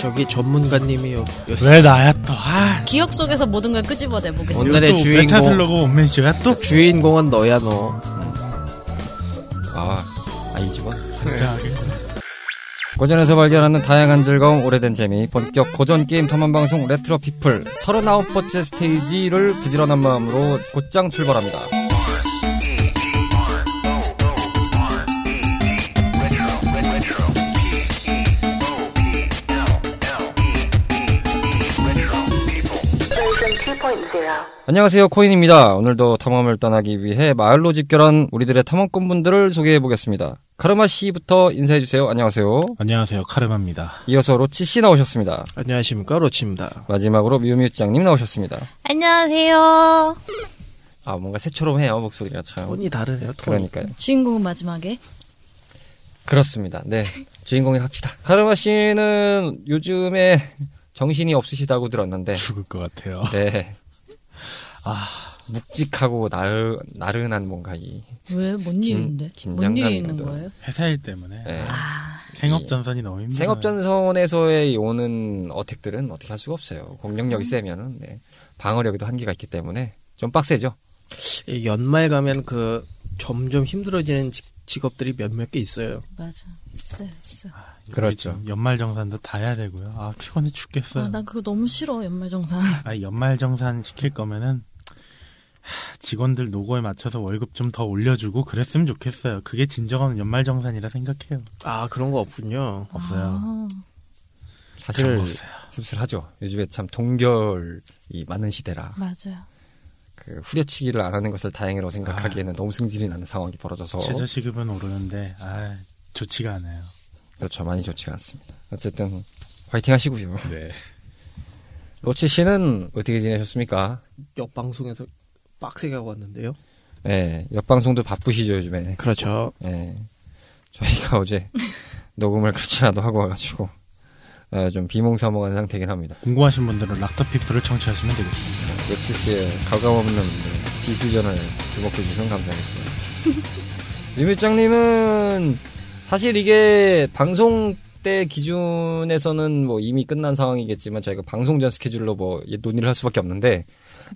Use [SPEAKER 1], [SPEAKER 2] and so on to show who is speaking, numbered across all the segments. [SPEAKER 1] 저기 전문가님이 요
[SPEAKER 2] 왜 나야 또? 아,
[SPEAKER 3] 기억 속에서 모든 걸 끄집어내 보겠습니다.
[SPEAKER 1] 오늘의
[SPEAKER 2] 또
[SPEAKER 1] 주인공.
[SPEAKER 2] 메타슬러그 원맨쇼야 또?
[SPEAKER 1] 주인공은 너야 너.
[SPEAKER 4] 아, 아니지만.
[SPEAKER 2] 굉장하겠구나.
[SPEAKER 4] 고전에서 발견하는 다양한 즐거움, 오래된 재미, 본격 고전 게임 탐험 방송 레트로 피플 39번째 스테이지를 부지런한 마음으로 곧장 출발합니다. 안녕하세요, 코인입니다. 오늘도 탐험을 떠나기 위해 마을로 집결한 우리들의 탐험꾼분들을 소개해 보겠습니다. 카르마 씨부터 인사해 주세요. 안녕하세요.
[SPEAKER 2] 안녕하세요, 카르마입니다.
[SPEAKER 4] 이어서 로치 씨 나오셨습니다.
[SPEAKER 1] 안녕하십니까 로치입니다.
[SPEAKER 4] 마지막으로 미우미우짱님 나오셨습니다.
[SPEAKER 3] 안녕하세요.
[SPEAKER 4] 아 뭔가 새처럼 해요 목소리가 참.
[SPEAKER 1] 톤이 다르네요. 톤.
[SPEAKER 4] 그러니까요.
[SPEAKER 3] 주인공은 마지막에
[SPEAKER 4] 그렇습니다. 네 주인공이 합시다. 카르마 씨는 요즘에 정신이 없으시다고 들었는데,
[SPEAKER 2] 죽을 것 같아요.
[SPEAKER 4] 네. 아 묵직하고 나르 나른한 뭔가 이
[SPEAKER 3] 왜 뭔
[SPEAKER 4] 긴-
[SPEAKER 3] 일인데? 뭔
[SPEAKER 4] 긴장감이
[SPEAKER 3] 일이 있는
[SPEAKER 4] 오더라고요.
[SPEAKER 3] 거예요?
[SPEAKER 2] 회사일 때문에.
[SPEAKER 4] 네.
[SPEAKER 3] 아,
[SPEAKER 2] 생업 전선이 너무 힘들어.
[SPEAKER 4] 생업 전선에서의 오는 어택들은 어떻게 할 수가 없어요. 공격력이 세면은 네. 방어력에도 한계가 있기 때문에 좀 빡세죠.
[SPEAKER 1] 이 연말 가면 그 점점 힘들어지는 직- 직업들이 몇몇 개 있어요.
[SPEAKER 3] 맞아. 있어요, 있어.
[SPEAKER 4] 그렇죠.
[SPEAKER 2] 연말 정산도 다 해야 되고요. 아 피곤해 죽겠어요.
[SPEAKER 3] 아,
[SPEAKER 2] 아,
[SPEAKER 3] 난 그거 너무 싫어, 연말정산.
[SPEAKER 2] 연말 정산 시킬 거면은 하, 직원들 노고에 맞춰서 월급 좀 더 올려주고 그랬으면 좋겠어요. 그게 진정한 연말 정산이라 생각해요.
[SPEAKER 1] 아 그런 거 없군요.
[SPEAKER 2] 없어요.
[SPEAKER 3] 아,
[SPEAKER 4] 사실 뭐
[SPEAKER 2] 없어요.
[SPEAKER 4] 씁쓸하죠. 요즘에 참 동결이 많은 시대라
[SPEAKER 3] 맞아요.
[SPEAKER 4] 그 후려치기를 안 하는 것을 다행이라고 생각하기에는 너무 승질이 나는 상황이 벌어져서
[SPEAKER 2] 최저 시급은 오르는데 아 좋지가 않아요.
[SPEAKER 4] 그렇죠 많이 좋지가 않습니다. 어쨌든 화이팅 하시고요.
[SPEAKER 2] 네.
[SPEAKER 4] 로치 씨는 어떻게 지내셨습니까?
[SPEAKER 1] 옆 방송에서 빡세게 하고 왔는데요.
[SPEAKER 4] 네, 옆 방송도 바쁘시죠 요즘에.
[SPEAKER 1] 그렇죠.
[SPEAKER 4] 예. 저희가 어제 녹음을 그렇지 않아도 하고 와가지고 예, 좀 비몽사몽한 상태긴 합니다.
[SPEAKER 2] 궁금하신 분들은 락터피플을 청취하시면 되겠습니다.
[SPEAKER 4] 역시 씨의 가감없는 디스전을 주목해 주시면 감사하겠습니다. 유미짱님은 사실 이게 방송 때 기준에서는 뭐 이미 끝난 상황이겠지만 저희가 방송 전 스케줄로 뭐 논의를 할 수밖에 없는데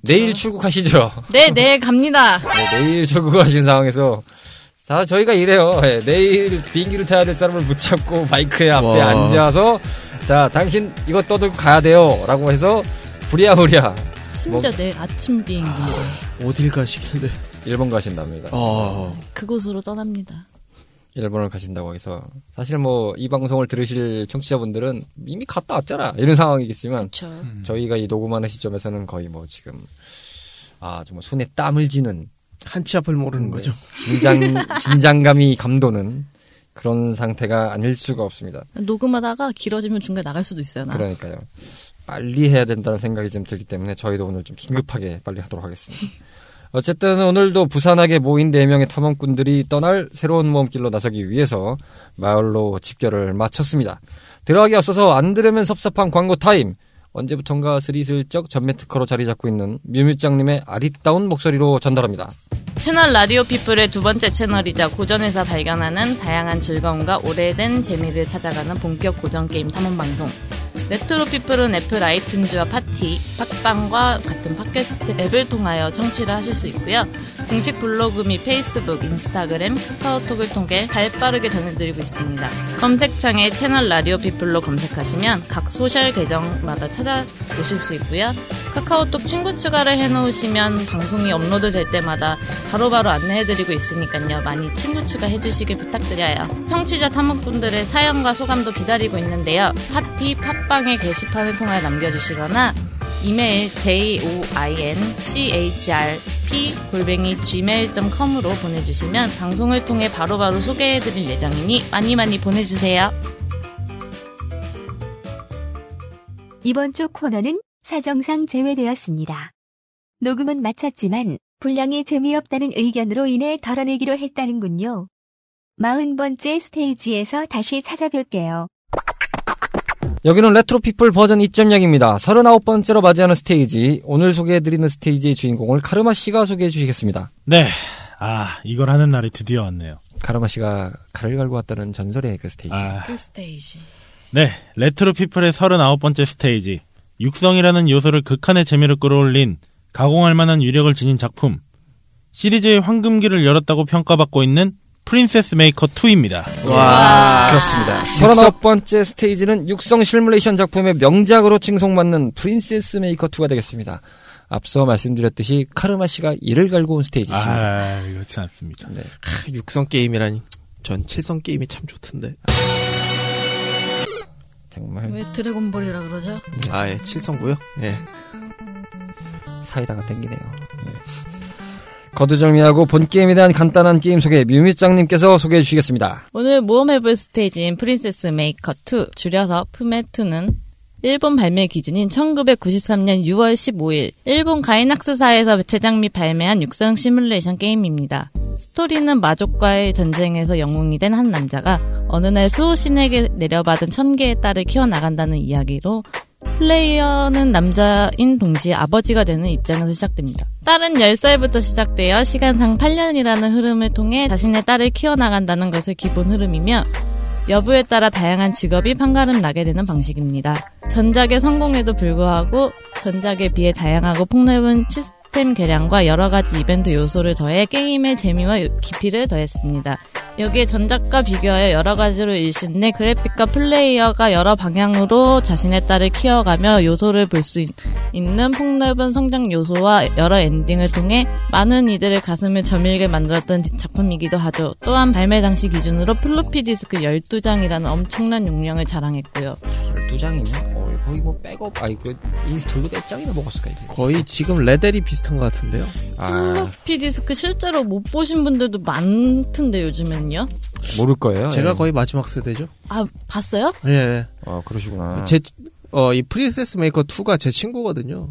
[SPEAKER 4] 내일 출국하시죠.
[SPEAKER 3] 네, 네, 갑니다.
[SPEAKER 4] 네, 내일 출국하신 상황에서 자 저희가 이래요. 예, 내일 비행기를 타야 될 사람을 붙잡고 바이크에 앞에
[SPEAKER 1] 와.
[SPEAKER 4] 앉아서 자 당신 이거 떠들고 가야 돼요라고 해서 부랴부랴
[SPEAKER 3] 심지어 내일 아침 비행기인데
[SPEAKER 1] 어딜 가시길래?
[SPEAKER 4] 일본 가신답니다.
[SPEAKER 1] 어.
[SPEAKER 3] 그곳으로 떠납니다.
[SPEAKER 4] 일본을 가신다고 해서 사실 뭐 이 방송을 들으실 청취자분들은 이미 갔다 왔잖아 이런 상황이겠지만
[SPEAKER 3] 그렇죠.
[SPEAKER 4] 저희가 이 녹음하는 시점에서는 거의 뭐 지금 아 정말 손에 땀을 쥐는
[SPEAKER 1] 한치 앞을 모르는
[SPEAKER 4] 네.
[SPEAKER 1] 거죠.
[SPEAKER 4] 긴장 긴장감이 감도는 그런 상태가 아닐 수가 없습니다.
[SPEAKER 3] 녹음하다가 길어지면 중간에 나갈 수도 있어요. 나.
[SPEAKER 4] 그러니까요. 빨리 해야 된다는 생각이 좀 들기 때문에 저희도 오늘 좀 긴급하게 빨리 하도록 하겠습니다. 어쨌든 오늘도 부산하게 모인 네명의 탐험꾼들이 떠날 새로운 모험길로 나서기 위해서 마을로 집결을 마쳤습니다. 들어가기 앞서서 안 들으면 섭섭한 광고 타임. 언제부턴가 스리슬쩍 전매 특허로 자리 잡고 있는 뮤뮤짱님의 아리따운 목소리로 전달합니다.
[SPEAKER 5] 채널 라디오 피플의 두 번째 채널이자 고전에서 발견하는 다양한 즐거움과 오래된 재미를 찾아가는 본격 고전 게임 탐험 방송. 레트로 피플은 애플 아이튠즈와 파티, 팟빵과 같은 팟캐스트 앱을 통하여 청취를 하실 수 있고요. 공식 블로그 및 페이스북, 인스타그램, 카카오톡을 통해 발빠르게 전해드리고 있습니다. 검색창에 채널 라디오 피플로 검색하시면 각 소셜 계정마다 찾아오실 수 있고요. 카카오톡 친구 추가를 해놓으시면 방송이 업로드 될 때마다 바로바로 안내해드리고 있으니까요. 많이 친구 추가해주시길 부탁드려요. 청취자 탐험꾼들의 사연과 소감도 기다리고 있는데요. 파티 팟빵의 게시판을 통해 남겨주시거나 이메일 j o i n c h r p 골뱅이 gmail.com으로 보내주시면 방송을 통해 바로바로 소개해드릴 예정이니 많이 많이 보내주세요.
[SPEAKER 6] 이번 주 코너는 사정상 제외되었습니다. 녹음은 마쳤지만 분량이 재미없다는 의견으로 인해 덜어내기로 했다는군요. 40번째 스테이지에서 다시 찾아뵐게요.
[SPEAKER 4] 여기는 레트로피플 버전 2.0입니다. 39번째로 맞이하는 스테이지. 오늘 소개해드리는 스테이지의 주인공을 카르마 씨가 소개해 주시겠습니다.
[SPEAKER 2] 네. 아 이걸 하는 날이 드디어 왔네요.
[SPEAKER 4] 카르마 씨가 칼을 갈고 왔다는 전설의 그 스테이지.
[SPEAKER 2] 아
[SPEAKER 3] 그 스테이지.
[SPEAKER 2] 네, 레트로 피플의 39번째 스테이지. 육성이라는 요소를 극한의 재미로 끌어올린 가공할 만한 위력을 지닌 작품. 시리즈의 황금기를 열었다고 평가받고 있는 프린세스 메이커 2입니다.
[SPEAKER 1] 와.
[SPEAKER 4] 그렇습니다. 39번째 스테이지는 육성 실뮬레이션 작품의 명작으로 칭송받는 프린세스 메이커 2가 되겠습니다. 앞서 말씀드렸듯이 카르마 씨가 이를 갈고 온 스테이지입니다.
[SPEAKER 2] 아, 그렇지 않습니다.
[SPEAKER 4] 네.
[SPEAKER 1] 크, 육성 게임이라니. 전 칠성 게임이 참 좋던데.
[SPEAKER 4] 정말
[SPEAKER 7] 왜 드래곤볼이라 그러죠?
[SPEAKER 1] 아, 예, 칠성고요. 예.
[SPEAKER 4] 사이다가 땡기네요. 네. 거두정리하고 본 게임에 대한 간단한 게임 소개 뮤미짱님께서 소개해 주시겠습니다.
[SPEAKER 5] 오늘 모험해볼 스테이지인 프린세스 메이커 2 줄여서 푸메2는 일본 발매 기준인 1993년 6월 15일 일본 가이낙스사에서 제작 및 발매한 육성 시뮬레이션 게임입니다. 스토리는 마족과의 전쟁에서 영웅이 된 한 남자가 어느 날 수호신에게 내려받은 천 개의 딸을 키워나간다는 이야기로 플레이어는 남자인 동시에 아버지가 되는 입장에서 시작됩니다. 딸은 10살부터 시작되어 시간상 8년이라는 흐름을 통해 자신의 딸을 키워나간다는 것을 기본 흐름이며 여부에 따라 다양한 직업이 판가름 나게 되는 방식입니다. 전작의 성공에도 불구하고 전작에 비해 다양하고 폭넓은 시스템 개량과 여러 가지 이벤트 요소를 더해 게임의 재미와 요- 깊이를 더했습니다. 여기에 전작과 비교하여 여러 가지로 일신내 그래픽과 플레이어가 여러 방향으로 자신의 딸을 키워가며 요소를 볼 수 있는 폭넓은 성장 요소와 여러 엔딩을 통해 많은 이들의 가슴을 저밀게 만들었던 작품이기도 하죠. 또한 발매 당시 기준으로 플로피 디스크 12장이라는 엄청난 용량을 자랑했고요.
[SPEAKER 4] 12장이면 어, 거의 뭐 백업 아이 그 인스톨로 몇 장이나 먹었을까 이게.
[SPEAKER 1] 거의 지금 레델이 비슷한 것 같은데요.
[SPEAKER 4] 아,
[SPEAKER 5] 플로피 디스크 실제로 못 보신 분들도 많던데 요즘은요.
[SPEAKER 4] 모를 거예요.
[SPEAKER 1] 제가
[SPEAKER 4] 예.
[SPEAKER 1] 거의 마지막 세대죠.
[SPEAKER 5] 아 봤어요?
[SPEAKER 1] 어, 예.
[SPEAKER 4] 아, 그러시구나.
[SPEAKER 1] 제, 어, 이 프린세스 메이커 2가 제 친구거든요.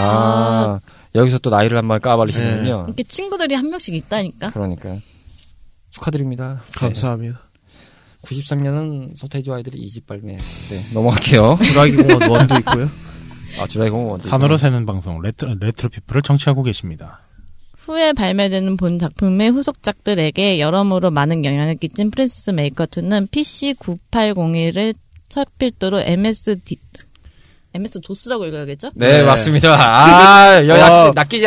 [SPEAKER 4] 아, 여기서 또 나이를 한 번 까발리시는군요.
[SPEAKER 5] 이렇게 친구들이 한 명씩 있다니까.
[SPEAKER 4] 그러니까 축하드립니다.
[SPEAKER 1] 감사합니다.
[SPEAKER 4] 네. 93년은 소태지 아이들이 이집 발매했을 때 네, 넘어갈게요.
[SPEAKER 1] 주라기 공원 원도 있고요.
[SPEAKER 4] 아, 주라이 공원.
[SPEAKER 2] 산으로 새는 방송 레트로, 레트로 피플을 청취하고 계십니다.
[SPEAKER 5] 후에 발매되는 본 작품의 후속작들에게 여러모로 많은 영향을 끼친 프린세스 메이커2는 PC9801을 첫 필두로 MS 디, MS 도스라고 읽어야겠죠?
[SPEAKER 4] 네,
[SPEAKER 1] 네.
[SPEAKER 4] 맞습니다. 아,
[SPEAKER 1] 와.
[SPEAKER 4] 여기 낚이지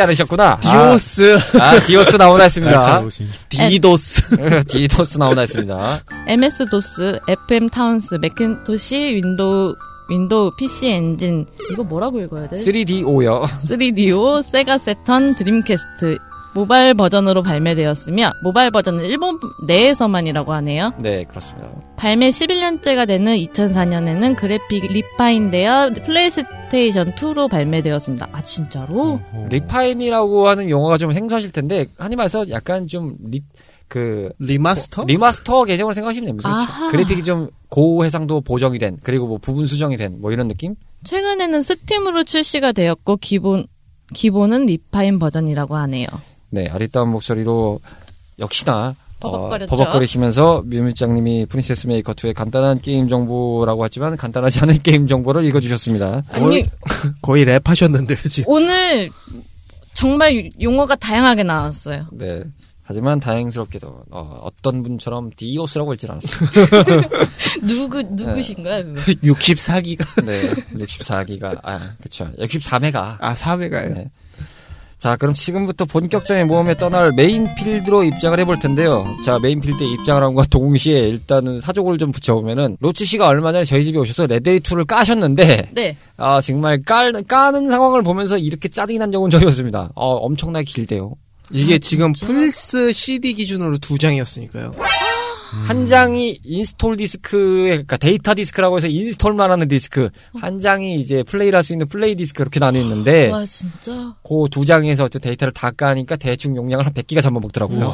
[SPEAKER 4] 않으셨구나.
[SPEAKER 1] 디오스,
[SPEAKER 4] 아, 아, 디오스 나오나 했습니다. 아,
[SPEAKER 2] 날카로우신
[SPEAKER 1] 디도스.
[SPEAKER 4] 네, 디오스 나오나 했습니다.
[SPEAKER 5] MS 도스, FM 타운스, 맥킨토시, 윈도우, 윈도우 PC 엔진 이거 뭐라고 읽어야 돼?
[SPEAKER 4] 네. 3D오요.
[SPEAKER 5] 3DO, 세가 세턴, 드림캐스트 모바일 버전으로 발매되었으며 모바일 버전은 일본 내에서만이라고 하네요.
[SPEAKER 4] 네, 그렇습니다.
[SPEAKER 5] 발매 11년째가 되는 2004년에는 그래픽 리파인되어 플레이스테이션 2로 발매되었습니다. 아 진짜로?
[SPEAKER 2] 어,
[SPEAKER 4] 리파인이라고 하는 용어가 좀 생소하실 텐데, 한이 말해서 약간 좀 리, 그,
[SPEAKER 1] 리마스터?
[SPEAKER 4] 리마스터 개념으로 생각하시면 됩니다. 그렇죠.
[SPEAKER 5] 아하.
[SPEAKER 4] 그래픽이 좀 고해상도 보정이 된, 그리고 뭐 부분 수정이 된, 뭐 이런 느낌?
[SPEAKER 5] 최근에는 스팀으로 출시가 되었고 기본 기본은 리파인 버전이라고 하네요.
[SPEAKER 4] 네, 아리따운 목소리로 역시나 어,
[SPEAKER 5] 버벅거렸죠?
[SPEAKER 4] 버벅거리시면서 뮤밀장님이 프린세스 메이커 2의 간단한 게임 정보라고 하지만 간단하지 않은 게임 정보를 읽어주셨습니다.
[SPEAKER 5] 아니
[SPEAKER 1] 거의 랩하셨는데요, 지금.
[SPEAKER 5] 오늘 정말 유- 용어가 다양하게 나왔어요.
[SPEAKER 4] 네. 하지만 다행스럽게도 어, 떤 분처럼 디오스라고 읽질 않았어요.
[SPEAKER 5] 누구 누구신가요? 그거?
[SPEAKER 1] 64기가.
[SPEAKER 4] 네, 64기가 아 그쵸, 64메가.
[SPEAKER 1] 아, 4회가요.
[SPEAKER 4] 네. 자, 그럼 지금부터 본격적인 모험에 떠날 메인 필드로 입장을 해볼 텐데요. 자, 메인 필드에 입장을 함과 동시에 일단은 사족을 좀 붙여보면은, 로치 씨가 얼마 전에 저희 집에 오셔서 레데리2를 까셨는데,
[SPEAKER 5] 네.
[SPEAKER 4] 아, 정말 깔, 까는 상황을 보면서 이렇게 짜증이 난 적은 적이 없습니다. 어, 엄청나게 길대요.
[SPEAKER 1] 이게 지금 플스 CD 기준으로 두 장이었으니까요.
[SPEAKER 4] 한 장이 인스톨 디스크에, 그러니까 데이터 디스크라고 해서 인스톨만 하는 디스크, 한 장이 이제 플레이를 할 수 있는 플레이 디스크 이렇게 나뉘어 있는데,
[SPEAKER 5] 와 진짜.
[SPEAKER 4] 그 두 장에서 어쨌든 데이터를 다 까니까 대충 용량을 한 100기가 잡아먹더라고요.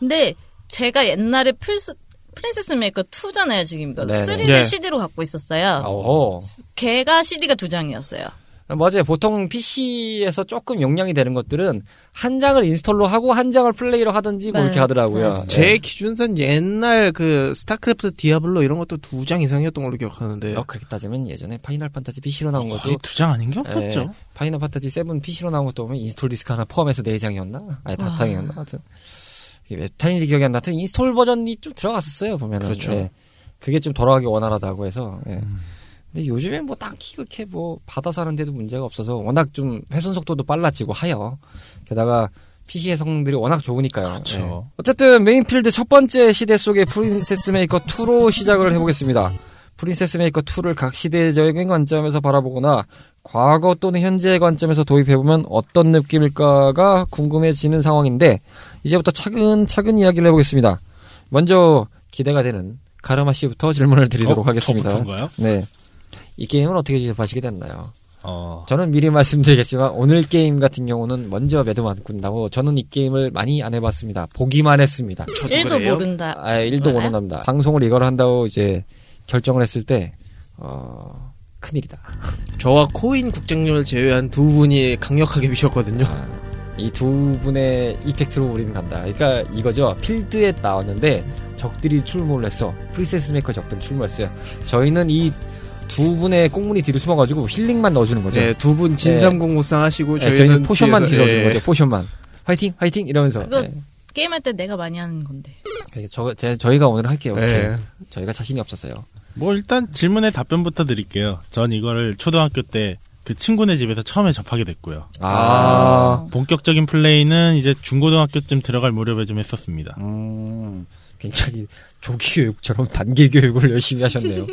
[SPEAKER 5] 근데 제가 옛날에 플스 프린세스 메이커 2잖아요 지금 이거
[SPEAKER 4] 네네. 아.
[SPEAKER 5] 3를
[SPEAKER 1] 네.
[SPEAKER 5] CD로 갖고 있었어요.
[SPEAKER 4] 어허.
[SPEAKER 5] 걔가 CD가 두 장이었어요.
[SPEAKER 4] 맞아요. 뭐 보통 PC에서 조금 용량이 되는 것들은 한 장을 인스톨로 하고 한 장을 플레이로 하든지 뭐
[SPEAKER 5] 네,
[SPEAKER 4] 이렇게 하더라고요.
[SPEAKER 5] 맞아요.
[SPEAKER 1] 제 기준선 옛날 그 스타크래프트 디아블로 이런 것도 두 장 이상이었던 걸로
[SPEAKER 4] 네.
[SPEAKER 1] 기억하는데.
[SPEAKER 4] 어, 그렇게 따지면 예전에 파이널 판타지 PC로 나온 것도
[SPEAKER 2] 거의 두 장 아닌 게 없었죠. 그렇죠.
[SPEAKER 4] 예, 파이널 판타지 7 PC로 나온 것도 보면 인스톨 디스크 하나 포함해서 네장이었나 아니
[SPEAKER 5] 와.
[SPEAKER 4] 다탕이었나 하여튼 이게 몇 탄인지 기억이 안 나. 하여튼 인스톨 버전이 좀 들어갔었어요. 보면은.
[SPEAKER 1] 그렇죠.
[SPEAKER 4] 예. 그게 좀 돌아가기 원활하다고 해서. 예.
[SPEAKER 2] 음.
[SPEAKER 4] 근데 요즘에 뭐 딱히 그렇게 뭐 바다 사는데도 문제가 없어서 워낙 좀 회선 속도도 빨라지고 하여 게다가 PC의 성능들이 워낙 좋으니까요. 예.
[SPEAKER 2] 그렇죠.
[SPEAKER 4] 어쨌든 메인필드 첫 번째 시대 속의 프린세스 메이커 2로 시작을 해보겠습니다. 프린세스 메이커 2를 각 시대적인 관점에서 바라보거나 과거 또는 현재의 관점에서 도입해보면 어떤 느낌일까가 궁금해지는 상황인데 이제부터 차근차근 이야기를 해보겠습니다. 먼저 기대가 되는 가르마 씨부터 질문을 드리도록
[SPEAKER 2] 어,
[SPEAKER 4] 하겠습니다.
[SPEAKER 2] 저부터인가요?
[SPEAKER 4] 네. 이 게임을 어떻게 접하시게 됐나요?
[SPEAKER 2] 어,
[SPEAKER 4] 저는 미리 말씀드리겠지만 오늘 게임 같은 경우는 먼저 매듭안 군다고 저는 이 게임을 많이 안 해봤습니다. 보기만 했습니다.
[SPEAKER 8] 일도 모른다.
[SPEAKER 4] 아, 일도
[SPEAKER 5] 네.
[SPEAKER 8] 그래요?
[SPEAKER 4] 원한답니다. 방송을 이걸 한다고 이제 결정을 했을 때, 어, 큰일이다.
[SPEAKER 1] 저와 코인 국장님을 제외한 두 분이 강력하게 미셨거든요.
[SPEAKER 4] 아, 이 두 분의 이펙트로 우리는 간다. 그러니까 이거죠. 필드에 나왔는데 적들이 출몰을 했어. 프리세스 메이커 적들이 출몰했어요. 저희는 이 두 분의 꽁무니 뒤로 숨어가지고 힐링만 넣어주는 거죠.
[SPEAKER 1] 네, 두 분 진삼공무상 하시고
[SPEAKER 4] 예,
[SPEAKER 1] 저희는,
[SPEAKER 4] 저희는 포션만
[SPEAKER 1] 뒤에서- 예.
[SPEAKER 4] 뒤져주는 거죠. 포션만. 화이팅, 화이팅 이러면서.
[SPEAKER 5] 그거-
[SPEAKER 4] 예.
[SPEAKER 5] 게임할 때 내가 많이 하는 건데.
[SPEAKER 4] 그러니까 저, 제, 저희가 오늘 할게요. 이렇게.
[SPEAKER 1] 예.
[SPEAKER 4] 저희가 자신이 없었어요.
[SPEAKER 2] 뭐 일단 질문에 답변부터 드릴게요. 전 이거를 초등학교 때 그 친구네 집에서 처음에 접하게 됐고요.
[SPEAKER 4] 아.
[SPEAKER 2] 본격적인 플레이는 이제 중고등학교쯤 들어갈 무렵에 좀 했었습니다.
[SPEAKER 4] 음, 굉장히 조기 교육처럼 단계 교육을 열심히 하셨네요.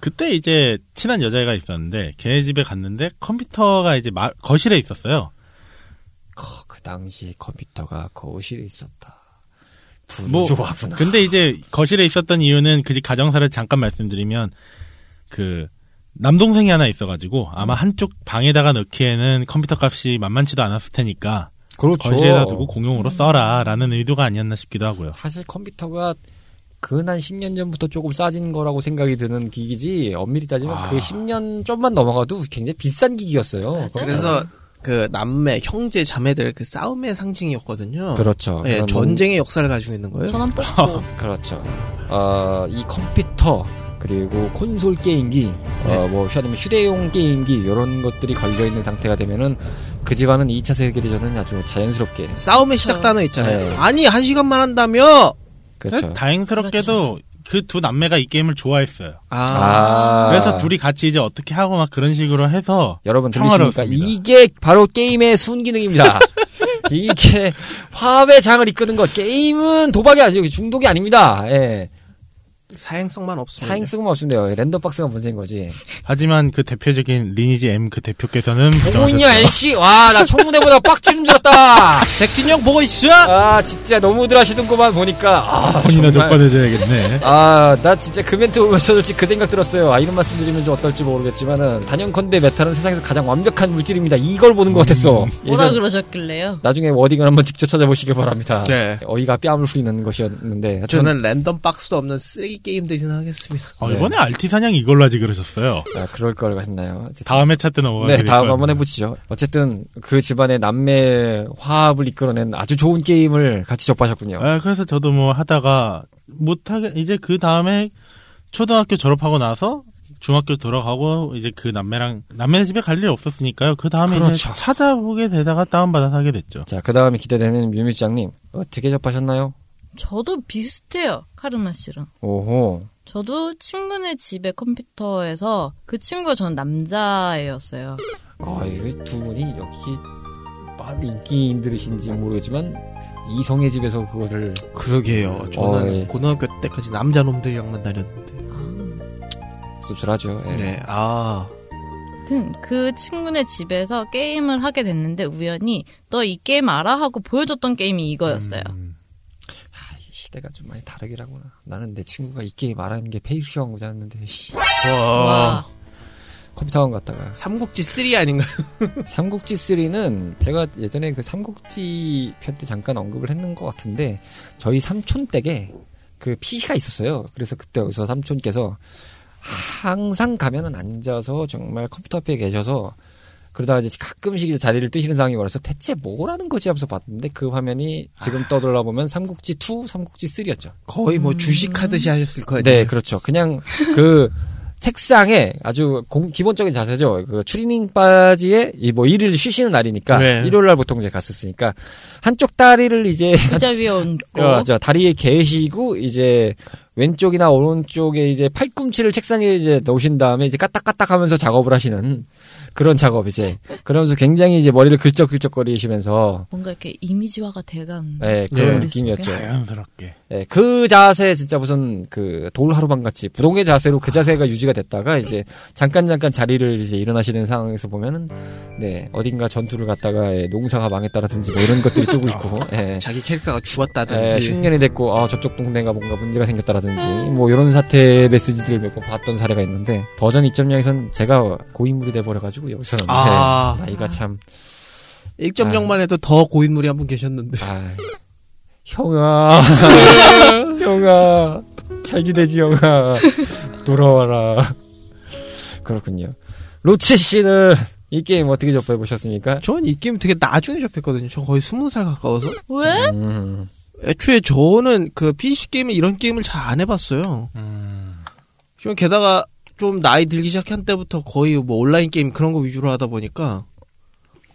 [SPEAKER 2] 그때 이제 친한 여자애가 있었는데 걔 집에 갔는데 컴퓨터가 이제 마- 거실에 있었어요.
[SPEAKER 4] 커, 그 당시 컴퓨터가 거실에 있었다.
[SPEAKER 2] 뭐,
[SPEAKER 4] 부조하구나.
[SPEAKER 2] 근데 이제 거실에 있었던 이유는 그 집 가정사를 잠깐 말씀드리면 그 남동생이 하나 있어가지고
[SPEAKER 4] 음.
[SPEAKER 2] 아마 한쪽 방에다가 넣기에는 컴퓨터 값이 만만치도 않았을 테니까
[SPEAKER 4] 그렇죠.
[SPEAKER 2] 거실에다 두고 공용으로 써라라는 의도가 아니었나 싶기도 하고요.
[SPEAKER 4] 사실 컴퓨터가 근한 10년 전부터 조금 싸진 거라고 생각이 드는 기기지 엄밀히 따지면
[SPEAKER 2] 아.
[SPEAKER 4] 그 10년 좀만 넘어가도 굉장히 비싼 기기였어요. 그렇죠.
[SPEAKER 8] 맞아.
[SPEAKER 4] 컴퓨터가.
[SPEAKER 1] 그래서 그 남매, 형제, 자매들 그 싸움의 상징이었거든요.
[SPEAKER 4] 그렇죠.
[SPEAKER 1] 예,
[SPEAKER 4] 그런
[SPEAKER 1] 전쟁의 역사를 가지고 있는 거예요.
[SPEAKER 8] 전원 뽑고
[SPEAKER 4] 그렇죠. 어, 이 컴퓨터 그리고 콘솔 게임기,
[SPEAKER 2] 네.
[SPEAKER 4] 어, 뭐 휴대용, 휴대용 게임기 이런 것들이 걸려 있는 상태가 되면은 그 집안은 2차 세계대전은 아주 자연스럽게
[SPEAKER 1] 싸움의 시작 단어 있잖아요.
[SPEAKER 4] 네.
[SPEAKER 1] 아니 한 시간만 한다며.
[SPEAKER 4] 그렇죠.
[SPEAKER 2] 네, 다행스럽게도 그 두 남매가 이 게임을 좋아했어요.
[SPEAKER 1] 아,
[SPEAKER 4] 아,
[SPEAKER 2] 그래서 둘이 같이 이제 어떻게 하고 막 그런 식으로 해서
[SPEAKER 4] 여러분 들리십니까?
[SPEAKER 2] 평화로웠습니다.
[SPEAKER 4] 이게 바로 게임의 순기능입니다. 이게 화합의 장을 이끄는 것. 게임은 도박이 아니고 중독이 아닙니다. 예.
[SPEAKER 1] 사행성만 없습니다.
[SPEAKER 4] 사행 쓰고만 없으면 돼요. 랜덤박스가 문제인 거지.
[SPEAKER 2] 하지만 그 대표적인 리니지 M 그 대표께서는
[SPEAKER 4] 보고 있냐,
[SPEAKER 2] 부정하셨어요.
[SPEAKER 4] NC? 와, 나 청문회보다 빡치는 줄 알았다!
[SPEAKER 1] 백진영 보고 있어.
[SPEAKER 4] 아 진짜 너무들 하시던구만 보니까 아
[SPEAKER 2] 혼이나
[SPEAKER 4] 정말
[SPEAKER 2] 조건해줘야겠네.
[SPEAKER 4] 아나 진짜 그 멘트 보면서 솔직히 그 생각 들었어요 아 이런 말씀 드리면 좀 어떨지 모르겠지만은 단연컨대 메탈은 세상에서 가장 완벽한 물질입니다 이걸 보는 것
[SPEAKER 2] 음.
[SPEAKER 4] 같았어
[SPEAKER 8] 뭐라
[SPEAKER 4] 예전-
[SPEAKER 8] 그러셨길래요?
[SPEAKER 4] 나중에 워딩을 한번 직접 찾아보시길 바랍니다
[SPEAKER 1] 네.
[SPEAKER 4] 어이가 뺨을 후리는 것이었는데 하여튼,
[SPEAKER 1] 저는 랜덤 박스도 없는 쓰레기 게임들이나 하겠습니다.
[SPEAKER 2] 어,
[SPEAKER 4] 네.
[SPEAKER 2] 이번에 RT 사냥 이걸로 하지 그러셨어요.
[SPEAKER 4] 아, 그럴 걸 했나요 어쨌든.
[SPEAKER 2] 다음 회차 때 넘어가게
[SPEAKER 4] 네,
[SPEAKER 2] 될
[SPEAKER 4] 다음
[SPEAKER 2] 거예요.
[SPEAKER 4] 한번 해보시죠. 어쨌든 그 집안의 남매 화합을 이끌어낸 아주 좋은 게임을 같이 접하셨군요.
[SPEAKER 2] 아, 그래서 저도 뭐 하다가 못하게 이제 그 다음에 초등학교 졸업하고 나서 중학교 돌아가고 이제 그 남매랑 남매 집에 갈 일이 없었으니까요. 그 다음에
[SPEAKER 4] 그렇죠.
[SPEAKER 2] 이제 찾아보게 되다가 다운받아서 하게 됐죠.
[SPEAKER 4] 자, 그 다음에 기대되는 뮤미장님 어떻게 접하셨나요?
[SPEAKER 5] 저도 비슷해요. 카르마 씨랑.
[SPEAKER 4] 오호.
[SPEAKER 5] 저도 친구네 집에 컴퓨터에서 그 친구가 저는 남자애였어요.
[SPEAKER 4] 아, 이거 두 분이 역시 빡 인기인들이신지 모르겠지만 이성의 집에서 그거를
[SPEAKER 1] 그러게요. 저는
[SPEAKER 4] 어, 예.
[SPEAKER 1] 고등학교 때까지 남자 놈들이랑만 다녔는데.
[SPEAKER 4] 씁쓸하죠. 예.
[SPEAKER 1] 네, 아,
[SPEAKER 5] 하여튼 그 친구네 집에서 게임을 하게 됐는데 우연히 너 이 게임 알아? 하고 보여줬던 게임이 이거였어요.
[SPEAKER 2] 음.
[SPEAKER 4] 음, 아, 이 시대가 좀 많이 다르기라구나. 나는 내 친구가 이 게임 말하는 게 페이스형 거잖는데 씨.
[SPEAKER 1] 와,
[SPEAKER 5] 와.
[SPEAKER 4] 컴퓨터 학원 갔다가
[SPEAKER 1] 삼국지 3 아닌가? 요
[SPEAKER 4] 삼국지 3는 제가 예전에 그 삼국지 편 때 잠깐 언급을 했는 것 같은데 저희 삼촌 댁에 그 PC가 있었어요. 그래서 그때 여기서 삼촌께서 항상 가면은 앉아서 정말 컴퓨터 앞에 계셔서 그러다가 이제 가끔씩 이제 자리를 뜨시는 상황이 벌어서 대체 뭐라는 거지 하면서 봤는데 그 화면이 지금 떠돌아 보면 삼국지 2, 삼국지 3였죠.
[SPEAKER 1] 거의 뭐 주식하듯이 하셨을 거예요.
[SPEAKER 4] 네, 그렇죠. 그냥 그 책상에 아주 공- 기본적인 자세죠. 그 추리닝 바지에 이 뭐 일일 쉬시는 날이니까
[SPEAKER 1] 네.
[SPEAKER 4] 일요일 날 보통 제가 갔었으니까 한쪽 다리를 이제
[SPEAKER 5] 의자 위에 얹고
[SPEAKER 4] 어, 저 다리에 개시고 이제 왼쪽이나 오른쪽에 이제 팔꿈치를 책상에 이제 넣으신 다음에 이제 까딱까딱 하면서 작업을 하시는 그런 작업 이제 그러면서 굉장히 이제 머리를 긁적긁적거리시면서
[SPEAKER 5] 뭔가 이렇게 이미지화가 돼간.
[SPEAKER 4] 예, 그런
[SPEAKER 1] 네.
[SPEAKER 4] 느낌이었죠.
[SPEAKER 2] 자연스럽게.
[SPEAKER 4] 예, 그 자세 진짜 무슨 그 돌하루방 같이 부동의 자세로 그 자세가 유지가 됐다가 이제 잠깐 잠깐 자리를 이제 일어나시는 상황에서 보면은 네 어딘가 전투를 갔다가 예, 농사가 망했다라든지 뭐 이런 것들이 뜨고 있고 예.
[SPEAKER 1] 아, 자기 캐릭터가
[SPEAKER 4] 예,
[SPEAKER 1] 죽었다든지
[SPEAKER 4] 10년이 됐고 아 저쪽 동네가 뭔가 문제가 생겼다라든지
[SPEAKER 1] 음.
[SPEAKER 4] 뭐 이런 사태 메시지들을 몇 번 봤던 사례가 있는데 버전 2.0에선 제가 고인물이 돼버려가지고 여기서는
[SPEAKER 1] 아.
[SPEAKER 4] 예, 나이가 참 아.
[SPEAKER 1] 1.0만 해도 더 고인물이 한 분 계셨는데
[SPEAKER 4] 아, 형아, 형아, 잘 지내지, 형아. 돌아와라. 그렇군요. 로치 씨는 이 게임 어떻게 접해보셨습니까?
[SPEAKER 1] 전 이 게임 되게 나중에 접했거든요. 저 거의 20살 가까워서.
[SPEAKER 5] 왜?
[SPEAKER 4] 음,
[SPEAKER 1] 애초에 저는 그 PC 게임에 이런 게임을 잘 안 해봤어요.
[SPEAKER 2] 음,
[SPEAKER 1] 그럼 게다가 좀 나이 들기 시작한 때부터 거의 뭐 온라인 게임 그런 거 위주로 하다 보니까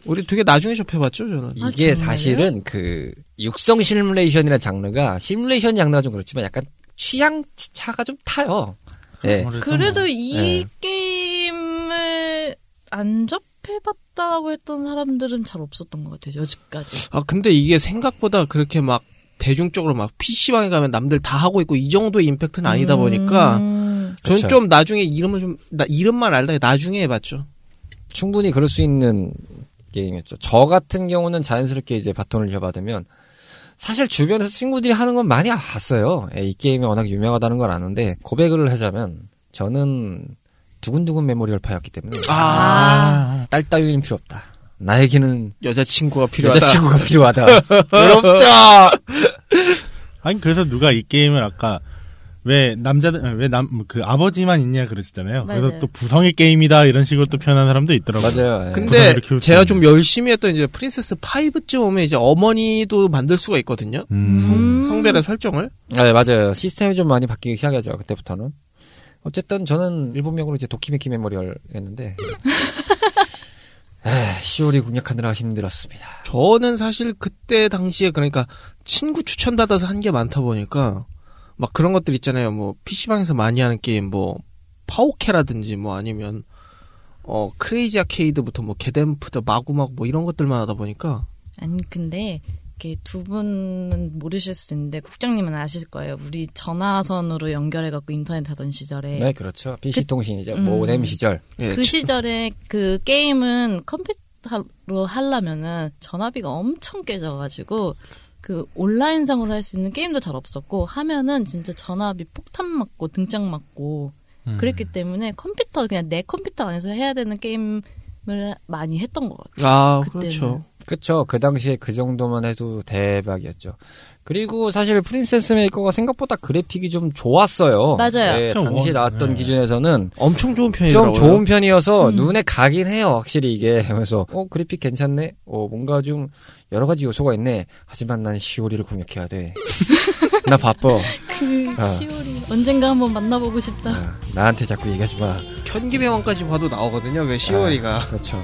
[SPEAKER 1] 우리 되게 나중에 접해봤죠 저는.
[SPEAKER 5] 아,
[SPEAKER 4] 이게
[SPEAKER 5] 정말요?
[SPEAKER 4] 사실은 그 육성 시뮬레이션이라는 장르가 시뮬레이션 장르가 좀 그렇지만 약간 취향 차가 좀 타요. 예.
[SPEAKER 2] 아무래도
[SPEAKER 5] 네. 그래도
[SPEAKER 2] 뭐.
[SPEAKER 1] 예.
[SPEAKER 5] 이 게임을 안 접해봤다고 했던 사람들은 잘 없었던 것 같아요. 여지까지.
[SPEAKER 1] 아 근데 이게 생각보다 그렇게 막 대중적으로 막 PC방에 가면 남들 다 하고 있고 이 정도의 임팩트는 아니다 보니까
[SPEAKER 5] 음,
[SPEAKER 1] 저는
[SPEAKER 4] 그쵸.
[SPEAKER 1] 좀 나중에 이름을 좀 나- 이름만 알다가 나중에 해봤죠.
[SPEAKER 4] 충분히 그럴 수 있는 게임이었죠. 저 같은 경우는 자연스럽게 이제 바톤을 이어받으면 사실 주변에서 친구들이 하는 건 많이 봤어요. 예, 이 게임이 워낙 유명하다는 걸 아는데 고백을 하자면 저는 두근두근 메모리 열파였기 때문에
[SPEAKER 5] 아.
[SPEAKER 4] 딸 따위는 필요 없다. 나에게는
[SPEAKER 1] 여자친구가 필요하다.
[SPEAKER 4] 여자친구가 필요하다.
[SPEAKER 5] 네.
[SPEAKER 4] 부럽다.
[SPEAKER 2] 아니 그래서 누가 이 게임을 아까 왜 남자들 왜 남 그 아버지만 있냐 그러셨잖아요.
[SPEAKER 5] 맞아요.
[SPEAKER 2] 그래서 또 부성의 게임이다 이런 식으로 또 표현한 사람도 있더라고요.
[SPEAKER 4] 맞아요. 예.
[SPEAKER 1] 근데
[SPEAKER 2] 부산으로 키울
[SPEAKER 1] 제가
[SPEAKER 2] 수
[SPEAKER 1] 좀 열심히 했던 이제 프린세스 5쯤 오면 이제 어머니도 만들 수가 있거든요.
[SPEAKER 2] 음.
[SPEAKER 5] 음.
[SPEAKER 1] 성별의 설정을.
[SPEAKER 4] 네, 맞아요. 시스템이 좀 많이 바뀌기 시작하죠. 그때부터는. 어쨌든 저는 일본명으로 이제 도키메키 메모리얼였는데 에, 시오리 공략하느라 힘들었습니다.
[SPEAKER 1] 저는 사실 그때 당시에 그러니까 친구 추천 받아서 한 게 많다 보니까 막 그런 것들 있잖아요. 뭐 PC방에서 많이 하는 게임 뭐 파오케라든지 뭐 아니면 어 크레이지 아케이드부터 뭐 게덴프드 마구마구 뭐 이런 것들만 하다 보니까
[SPEAKER 5] 아니 근데 이렇게 두 분은 모르실 수 있는데 국장님은 아실 거예요. 우리 전화선으로 연결해 갖고 인터넷 하던 시절에
[SPEAKER 4] 네, 그렇죠. PC 통신이죠.
[SPEAKER 5] 음.
[SPEAKER 4] 모뎀 시절.
[SPEAKER 1] 예,
[SPEAKER 5] 그
[SPEAKER 1] 지-
[SPEAKER 5] 시절에 그 게임은 컴퓨터로 하려면은 전화비가 엄청 깨져가지고 그 온라인상으로 할 수 있는 게임도 잘 없었고 하면은 진짜 전화비 폭탄 맞고 등짝 맞고
[SPEAKER 2] 음.
[SPEAKER 5] 그랬기 때문에 컴퓨터 그냥 내 컴퓨터 안에서 해야 되는 게임을 많이 했던 것 같아요.
[SPEAKER 1] 아
[SPEAKER 5] 그때는.
[SPEAKER 1] 그렇죠.
[SPEAKER 4] 어, 그쵸. 그 당시에 그 정도만 해도 대박이었죠. 그리고 사실 프린세스 메이커가 생각보다 그래픽이 좀 좋았어요.
[SPEAKER 5] 맞아요.
[SPEAKER 4] 예,
[SPEAKER 2] 좀
[SPEAKER 4] 당시
[SPEAKER 2] 원-
[SPEAKER 4] 나왔던
[SPEAKER 2] 네.
[SPEAKER 4] 기준에서는
[SPEAKER 1] 엄청 좋은
[SPEAKER 4] 좀
[SPEAKER 1] 편이더라고요.
[SPEAKER 4] 좋은 편이어서
[SPEAKER 5] 음.
[SPEAKER 4] 눈에 가긴 해요, 확실히 이게. 하면서, 어, 그래픽 괜찮네? 어, 뭔가 좀 여러 가지 요소가 있네. 하지만 난 시오리를 공략해야 돼. 나 바빠. 아.
[SPEAKER 5] 그 시오리 언젠가 한번 만나보고 싶다.
[SPEAKER 4] 아, 나한테 자꾸 얘기하지 마.
[SPEAKER 1] 현기병원까지 봐도 나오거든요. 왜 시월이가
[SPEAKER 4] 그렇죠.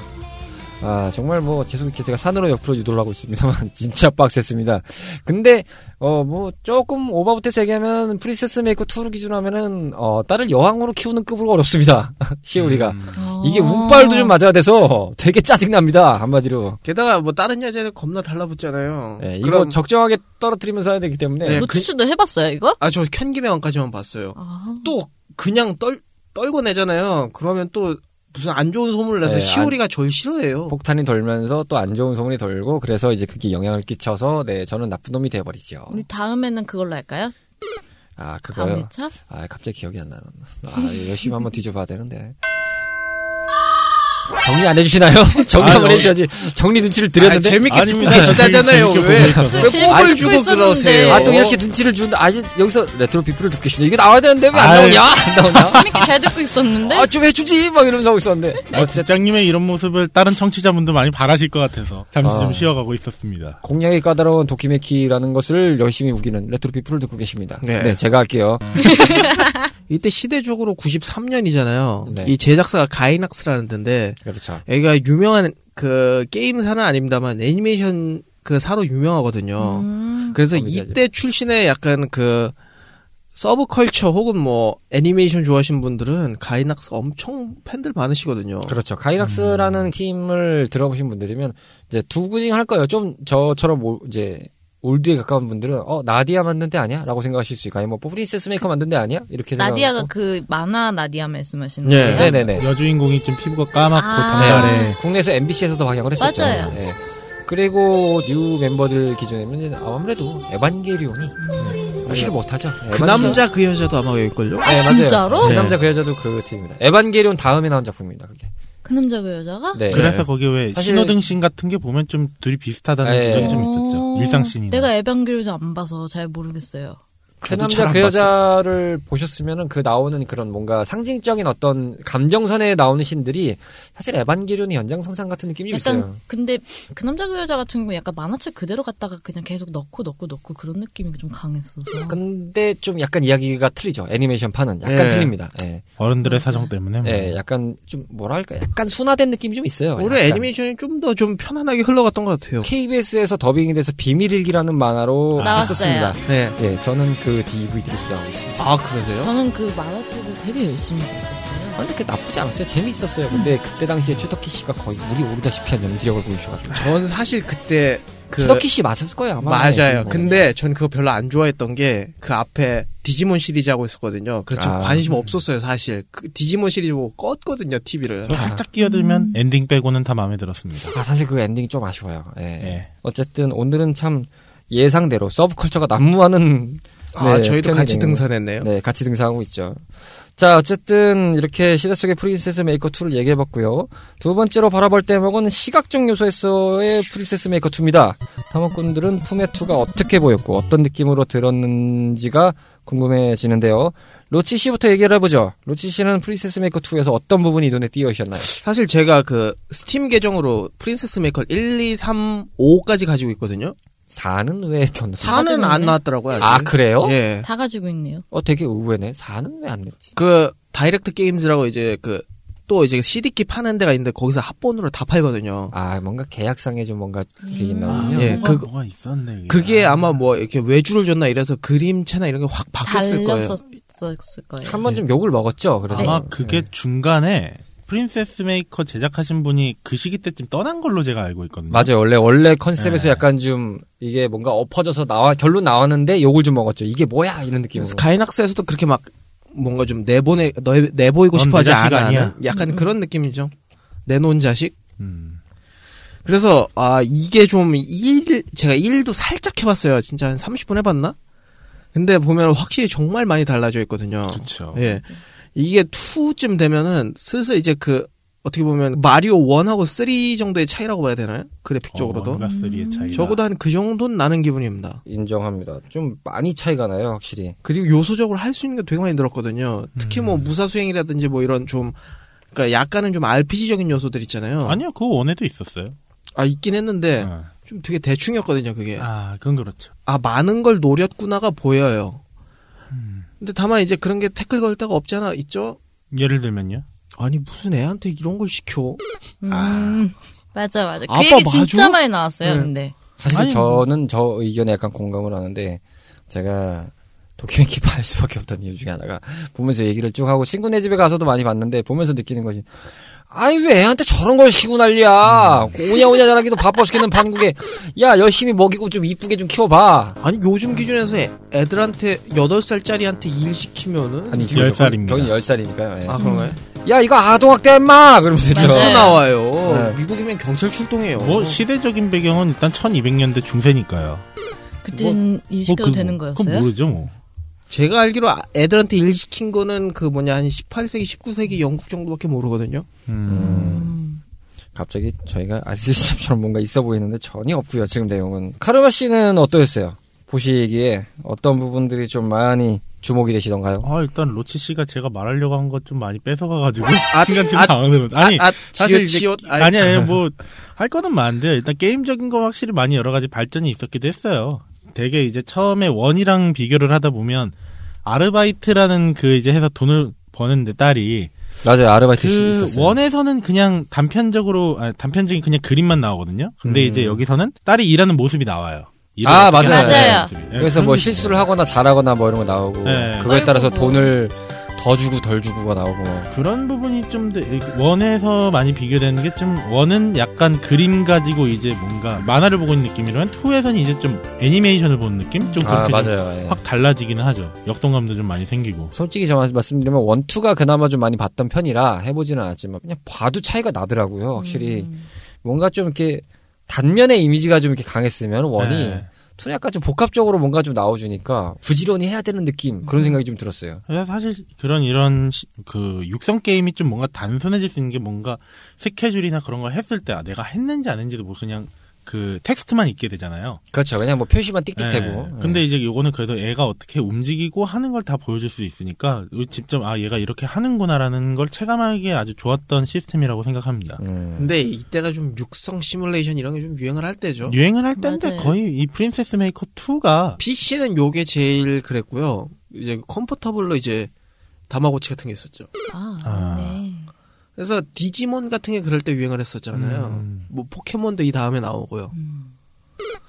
[SPEAKER 4] 아, 정말 뭐 계속이렇게 제가 산으로 옆으로 유도를 하고 있습니다만, 진짜 빡셌습니다. 근데, 어, 뭐, 조금 오바부테서 얘기하면, 프린세스 메이커 2로 기준으로 하면은, 어, 딸을 여왕으로 키우는 급으로 어렵습니다. 시오리가.
[SPEAKER 2] 음.
[SPEAKER 4] 아.
[SPEAKER 5] 어.
[SPEAKER 4] 이게 운빨도 좀 맞아야 돼서 되게 짜증납니다. 한마디로.
[SPEAKER 1] 게다가 뭐 다른 여자들 겁나 달라붙잖아요.
[SPEAKER 4] 예, 이거
[SPEAKER 1] 그럼
[SPEAKER 4] 적정하게 떨어뜨리면서 해야 되기 때문에.
[SPEAKER 1] 네,
[SPEAKER 5] 로치 씨도 해봤어요 이거?
[SPEAKER 1] 아 저 켠김의 왕까지만 봤어요.
[SPEAKER 5] 아.
[SPEAKER 1] 또 그냥 떨 떨고 내잖아요. 그러면 또 무슨 예, 안 좋은 소문을 내서
[SPEAKER 4] 네,
[SPEAKER 1] 시오리가 절 싫어해요.
[SPEAKER 4] 폭탄이 돌면서 또 안 좋은 소문이 돌고, 그래서 이제 그게 영향을 끼쳐서, 네, 저는 나쁜 놈이 돼버리죠.
[SPEAKER 5] 우리 다음에는 그걸로 할까요?
[SPEAKER 4] 아, 어. 그거요.
[SPEAKER 5] 다음 회차?
[SPEAKER 4] 아 갑자기 기억이 안 나는. 아 열심히 한번 뒤져봐야 되는데. 정리 안 해주시나요? 정리
[SPEAKER 2] 아,
[SPEAKER 4] 한번
[SPEAKER 2] 여기-
[SPEAKER 4] 해주셔야지. 정리 눈치를 드렸는데.
[SPEAKER 1] 아, 재밌게
[SPEAKER 2] 아닙니다.
[SPEAKER 1] 듣고 계시다잖아요.
[SPEAKER 2] 재밌게
[SPEAKER 1] 왜,
[SPEAKER 2] 보고 있어서.
[SPEAKER 1] 왜
[SPEAKER 5] 네, 재밌게
[SPEAKER 1] 꼽을
[SPEAKER 5] 듣고
[SPEAKER 1] 주고
[SPEAKER 5] 있었는데.
[SPEAKER 1] 그러세요?
[SPEAKER 4] 아, 또 이렇게 눈치를 주는데, 아, 이제 여기서 레트로 비프를 듣고 싶네. 이게 나와야 되는데, 왜 안
[SPEAKER 2] 아유.
[SPEAKER 4] 나오냐? 안 나오냐?
[SPEAKER 5] 재밌게 잘 듣고 있었는데
[SPEAKER 4] 아, 좀 해주지! 막 이러면서 하고 있었는데.
[SPEAKER 2] 아, 국장님의 이런 모습을 다른 청취자분도 많이 바라실 것 같아서 잠시
[SPEAKER 4] 아.
[SPEAKER 2] 좀 쉬어가고 있었습니다.
[SPEAKER 4] 공략이 까다로운 도키메키라는 것을 열심히 우기는 레트로 비프를 듣고 계십니다.
[SPEAKER 1] 네.
[SPEAKER 4] 네 제가 할게요.
[SPEAKER 1] 이때 시대적으로 93년이잖아요.
[SPEAKER 4] 네.
[SPEAKER 1] 이 제작사가 가이낙스라는 데인데
[SPEAKER 4] 그렇죠.
[SPEAKER 1] 여기가 유명한 그 게임사는 아닙니다만 애니메이션 그 사로 유명하거든요.
[SPEAKER 5] 음.
[SPEAKER 1] 그래서
[SPEAKER 4] 거기다 이제-
[SPEAKER 1] 이때 출신의 약간 그 서브컬처 혹은 뭐 애니메이션 좋아하신 분들은 가이낙스 엄청 팬들 많으시거든요.
[SPEAKER 4] 그렇죠.
[SPEAKER 1] 음.
[SPEAKER 4] 가이각스라는 팀을 들어보신 분들이면 이제 두 구징 할 거예요. 좀 저처럼 올- 이제 올드에 가까운 분들은 어 나디아 만든 데 아니야?라고 생각하실 수 있고, 뭐 프린세스 메이커 만든 데 아니야? 이렇게
[SPEAKER 5] 나디아가
[SPEAKER 4] 생각하고.
[SPEAKER 5] 그 만화 나디아 말씀하시는
[SPEAKER 1] 예.
[SPEAKER 5] 거예요?
[SPEAKER 4] 네네네.
[SPEAKER 2] 여주인공이 좀 피부가 까맣고
[SPEAKER 5] 아.
[SPEAKER 2] 단발에
[SPEAKER 4] 네, 국내에서 MBC에서도 방영을 했었죠.
[SPEAKER 5] 맞아요.
[SPEAKER 4] 예. 그리고 뉴 멤버들 기준이면 이제 아무래도 에반게리온이
[SPEAKER 5] 음.
[SPEAKER 4] 무시를 못하죠.
[SPEAKER 1] 그
[SPEAKER 4] 에반게리온-
[SPEAKER 1] 남자 그 여자도 아마 여길걸요?
[SPEAKER 4] 네, 맞아요.
[SPEAKER 5] 진짜로?
[SPEAKER 4] 그
[SPEAKER 1] 네.
[SPEAKER 4] 남자 그 여자도 그 팀입니다. 에반게리온 다음에 나온 작품입니다. 그게.
[SPEAKER 5] 그 남자 그 여자가?
[SPEAKER 4] 네.
[SPEAKER 2] 그래서 거기 왜
[SPEAKER 4] 사실-
[SPEAKER 2] 신호등 씬 같은 게 보면 좀 둘이 비슷하다는
[SPEAKER 4] 예.
[SPEAKER 2] 지적이 좀
[SPEAKER 5] 어,
[SPEAKER 2] 있었죠. 일상 씬이.
[SPEAKER 5] 내가 에반게리온 안 봐서 잘 모르겠어요.
[SPEAKER 4] 그
[SPEAKER 1] 저도
[SPEAKER 4] 남자
[SPEAKER 1] 잘안
[SPEAKER 4] 그
[SPEAKER 1] 봤어요.
[SPEAKER 4] 여자를 보셨으면은 그 나오는 그런 뭔가 상징적인 어떤 감정선에 나오는 신들이 사실 에반게리온의 연장선상 같은 느낌이 좀
[SPEAKER 5] 약간
[SPEAKER 4] 있어요.
[SPEAKER 5] 근데 그 남자 그 여자 같은 경우 약간 만화책 그대로 갔다가 그냥 계속 넣고 넣고 넣고 그런 느낌이 좀 강했어서.
[SPEAKER 4] 근데 좀 약간 이야기가 틀리죠. 애니메이션 판은 약간
[SPEAKER 1] 예. 음.
[SPEAKER 4] 틀립니다. 예.
[SPEAKER 2] 어른들의 사정 때문에. 뭐.
[SPEAKER 4] 예, 약간 좀 뭐랄까 약간 순화된 느낌이 좀 있어요.
[SPEAKER 1] 올해
[SPEAKER 4] 약간.
[SPEAKER 1] 애니메이션이 좀 더 좀 편안하게 흘러갔던 것 같아요.
[SPEAKER 4] KBS에서 더빙이 돼서 비밀일기라는 만화로
[SPEAKER 2] 아.
[SPEAKER 4] 있었습니다.
[SPEAKER 1] 네.
[SPEAKER 4] 예, 저는 그 DVD를 소장하고 있습니다.
[SPEAKER 1] 아 그러세요?
[SPEAKER 5] 저는 그 만화책을 되게 열심히 봤었어요.
[SPEAKER 4] 아니, 그렇게 나쁘지 않았어요. 재밌었어요. 근데 그때 당시에 최덕희 씨가 거의 물이 오르다시피 한 연기력을 보여주셔가지고.
[SPEAKER 1] 전 사실 그때 그
[SPEAKER 4] 최덕희 씨 맞았을 거예요, 아마.
[SPEAKER 1] 맞아요.
[SPEAKER 4] 네,
[SPEAKER 1] 근데 전 그거 별로 안 좋아했던 게 그 앞에 디지몬 시리즈 하고 있었거든요. 그래서 좀
[SPEAKER 4] 아.
[SPEAKER 1] 관심 없었어요, 사실. 그 디지몬 시리즈 보고 껐거든요, TV를.
[SPEAKER 2] 좀 살짝 끼어들면
[SPEAKER 5] 음.
[SPEAKER 2] 엔딩 빼고는 다 마음에 들었습니다.
[SPEAKER 4] 아, 사실 그 엔딩이 좀 아쉬워요. 예.
[SPEAKER 1] 네.
[SPEAKER 2] 예.
[SPEAKER 4] 어쨌든 오늘은 참 예상대로 서브컬처가 난무하는.
[SPEAKER 1] 아,
[SPEAKER 4] 네,
[SPEAKER 1] 저희도
[SPEAKER 4] 편이
[SPEAKER 1] 같이
[SPEAKER 4] 되는 거.
[SPEAKER 1] 등산했네요.
[SPEAKER 4] 네, 같이 등산하고 있죠. 자, 어쨌든 이렇게 시대 속의 프린세스 메이커 2를 얘기해 봤고요. 두 번째로 바라볼 대목은 시각적 요소에서의 프린세스 메이커 2입니다. 탐험꾼들은 품의 2가 어떻게 보였고 어떤 느낌으로 들었는지가 궁금해지는데요. 로치 씨부터 얘기를 해보죠. 로치 씨는 프린세스 메이커 2에서 어떤 부분이 눈에 띄어오셨나요?
[SPEAKER 1] 사실 제가 그 스팀 계정으로 프린세스 메이커 1, 2, 3, 5까지 가지고 있거든요.
[SPEAKER 4] 4는 왜 겼나?
[SPEAKER 1] 4는 안
[SPEAKER 5] 사진이네.
[SPEAKER 1] 나왔더라고요.
[SPEAKER 4] 아,
[SPEAKER 1] 아직.
[SPEAKER 4] 그래요?
[SPEAKER 1] 예.
[SPEAKER 5] 다 가지고 있네요.
[SPEAKER 4] 어, 되게 의외네. 4는 왜 안 냈지?
[SPEAKER 1] 그 다이렉트 게임즈라고 이제 그 또 이제 CD키 파는 데가 있는데 거기서 합본으로 다 팔거든요.
[SPEAKER 4] 아, 뭔가 계약상에 좀 뭔가 그게
[SPEAKER 2] 아,
[SPEAKER 4] 있나군요.
[SPEAKER 1] 예,
[SPEAKER 2] 뭔가
[SPEAKER 1] 그거-
[SPEAKER 2] 뭐가 있었네. 이게.
[SPEAKER 1] 그게 아마 뭐 이렇게 외주를 줬나 이래서 아, 그림체나 이런 게 확 바뀌었을 거예요.
[SPEAKER 5] 달렸었을 거예요.
[SPEAKER 4] 한 번 좀 욕을 먹었죠. 그래서 음.
[SPEAKER 2] 아마
[SPEAKER 1] 예.
[SPEAKER 2] 그게 중간에 프린세스 메이커 제작하신 분이 그 시기 때쯤 떠난 걸로 제가 알고 있거든요.
[SPEAKER 4] 맞아요. 원래 원래 컨셉에서
[SPEAKER 2] 예.
[SPEAKER 4] 약간 좀 이게 뭔가 엎어져서 나와 결론 나왔는데 욕을 좀 먹었죠. 이게 뭐야 이런 느낌으로.
[SPEAKER 2] 어.
[SPEAKER 1] 그래서 가이낙스에서도 그렇게 막 뭔가 좀 내보내 내- 내보이고
[SPEAKER 2] 넌내
[SPEAKER 1] 싶어하지
[SPEAKER 2] 자식
[SPEAKER 1] 않아 하는
[SPEAKER 2] 아니야.
[SPEAKER 1] 약간 그런 느낌이죠. 내놓은 자식.
[SPEAKER 2] 음.
[SPEAKER 1] 그래서 아 이게 좀 일, 제가 일도 살짝 해봤어요. 진짜 한 30분 해봤나? 근데 보면 확실히 정말 많이 달라져 있거든요.
[SPEAKER 2] 그렇죠.
[SPEAKER 1] 예. 이게 2쯤 되면은 슬슬 이제 그 어떻게 보면 마리오 1하고 3 정도의 차이라고 봐야 되나요? 그래픽 적으로도.
[SPEAKER 2] 가 3의 어, 차이.
[SPEAKER 1] 적어도 한 그 정도는 나는 기분입니다.
[SPEAKER 4] 인정합니다. 좀 많이 차이가 나요, 확실히.
[SPEAKER 1] 그리고 요소적으로 할 수 있는 게 되게 많이 늘었거든요. 특히 뭐 무사 수행이라든지 뭐 이런 좀 그러니까 약간은 좀 RPG적인 요소들 있잖아요.
[SPEAKER 2] 아니요, 그거 원에도 있었어요.
[SPEAKER 1] 아, 있긴 했는데
[SPEAKER 2] 어.
[SPEAKER 1] 좀 되게 대충이었거든요, 그게.
[SPEAKER 2] 아, 그건 그렇죠.
[SPEAKER 1] 아 많은 걸 노렸구나가 보여요. 근데 다만 이제 그런 게 태클 걸 데가 없지 않아 있죠?
[SPEAKER 2] 예를 들면요.
[SPEAKER 1] 아니 무슨 애한테 이런 걸 시켜?
[SPEAKER 5] 음, 맞아 맞아. 그
[SPEAKER 1] 아빠
[SPEAKER 5] 얘기 진짜
[SPEAKER 1] 맞아?
[SPEAKER 5] 많이 나왔어요.
[SPEAKER 1] 네.
[SPEAKER 5] 근데
[SPEAKER 4] 사실
[SPEAKER 2] 아니,
[SPEAKER 4] 저는 저 의견에 약간 공감을 하는데 제가 도큐멘터리 할 수밖에 없던 이유 중에 하나가 보면서 얘기를 쭉 하고 친구네 집에 가서도 많이 봤는데 보면서 느끼는 것이 아니 왜 애한테 저런 걸 시고 난리야 오냐오냐 자라기도 바빠 죽겠는 판국에 야 열심히 먹이고 좀 이쁘게 좀 키워봐
[SPEAKER 1] 아니 요즘 기준에서 애- 애들한테 8살짜리한테 일 시키면은
[SPEAKER 4] 아니 음.
[SPEAKER 2] 열 살입니다.
[SPEAKER 4] 저는 10살이니까요 예.
[SPEAKER 1] 아 그런가요?
[SPEAKER 4] 야 이거 아동학대 임마 그러면서
[SPEAKER 5] 맞아요.
[SPEAKER 1] 수
[SPEAKER 5] 네.
[SPEAKER 4] 저
[SPEAKER 1] 나와요.
[SPEAKER 4] 네.
[SPEAKER 1] 미국이면 경찰 출동해요.
[SPEAKER 2] 뭐 시대적인 배경은 일단 1200년대 중세니까요.
[SPEAKER 5] 그때는 일시켜도
[SPEAKER 2] 뭐 그-
[SPEAKER 5] 되는
[SPEAKER 2] 그건
[SPEAKER 5] 거였어요?
[SPEAKER 2] 모르죠, 뭐.
[SPEAKER 1] 제가 알기로 아- 애들한테 일 시킨 거는 그 뭐냐 한 18세기, 19세기 영국 정도밖에 모르거든요.
[SPEAKER 2] 음.
[SPEAKER 4] 갑자기 저희가 아시스처럼 뭔가 있어 보이는데 전혀 없고요 지금 내용은 카르마 씨는 어떠셨어요? 보시기에 어떤 부분들이 좀 많이 주목이 되시던가요?
[SPEAKER 2] 아, 일단 로치 씨가 제가 말하려고 한 것 좀 많이
[SPEAKER 1] 아,
[SPEAKER 2] 뺏어가가지고. 순간 좀
[SPEAKER 1] 아,
[SPEAKER 2] 당황스러워. 아니,
[SPEAKER 1] 아, 아,
[SPEAKER 2] 사실
[SPEAKER 1] 지읒,
[SPEAKER 2] 이제-
[SPEAKER 1] 지읒. 아이,
[SPEAKER 2] 아니, 아니, 뭐, 할 거는 많은데요. 일단 게임적인 거 확실히 많이 여러 가지 발전이 있었기도 했어요. 되게 이제 처음에 원이랑 비교를 하다 보면, 아르바이트라는 그 이제 해서 돈을 버는데 딸이,
[SPEAKER 4] 맞아요 아르바이트 씨
[SPEAKER 2] 그
[SPEAKER 4] 있었어요.
[SPEAKER 2] 원에서는 그냥 단편적으로, 아, 단편적인 그냥 그림만 나오거든요. 근데
[SPEAKER 4] 음.
[SPEAKER 2] 이제 여기서는 딸이 일하는 모습이 나와요. 일을
[SPEAKER 4] 아,
[SPEAKER 2] 어떻게
[SPEAKER 4] 맞아요.
[SPEAKER 2] 하는지
[SPEAKER 5] 맞아요.
[SPEAKER 2] 모습이. 네,
[SPEAKER 4] 그래서
[SPEAKER 2] 그런
[SPEAKER 4] 뭐
[SPEAKER 2] 게 있어요.
[SPEAKER 4] 실수를 하거나 잘하거나 뭐 이런 거 나오고
[SPEAKER 2] 네.
[SPEAKER 4] 그거에 따라서
[SPEAKER 5] 아이고, 뭐.
[SPEAKER 4] 돈을 더 주고 덜 주고가 나오고 뭐.
[SPEAKER 2] 그런 부분이 좀 더- 원에서 많이 비교되는 게 좀 원은 약간 그림 가지고 이제 뭔가 만화를 보고 있는 느낌이라면 투에서는 이제 좀 애니메이션을 보는 느낌 좀
[SPEAKER 4] 아
[SPEAKER 2] 그렇게 좀
[SPEAKER 4] 맞아요. 예.
[SPEAKER 2] 확 달라지기는 하죠. 역동감도 좀 많이 생기고.
[SPEAKER 4] 솔직히 저 말씀드리면 원투가 그나마 좀 많이 봤던 편이라 해보지는 않았지만 그냥 봐도 차이가 나더라고요. 확실히
[SPEAKER 5] 음.
[SPEAKER 4] 뭔가 좀 이렇게 단면의 이미지가 좀 이렇게 강했으면 원이
[SPEAKER 2] 네.
[SPEAKER 4] 투는 약간 좀 복합적으로 뭔가 좀 나와주니까 부지런히 해야 되는 느낌
[SPEAKER 2] 음.
[SPEAKER 4] 그런 생각이 좀 들었어요.
[SPEAKER 2] 그래서 사실 그런 이런 시- 그 육성 게임이 좀 뭔가 단순해질 수 있는 게 뭔가 스케줄이나 그런 걸 했을 때 아, 내가 했는지 안 했는지도 뭐 그냥 그 텍스트만 있게 되잖아요.
[SPEAKER 4] 그렇죠. 그냥 뭐 표시만 띡띡대고.
[SPEAKER 2] 네. 근데 이제 요거는 그래도 애가 어떻게 움직이고 하는 걸 다 보여줄 수 있으니까 직접 아 얘가 이렇게 하는구나라는 걸 체감하기에 아주 좋았던 시스템이라고 생각합니다.
[SPEAKER 4] 음.
[SPEAKER 1] 근데 이때가 좀 육성 시뮬레이션 이런 게 좀 유행을 할 때죠.
[SPEAKER 2] 유행을 할 때인데
[SPEAKER 5] 맞아요.
[SPEAKER 2] 거의 이 프린세스 메이커 2가
[SPEAKER 1] PC는 요게 제일 그랬고요. 이제 컴포터블로 이제 다마고치 같은 게 있었죠.
[SPEAKER 5] 아,
[SPEAKER 2] 아.
[SPEAKER 5] 맞네.
[SPEAKER 1] 그래서 디지몬 같은 게 그럴 때 유행을 했었잖아요.
[SPEAKER 2] 음.
[SPEAKER 1] 뭐 포켓몬도 이 다음에 나오고요.
[SPEAKER 5] 음.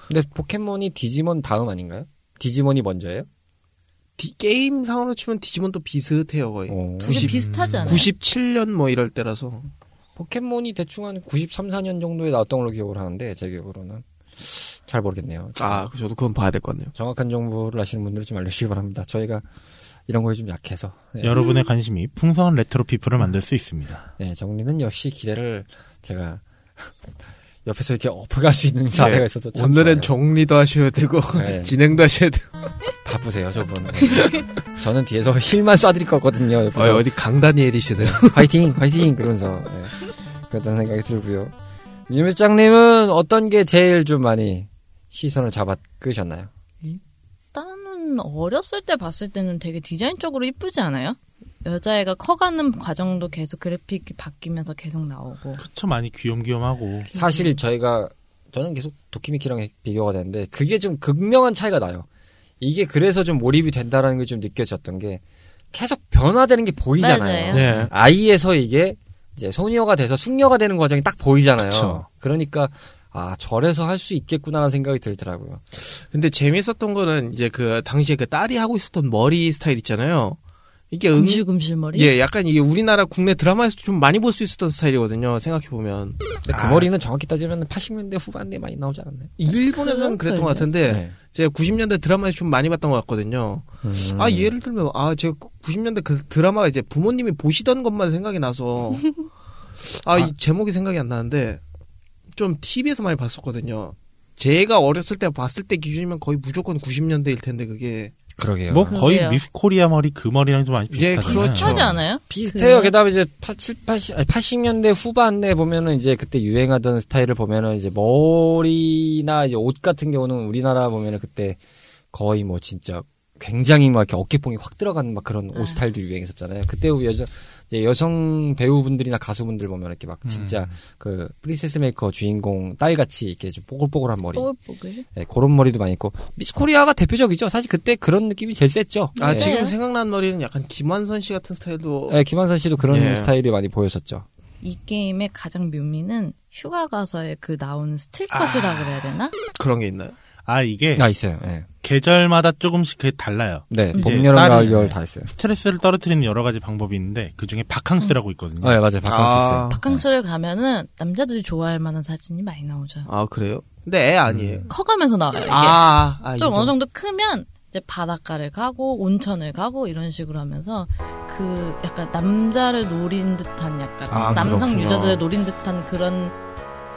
[SPEAKER 4] 근데 포켓몬이 디지몬 다음 아닌가요? 디지몬이 먼저예요?
[SPEAKER 1] 디- 게임 상으로 치면 디지몬도 비슷해요
[SPEAKER 2] 네.
[SPEAKER 1] 거의.
[SPEAKER 4] 어.
[SPEAKER 1] 두-
[SPEAKER 5] 근데
[SPEAKER 1] 90
[SPEAKER 5] 비슷하지 않아요?
[SPEAKER 1] 97년 뭐 이럴 때라서
[SPEAKER 4] 포켓몬이 대충 한 93, 4년 정도에 나왔던 걸로 기억을 하는데 제 기억으로는 잘 모르겠네요.
[SPEAKER 1] 아 저도 그건 봐야 될 것 같네요.
[SPEAKER 4] 정확한 정보를 아시는 분들은 좀 알려주시기 바랍니다. 저희가 이런 거에 좀 약해서 네.
[SPEAKER 2] 여러분의 관심이 풍성한 레트로 피플을 만들 수 있습니다.
[SPEAKER 4] 네, 정리는 역시 기대를 제가 옆에서 이렇게 엎어갈 수 있는 사회가 있어서 참
[SPEAKER 1] 예. 네. 오늘은
[SPEAKER 4] 좋아요.
[SPEAKER 1] 정리도 하셔야 되고
[SPEAKER 4] 네.
[SPEAKER 1] 진행도 하셔야 되고
[SPEAKER 4] 바쁘세요 저분. 네. 저는 뒤에서 힐만 쏴드릴 거거든요.
[SPEAKER 1] 어,
[SPEAKER 4] 옆에서
[SPEAKER 1] 어디 강다니엘이시세요?
[SPEAKER 4] 화이팅 화이팅 그러면서 네. 그랬다는 생각이 들고요. 유미짱님은 어떤 게 제일 좀 많이 시선을 잡아끄셨나요?
[SPEAKER 5] 일단은 어렸을 때 봤을 때는 되게 디자인적으로 이쁘지 않아요? 여자애가 커가는 과정도 계속 그래픽이 바뀌면서 계속 나오고
[SPEAKER 2] 그쵸 많이 귀염귀염하고
[SPEAKER 4] 사실 저희가 저는 계속 도키미키랑 비교가 되는데 그게 좀 극명한 차이가 나요. 이게 그래서 좀 몰입이 된다라는 게 좀 느껴졌던 게 계속 변화되는 게 보이잖아요.
[SPEAKER 5] 맞아요.
[SPEAKER 1] 네.
[SPEAKER 4] 아이에서 이게 이제 소녀가 돼서 숙녀가 되는 과정이 딱 보이잖아요.
[SPEAKER 2] 그쵸.
[SPEAKER 4] 그러니까아 절에서 할 수 있겠구나라는 생각이 들더라고요.
[SPEAKER 1] 근데 재밌었던 거는 이제 그 당시에 그 딸이 하고 있었던 머리 스타일 있잖아요. 이게 은,
[SPEAKER 5] 금실금실 머리?
[SPEAKER 1] 음, 예, 약간 이게 우리나라 국내 드라마에서 좀 많이 볼 수 있었던 스타일이거든요. 생각해 보면
[SPEAKER 4] 근데 그
[SPEAKER 1] 아.
[SPEAKER 4] 머리는 정확히 따지면 80년대 후반대에 많이 나오지 않았나요? 네.
[SPEAKER 1] 일본에서는 그랬던 네. 것 같은데 제가 90년대 드라마에서 좀 많이 봤던 것 같거든요.
[SPEAKER 4] 음.
[SPEAKER 1] 아 예를 들면 아 제가 90년대 그 드라마가 이제 부모님이 보시던 것만 생각이 나서 아 이 제목이 생각이 안 나는데 좀 TV에서 많이 봤었거든요. 제가 어렸을 때 봤을 때 기준이면 거의 무조건 90년대일 텐데 그게
[SPEAKER 4] 그러게요.
[SPEAKER 2] 뭐 거의
[SPEAKER 5] 그러게요.
[SPEAKER 2] 미스코리아 머리 그 머리랑 좀 많이
[SPEAKER 1] 예,
[SPEAKER 2] 비슷하잖아요.
[SPEAKER 1] 그렇죠.
[SPEAKER 5] 비슷하지 않아요?
[SPEAKER 4] 비슷해요.
[SPEAKER 5] 그래요?
[SPEAKER 4] 게다가 이제 80, 80, 80년대 후반대 보면은 이제 그때 유행하던 스타일을 보면은 이제 머리나 이제 옷 같은 경우는 우리나라 보면은 그때 거의 뭐 진짜 굉장히 막 이렇게 어깨뽕이 확 들어가는 막 그런 옷
[SPEAKER 5] 아.
[SPEAKER 4] 스타일들 유행했었잖아요. 그때 여자 이제 여성 배우분들이나 가수분들 보면 이렇게 막
[SPEAKER 2] 음.
[SPEAKER 4] 진짜 그 프린세스 메이커 주인공 딸 같이 이렇게 좀 뽀글뽀글한 머리,
[SPEAKER 5] 뽀글뽀글
[SPEAKER 4] 예, 그런 머리도 많이 있고 미스코리아가 대표적이죠. 사실 그때 그런 느낌이 제일 셌죠.
[SPEAKER 1] 아
[SPEAKER 4] 예.
[SPEAKER 5] 네.
[SPEAKER 1] 지금 생각난 머리는 약간 김완선 씨 같은 스타일도
[SPEAKER 4] 예, 김한선 씨도 그런
[SPEAKER 1] 예.
[SPEAKER 4] 스타일이 많이 보였었죠.
[SPEAKER 5] 이 게임의 가장 묘미는 휴가 가서의 그 나오는 스틸컷이라
[SPEAKER 1] 아.
[SPEAKER 5] 그래야 되나?
[SPEAKER 1] 그런 게 있나요?
[SPEAKER 2] 아 이게
[SPEAKER 4] 아 있어요. 예.
[SPEAKER 2] 계절마다 조금씩 그게 달라요.
[SPEAKER 4] 네,
[SPEAKER 2] 이제
[SPEAKER 4] 봄, 여름, 가을,
[SPEAKER 2] 딸은-
[SPEAKER 4] 겨울 다 있어요.
[SPEAKER 2] 스트레스를 떨어뜨리는 여러 가지 방법이 있는데 그 중에 바캉스라고 있거든요.
[SPEAKER 4] 아, 예, 맞아요. 바캉스
[SPEAKER 1] 아.
[SPEAKER 4] 있어요.
[SPEAKER 5] 바캉스를 가면은 남자들이 좋아할 만한 사진이 많이 나오죠.
[SPEAKER 1] 아 그래요? 음. 근데 애 아니에요.
[SPEAKER 5] 커가면서 나와요. 이게.
[SPEAKER 1] 아, 아,
[SPEAKER 5] 예. 좀
[SPEAKER 1] 이거.
[SPEAKER 5] 어느 정도 크면 이제 바닷가를 가고 온천을 가고 이런 식으로 하면서 그 약간 남자를 노린 듯한 약간
[SPEAKER 1] 아,
[SPEAKER 5] 남성
[SPEAKER 1] 그렇구나.
[SPEAKER 5] 유저들을 노린 듯한 그런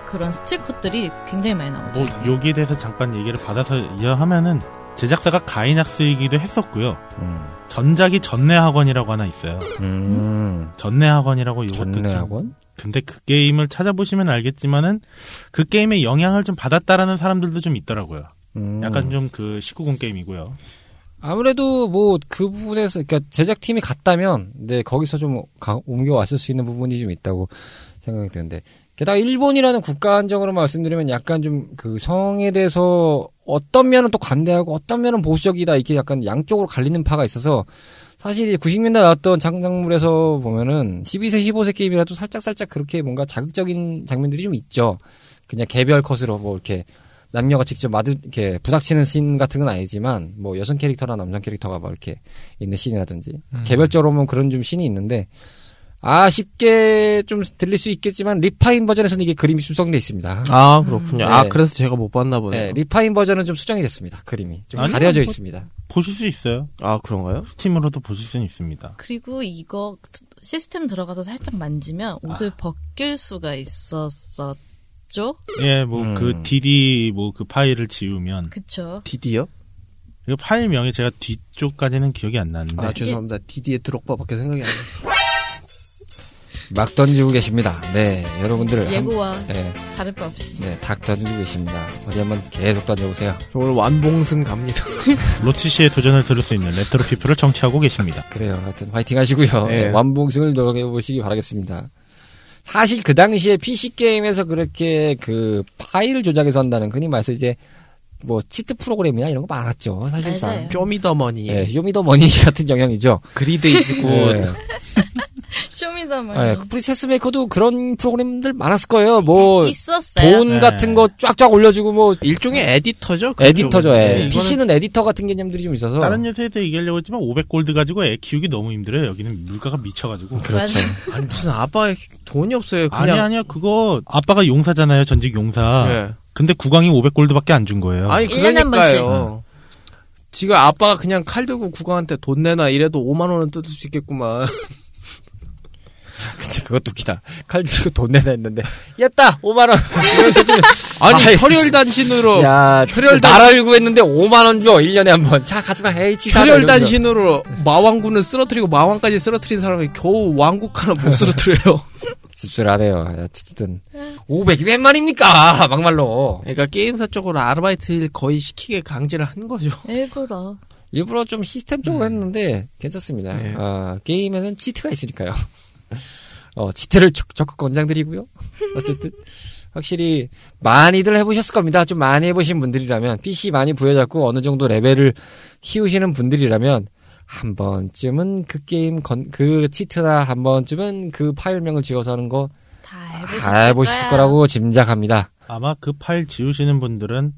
[SPEAKER 5] 그런 스틸컷들이 굉장히 많이 나오죠.
[SPEAKER 2] 뭐 여기에 대해서 잠깐 얘기를 받아서 이어하면은 제작사가 가이낙스이기도 했었고요. 아.
[SPEAKER 4] 음.
[SPEAKER 2] 전작이 전내학원이라고 하나 있어요.
[SPEAKER 4] 음.
[SPEAKER 2] 전내학원이라고 이것도 좀-
[SPEAKER 4] 전래학원?
[SPEAKER 2] 근데 그 게임을 찾아보시면 알겠지만은 그 게임에 영향을 좀 받았다라는 사람들도 좀 있더라고요.
[SPEAKER 4] 음.
[SPEAKER 2] 약간 좀 그 19금 게임이고요.
[SPEAKER 4] 아무래도 뭐 그 부분에서 그러니까 제작팀이 갔다면 네 거기서 좀 가- 옮겨왔을 수 있는 부분이 좀 있다고 생각이 드는데 게다가 일본이라는 국가 한정으로 말씀드리면 약간 좀 그 성에 대해서 어떤 면은 또 관대하고 어떤 면은 보수적이다 이렇게 약간 양쪽으로 갈리는 파가 있어서 사실 이 90년대 나왔던 장작물에서 보면은 12세 15세 게임이라도 살짝살짝 그렇게 뭔가 자극적인 장면들이 좀 있죠 그냥 개별 컷으로 뭐 이렇게 남녀가 직접 마주 이렇게 부닥치는 씬 같은 건 아니지만 뭐 여성 캐릭터나 남성 캐릭터가 막 이렇게 있는 씬이라든지 개별적으로 보면 그런 좀 씬이 있는데 아쉽게 좀 들릴 수 있겠지만 리파인 버전에서는 이게 그림이 수성돼 있습니다.
[SPEAKER 1] 아 그렇군요.
[SPEAKER 4] 음.
[SPEAKER 1] 아
[SPEAKER 4] 네.
[SPEAKER 1] 그래서 제가 못 봤나 보네요.
[SPEAKER 4] 네, 리파인 버전은 좀 수정이 됐습니다. 그림이 좀
[SPEAKER 2] 아니요,
[SPEAKER 4] 가려져
[SPEAKER 2] 뭐-
[SPEAKER 4] 있습니다.
[SPEAKER 2] 보실 수 있어요.
[SPEAKER 1] 아 그런가요?
[SPEAKER 2] 스팀으로도 보실 수는 있습니다.
[SPEAKER 5] 그리고 이거 시스템 들어가서 살짝
[SPEAKER 4] 아.
[SPEAKER 5] 만지면 옷을 벗길 수가 있었었죠?
[SPEAKER 2] 예, 뭐
[SPEAKER 4] 음.
[SPEAKER 2] 그 DD 뭐 그 파일을 지우면
[SPEAKER 5] 그쵸?
[SPEAKER 1] 디디요?
[SPEAKER 2] 그 파일 명이 제가 뒤쪽까지는 기억이 안 나는데
[SPEAKER 1] 아 죄송합니다. 디디의 드록바밖에 생각이 안 나요.
[SPEAKER 4] 막 던지고 계십니다. 네, 여러분들 한-
[SPEAKER 5] 예고와
[SPEAKER 4] 네,
[SPEAKER 5] 다를 바 없이.
[SPEAKER 4] 네, 닭 던지고 계십니다. 어디 한번 계속 던져보세요.
[SPEAKER 1] 저 오늘 완봉승 갑니다.
[SPEAKER 2] 로치 씨의 도전을 들을 수 있는 레트로 피플을 정치하고 계십니다.
[SPEAKER 4] 그래요. 하여튼 화이팅 하시고요.
[SPEAKER 1] 예.
[SPEAKER 4] 네, 완봉승을 노력해보시기 바라겠습니다. 사실 그 당시에 PC 게임에서 그렇게 그 파일을 조작해서 한다는 흔히 말해서 이제 뭐 치트 프로그램이나 이런 거 많았죠. 사실상.
[SPEAKER 5] 맞아요.
[SPEAKER 1] 쇼미더머니,
[SPEAKER 4] 예, 요미더머니 같은 영향이죠.
[SPEAKER 1] 네, 그리데이스 굿.
[SPEAKER 4] 예.
[SPEAKER 5] 쇼미더머니.
[SPEAKER 4] 예, 그 프리세스 메이커도 그런 프로그램들 많았을 거예요. 뭐,
[SPEAKER 8] 있었어요.
[SPEAKER 4] 돈
[SPEAKER 2] 네.
[SPEAKER 4] 같은 거 쫙쫙 올려주고 뭐,
[SPEAKER 1] 일종의 에디터죠? 그쪽은?
[SPEAKER 4] 에디터죠. 예.
[SPEAKER 1] 네.
[SPEAKER 4] PC는 에디터 같은 개념들이 좀 있어서.
[SPEAKER 2] 다른 요새에서 얘기하려고 했지만 500골드 가지고 애 키우기 너무 힘들어요. 여기는 물가가 미쳐가지고.
[SPEAKER 4] 그렇죠.
[SPEAKER 1] 아니 무슨 아빠 돈이 없어요.
[SPEAKER 2] 아니
[SPEAKER 1] 그냥
[SPEAKER 2] 아니야 그거 아빠가 용사잖아요 전직 용사.
[SPEAKER 1] 예.
[SPEAKER 2] 근데 구강이 500골드밖에 안 준 거예요.
[SPEAKER 1] 아니
[SPEAKER 8] 일년에 한
[SPEAKER 1] 그러니까요. 지금 아빠가 그냥 칼 들고 국왕한테 돈 내놔 이래도 5만 원은 뜯을 수 있겠구만.
[SPEAKER 4] 근데 그것도 웃기다. 칼 들고 돈 내다 했는데, 였다! 5만원! 이러면서 좀
[SPEAKER 1] 아니
[SPEAKER 4] 아이,
[SPEAKER 1] 혈혈 단신으로
[SPEAKER 4] 야,
[SPEAKER 1] 출혈단-
[SPEAKER 4] 나 알고 했는데 5만 원 줘. 1년에 한 번. 자, 가져가. H 사
[SPEAKER 1] 혈혈 단신으로 마왕군을 쓰러뜨리고 마왕까지 쓰러뜨린 사람이 겨우 왕국 하나 못 쓰러뜨려요.
[SPEAKER 4] 씁쓸하네요. 어쨌든 500이 웬 말입니까? 막말로.
[SPEAKER 1] 그러니까 게임사 쪽으로 아르바이트를 거의 시키게 강제를 한 거죠.
[SPEAKER 5] 일부러.
[SPEAKER 4] 일부러 좀 시스템적으로 했는데 괜찮습니다.
[SPEAKER 1] 네.
[SPEAKER 4] 아, 게임에는 치트가 있으니까요. 어, 치트를 적, 적극 권장드리고요. 어쨌든 확실히 많이들 해보셨을 겁니다. 좀 많이 해보신 분들이라면 PC 많이 부여잡고 어느 정도 레벨을 키우시는 분들이라면 한 번쯤은 그 게임 건, 그 치트나 한 번쯤은 그 파일명을 지어서 하는 거
[SPEAKER 5] 다
[SPEAKER 4] 다 해보실 거라고 짐작합니다.
[SPEAKER 2] 아마 그 파일 지우시는 분들은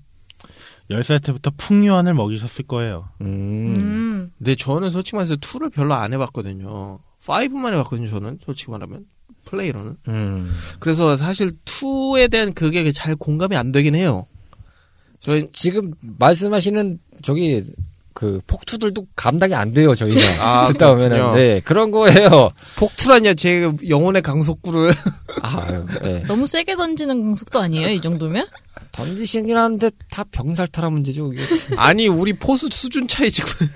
[SPEAKER 2] 10살 때부터 풍요한을 먹이셨을 거예요.
[SPEAKER 4] 음.
[SPEAKER 5] 음.
[SPEAKER 1] 근데 저는 솔직히 말해서 2를 별로 안 해봤거든요. 5만 해봤거든요. 저는 솔직히 말하면 플레이로는.
[SPEAKER 4] 음.
[SPEAKER 1] 그래서 사실 2에 대한 그게 잘 공감이 안 되긴 해요. 저희
[SPEAKER 4] 지금 말씀하시는 저기 그 폭투들도 감당이 안 돼요 저희가
[SPEAKER 1] 아,
[SPEAKER 4] 듣다 보면은
[SPEAKER 1] 그렇군요.
[SPEAKER 4] 네 그런 거예요.
[SPEAKER 1] 폭투라뇨 제 영혼의 강속구를
[SPEAKER 4] 아, 네.
[SPEAKER 5] 너무 세게 던지는 강속도 아니에요, 이 정도면?
[SPEAKER 4] 던지시긴 하는데 다 병살타라 문제죠. 이게.
[SPEAKER 1] 아니 우리 포수 수준 차이 지금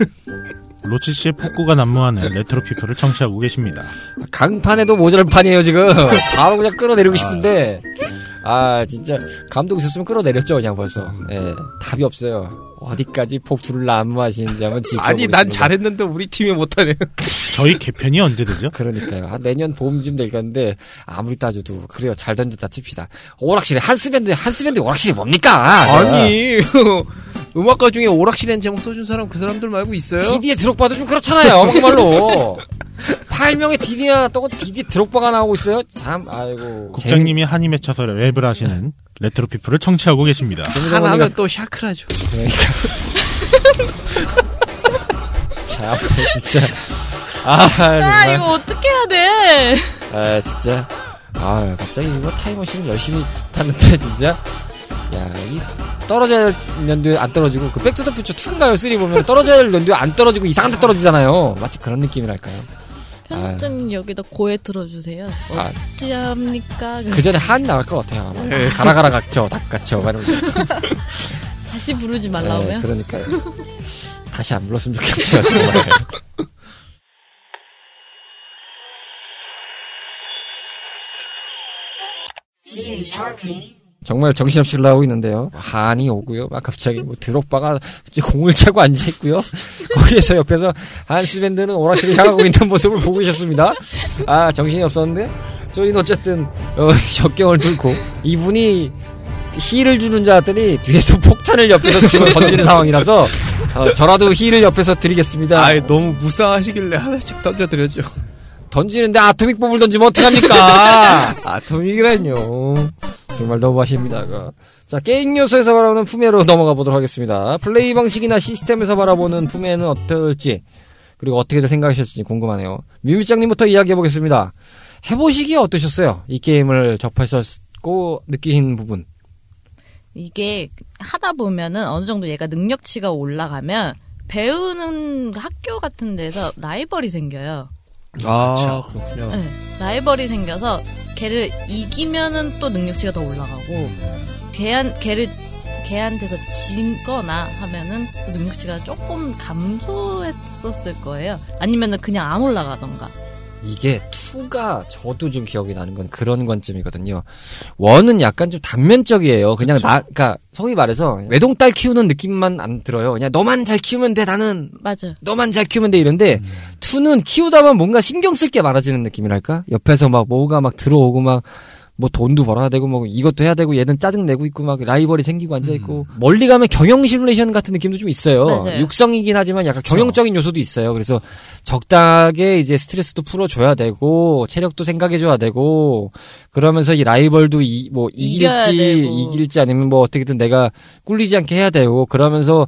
[SPEAKER 2] 로치 씨의 폭구가 난무하는 레트로 피플을 정치하고 계십니다.
[SPEAKER 4] 강판에도 모자란 판이에요 지금. 바로 그냥 끌어내리고 싶은데 아 진짜 감독 있었으면 끌어내렸죠 그냥 벌써. 네, 답이 없어요. 어디까지 폭투를 난무하시는지 한번 지금.
[SPEAKER 1] 아니 난
[SPEAKER 4] 그렇죠.
[SPEAKER 1] 잘했는데 우리 팀이 못하네
[SPEAKER 2] 저희 개편이 언제 되죠?
[SPEAKER 4] 그러니까요. 한 내년 봄쯤 될건데 아무리 따져도 그래요. 잘 던졌다 칩시다. 오락실에 한스밴드 한스밴드 오락실이 뭡니까?
[SPEAKER 1] 아니 음악가 중에 오락실엔 제목 써준 사람 그 사람들 말고 있어요
[SPEAKER 4] DD의 드록바도 좀 그렇잖아요. 막말로. 8명의 DD 하나 떠고 DD 드록바가 나오고 있어요? 참, 아이고.
[SPEAKER 2] 국장님이 한이 맺혀서 랩을 하시는 레트로 피플을 정치하고 계십니다.
[SPEAKER 1] 하나면 또 샤크라죠
[SPEAKER 4] 자, 진짜. 아,
[SPEAKER 5] 아,
[SPEAKER 4] 정말.
[SPEAKER 5] 이거 어떻게 해야 돼?
[SPEAKER 4] 아, 진짜. 아, 갑자기 이거 타임머신 열심히 탔는데, 진짜. 야, 이 떨어져야 될 연도에 안 떨어지고, 그 백투더퓨처 2인가요? 3 보면 떨어져야 될 연도에 안 떨어지고 이상한 데 떨어지잖아요. 마치 그런 느낌이랄까요.
[SPEAKER 5] 편집장 여기다 고에 들어주세요.
[SPEAKER 4] 아.
[SPEAKER 5] 어찌합니까?
[SPEAKER 4] 그 전에 한 나올 것 같아요. 아마.
[SPEAKER 1] 예.
[SPEAKER 4] 가라가라 각쳐, 닭 같죠. 막 이러면서.
[SPEAKER 5] 다시 부르지
[SPEAKER 4] 네,
[SPEAKER 5] 말라고요?
[SPEAKER 4] 그러니까요. 다시 안 불렀으면 좋겠어요, 정말. 정말 정신없이 올라오고 있는데요. 한이 오고요. 막 갑자기 뭐 드롭바가 이제 공을 차고 앉아있고요. 거기에서 옆에서 한스밴드는 오락실을 향하고 있는 모습을 보고 계셨습니다. 아, 정신이 없었는데. 저희는 어쨌든, 어, 역경을 뚫고, 이분이 힐을 주는 줄 알았더니 뒤에서 폭탄을 옆에서 주고 던지는 상황이라서 어, 저라도 힐을 옆에서 드리겠습니다.
[SPEAKER 1] 아 너무 무쌍하시길래 하나씩 던져드렸죠
[SPEAKER 4] 던지는데 아토믹 bom을 던지면 어떡합니까?
[SPEAKER 1] 아토믹이라뇨
[SPEAKER 4] 정말 너무하십니다. 그거. 자, 게임 요소에서 바라보는 품해로 넘어가 보도록 하겠습니다. 플레이 방식이나 시스템에서 바라보는 품해는 어떨지, 그리고 어떻게들 생각하셨을지 궁금하네요. 뮤미짱님부터 이야기해 보겠습니다. 해보시기에 어떠셨어요? 이 게임을 접하셨고, 느끼신 부분.
[SPEAKER 5] 이게 하다 보면은 어느 정도 얘가 능력치가 올라가면 배우는 학교 같은 데서 라이벌이 생겨요.
[SPEAKER 1] 아, 그렇군요.
[SPEAKER 5] 네, 라이벌이 생겨서 걔를 이기면은 또 능력치가 더 올라가고 걔한 걔를 걔한테서 진거나 하면은 그 능력치가 조금 감소했었을 거예요. 아니면은 그냥 안 올라가던가.
[SPEAKER 4] 이게 2가 저도 좀 기억이 나는 건 그런 관점이거든요. 원은 약간 좀 단면적이에요. 그냥 나, 그니까, 소위 말해서 외동딸 키우는 느낌만 안 들어요. 그냥 너만 잘 키우면 돼, 나는.
[SPEAKER 5] 맞아요.
[SPEAKER 4] 너만 잘 키우면 돼 이런데 투는 키우다만 뭔가 신경 쓸 게 많아지는 느낌이랄까 옆에서 막 뭐가 막 들어오고 막 뭐 돈도 벌어야 되고 뭐 이것도 해야 되고 얘는 짜증 내고 있고 막 라이벌이 생기고 앉아 있고 멀리 가면 경영 시뮬레이션 같은 느낌도 좀 있어요
[SPEAKER 5] 맞아요.
[SPEAKER 4] 육성이긴 하지만 약간 경영적인 요소도 있어요 그래서 적당하게 이제 스트레스도 풀어줘야 되고 체력도 생각해줘야 되고 그러면서 이 라이벌도 이 뭐
[SPEAKER 5] 이겨야
[SPEAKER 4] 이길지
[SPEAKER 5] 되고.
[SPEAKER 4] 이길지 아니면 뭐 어떻게든 내가 꿀리지 않게 해야 되고 그러면서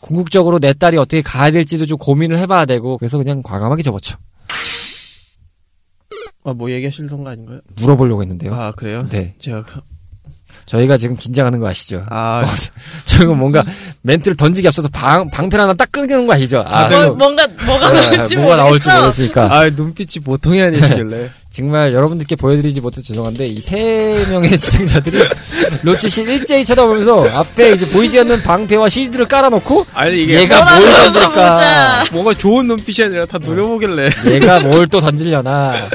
[SPEAKER 4] 궁극적으로 내 딸이 어떻게 가야 될지도 좀 고민을 해봐야 되고 그래서 그냥 과감하게 접었죠.
[SPEAKER 1] 아, 뭐 얘기하실던 거 아닌가요?
[SPEAKER 4] 물어보려고 했는데요.
[SPEAKER 1] 아, 그래요?
[SPEAKER 4] 네,
[SPEAKER 1] 제가, 그-
[SPEAKER 4] 저희가 지금 긴장하는 거 아시죠?
[SPEAKER 1] 아,
[SPEAKER 4] 지금 뭔가 멘트를 던지기 앞서서 방 방패를 하나 딱 끊기는 거 아시죠? 아,
[SPEAKER 1] 네.
[SPEAKER 5] 뭘-
[SPEAKER 1] 그래요?
[SPEAKER 5] 뭔가 뭐가
[SPEAKER 4] 아,
[SPEAKER 5] 나올지
[SPEAKER 4] 뭐가 나올지
[SPEAKER 5] 모르겠어.
[SPEAKER 4] 모르니까
[SPEAKER 1] 아, 눈빛이 보통이 아니시길래.
[SPEAKER 4] 정말 여러분들께 보여드리지 못해 죄송한데 이 세 명의 진행자들이 로치 씨 일제히 쳐다보면서 앞에 이제 보이지 않는 방패와 실드를 깔아놓고
[SPEAKER 1] 아니, 이게.
[SPEAKER 4] 얘가 뭘 던질까?
[SPEAKER 1] 뭔가 좋은 눈빛이 아니라 다 노려보길래.
[SPEAKER 4] 얘가 뭘 또 던지려나.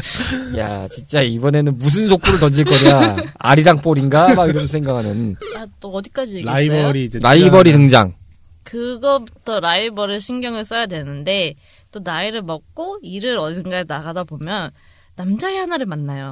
[SPEAKER 4] 야, 진짜 이번에는 무슨 속구를 던질 거냐. 알이랑 볼인가? 막 이러면서 생각하는.
[SPEAKER 5] 아, 또 어디까지 얘기했어요?
[SPEAKER 2] 라이벌이 이제
[SPEAKER 4] 라이벌이 등장.
[SPEAKER 5] 그거부터 라이벌을 신경을 써야 되는데 또 나이를 먹고 일을 어딘가에 나가다 보면 남자애 하나를 만나요.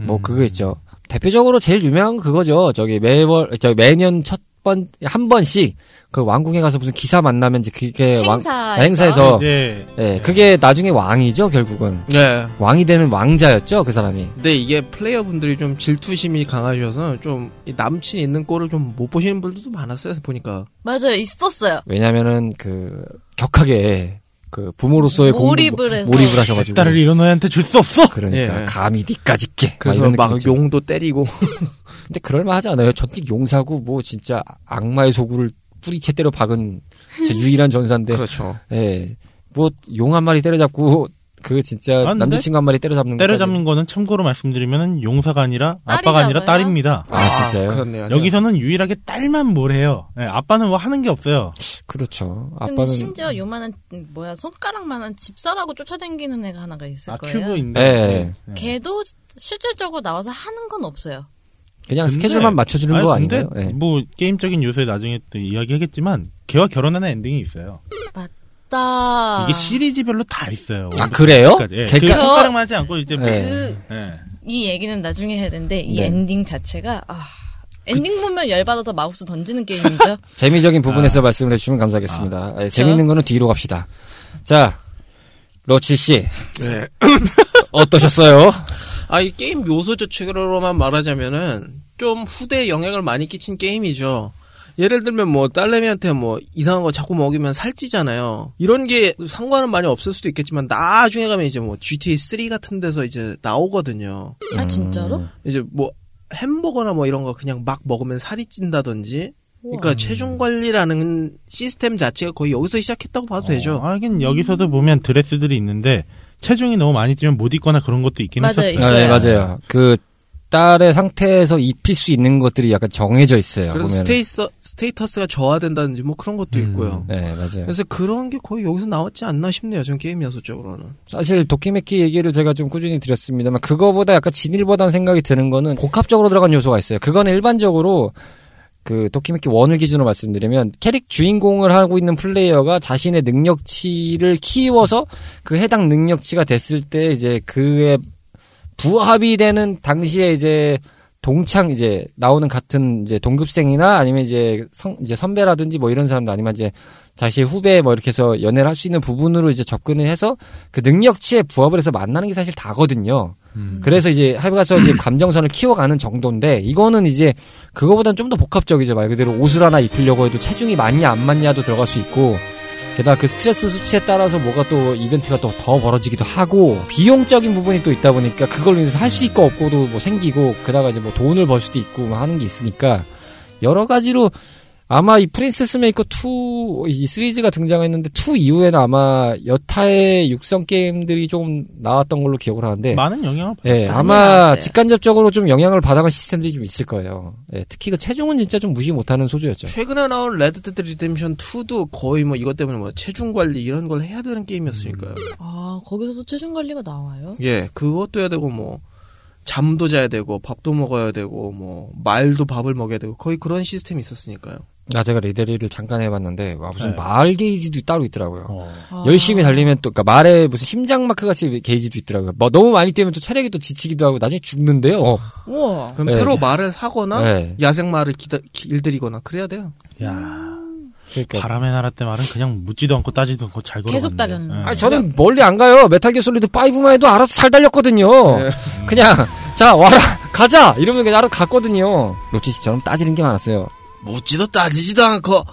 [SPEAKER 2] 음.
[SPEAKER 4] 뭐, 그거 있죠. 대표적으로 제일 유명한 그거죠. 저기 매월, 저 매년 첫 번, 한 번씩 그 왕궁에 가서 무슨 기사 만나면 이제 그게 네, 왕,
[SPEAKER 5] 행사
[SPEAKER 4] 행사에서.
[SPEAKER 2] 이제
[SPEAKER 4] 예, 그게 나중에 왕이죠, 결국은.
[SPEAKER 1] 네.
[SPEAKER 4] 왕이 되는 왕자였죠, 그 사람이.
[SPEAKER 1] 근데 이게 플레이어분들이 좀 질투심이 강하셔서 좀이 남친 있는 꼴을 좀 못 보시는 분들도 많았어요 보니까
[SPEAKER 5] 맞아요 있었어요.
[SPEAKER 4] 왜냐면은 그, 격하게 그 부모로서의 공부-
[SPEAKER 5] 몰입을 해서
[SPEAKER 4] 몰입을 하셔가지고.
[SPEAKER 2] 딸을 이런 애한테 줄 수 없어.
[SPEAKER 4] 그러니까
[SPEAKER 1] 예.
[SPEAKER 4] 감히 니까지 게
[SPEAKER 1] 그래서 막 용도 때리고
[SPEAKER 4] 근데 그럴만하지 않아요. 전직 용사고 뭐 진짜 악마의 소굴을 뿌리채 때려 박은 제 유일한 전사인데,
[SPEAKER 1] 그렇죠
[SPEAKER 4] 예, 뭐 용 한 마리 때려잡고 그 진짜
[SPEAKER 2] 아, 근데?
[SPEAKER 4] 남자친구 한 마리 때려잡는
[SPEAKER 2] 때려잡는 거는 참고로 말씀드리면 용사가 아니라 아빠가 아니라
[SPEAKER 5] 딸이잖아요.
[SPEAKER 2] 딸입니다.
[SPEAKER 4] 거까지. 아 진짜요?
[SPEAKER 1] 그렇네요
[SPEAKER 2] 여기서는 유일하게 딸만 뭘 해요. 예, 아빠는 뭐 하는 게 없어요.
[SPEAKER 4] 그렇죠
[SPEAKER 5] 근데
[SPEAKER 4] 아빠는 음.
[SPEAKER 5] 심지어 요만한 음, 뭐야 손가락만한 집사라고 쫓아다니는 애가 하나가 있을
[SPEAKER 2] 아
[SPEAKER 5] 거예요.
[SPEAKER 2] 큐브인데.
[SPEAKER 4] 예,
[SPEAKER 2] 예.
[SPEAKER 5] 걔도 실질적으로 나와서 하는 건 없어요.
[SPEAKER 4] 그냥
[SPEAKER 2] 근데-
[SPEAKER 4] 스케줄만 맞춰주는
[SPEAKER 2] 아니,
[SPEAKER 4] 거
[SPEAKER 2] 근데
[SPEAKER 4] 아닌가요? 예.
[SPEAKER 2] 뭐 게임적인 요소에 나중에 또 이야기하겠지만 걔와 결혼하는 엔딩이 있어요.
[SPEAKER 5] 나
[SPEAKER 2] 이게 시리즈별로 다 있어요.
[SPEAKER 4] 아 그래요?
[SPEAKER 2] 원부터까지. 예, 그
[SPEAKER 4] 걔가-
[SPEAKER 2] 손가락만 하지 않고 이제 뭐-
[SPEAKER 4] 예.
[SPEAKER 5] 그,
[SPEAKER 2] 예.
[SPEAKER 5] 이 얘기는 나중에 해야 되는데 이
[SPEAKER 4] 네.
[SPEAKER 5] 엔딩 자체가 아 엔딩 보면 열받아서 마우스 던지는 게임이죠.
[SPEAKER 4] 재미적인 부분에서
[SPEAKER 1] 아.
[SPEAKER 4] 말씀을 해주시면 감사하겠습니다. 예,
[SPEAKER 1] 그렇죠?
[SPEAKER 4] 재밌는 거는 뒤로 갑시다. 자, 로치 씨
[SPEAKER 1] 네.
[SPEAKER 4] 어떠셨어요?
[SPEAKER 1] 아이 게임 요소 자체로만 말하자면은 좀 후대에 영향을 많이 끼친 게임이죠 예를 들면 뭐 딸내미한테 뭐 이상한 거 자꾸 먹이면 살찌잖아요 이런 게 상관은 많이 없을 수도 있겠지만 나중에 가면 이제 뭐 GTA 3 같은 데서 이제 나오거든요
[SPEAKER 5] 아 진짜로?
[SPEAKER 1] 이제 뭐 햄버거나 뭐 이런 거 그냥 막 먹으면 살이 찐다든지 그러니까 체중 관리라는 시스템 자체가 거의 여기서 시작했다고 봐도 되죠.
[SPEAKER 2] 어, 하긴 여기서도 보면 드레스들이 있는데 체중이 너무 많이 찌면 못 입거나 그런 것도 있긴
[SPEAKER 5] 맞아요,
[SPEAKER 2] 했었어요. 예.
[SPEAKER 4] 아,
[SPEAKER 5] 있어요.
[SPEAKER 4] 네, 맞아요. 그 딸의 상태에서 입힐 수 있는 것들이 약간 정해져 있어요.
[SPEAKER 1] 그래서
[SPEAKER 4] 보면은.
[SPEAKER 1] 스테이서, 스테이터스가 저하된다든지 뭐 그런 것도
[SPEAKER 2] 음.
[SPEAKER 1] 있고요.
[SPEAKER 4] 네, 맞아요.
[SPEAKER 1] 그래서 그런 게 거의 여기서 나왔지 않나 싶네요. 전 게임 연속적으로는.
[SPEAKER 4] 사실 도키메키 얘기를 제가 좀 꾸준히 드렸습니다만 그거보다 약간 진일보다는 생각이 드는 거는 복합적으로 들어간 요소가 있어요. 그거는 일반적으로 그 도키메키 원을 기준으로 말씀드리면 캐릭 주인공을 하고 있는 플레이어가 자신의 능력치를 키워서 그 해당 능력치가 됐을 때 이제 그의 부합이 되는 당시에 이제 동창 이제 나오는 같은 이제 동급생이나 아니면 이제 성 이제 선배라든지 뭐 이런 사람들 아니면 이제 자신의 후배 뭐 이렇게 해서 연애를 할 수 있는 부분으로 이제 접근을 해서 그 능력치에 부합을 해서 만나는 게 사실 다거든요.
[SPEAKER 2] 음.
[SPEAKER 4] 그래서 이제 하여가서 이제 감정선을 키워가는 정도인데 이거는 이제 그거보다는 좀 더 복합적이죠 말 그대로 옷을 하나 입히려고 해도 체중이 맞냐 안 맞냐도 들어갈 수 있고 게다가 그 스트레스 수치에 따라서 뭐가 또 이벤트가 또 더 벌어지기도 하고 비용적인 부분이 또 있다 보니까 그걸로 인해서 할 수 있고 없고도 뭐 생기고 게다가 이제 뭐 돈을 벌 수도 있고 뭐 하는 게 있으니까 여러 가지로 아마 이 프린세스 메이커 2, 이 시리즈가 등장했는데 2 이후에는 아마 여타의 육성 게임들이 좀 나왔던 걸로 기억을 하는데
[SPEAKER 2] 많은 영향을 받
[SPEAKER 4] 예,
[SPEAKER 8] 많이
[SPEAKER 4] 아마
[SPEAKER 8] 나왔어요.
[SPEAKER 4] 직간접적으로 좀 영향을 받아간 시스템들이 좀 있을 거예요. 예, 특히 그 체중은 진짜 좀 무시 못하는 소재였죠.
[SPEAKER 1] 최근에 나온 레드데드 리뎀션 2도 거의 뭐 이것 때문에 뭐 체중 관리 이런 걸 해야 되는 게임이었으니까요.
[SPEAKER 5] 아 거기서도 체중 관리가 나와요?
[SPEAKER 1] 예, 그것도 해야 되고 뭐 잠도 자야 되고 밥도 먹어야 되고 뭐 말도 밥을 먹여야 되고 거의 그런 시스템이 있었으니까요.
[SPEAKER 4] 아, 제가 레데리를 잠깐 해봤는데 와, 무슨
[SPEAKER 2] 네.
[SPEAKER 4] 말 게이지도 따로 있더라고요.
[SPEAKER 2] 어.
[SPEAKER 5] 아.
[SPEAKER 4] 열심히 달리면 또, 그니까 말에 무슨 심장 마크 같이 게이지도 있더라고요. 뭐 너무 많이 뛰면 또 체력이 또 지치기도 하고 나중에 죽는데요.
[SPEAKER 5] 우와.
[SPEAKER 1] 그럼
[SPEAKER 4] 네.
[SPEAKER 1] 새로 말을 사거나
[SPEAKER 4] 네.
[SPEAKER 1] 야생 말을 기다, 기- 일들이거나 그래야 돼요.
[SPEAKER 2] 야
[SPEAKER 4] 그러니까.
[SPEAKER 2] 바람의 나라 때 말은 그냥 묻지도 않고 따지도 않고 잘 예. 걸어.
[SPEAKER 5] 계속 따르는
[SPEAKER 4] 아니, 저는 멀리 안 가요. 메탈 기어 솔리드 5만 해도 알아서 잘 달렸거든요.
[SPEAKER 1] 네.
[SPEAKER 4] 그냥, 자, 와라, 가자! 이러면 그냥 알아서 갔거든요. 로치 씨처럼 따지는 게 많았어요.
[SPEAKER 1] 묻지도 따지지도 않고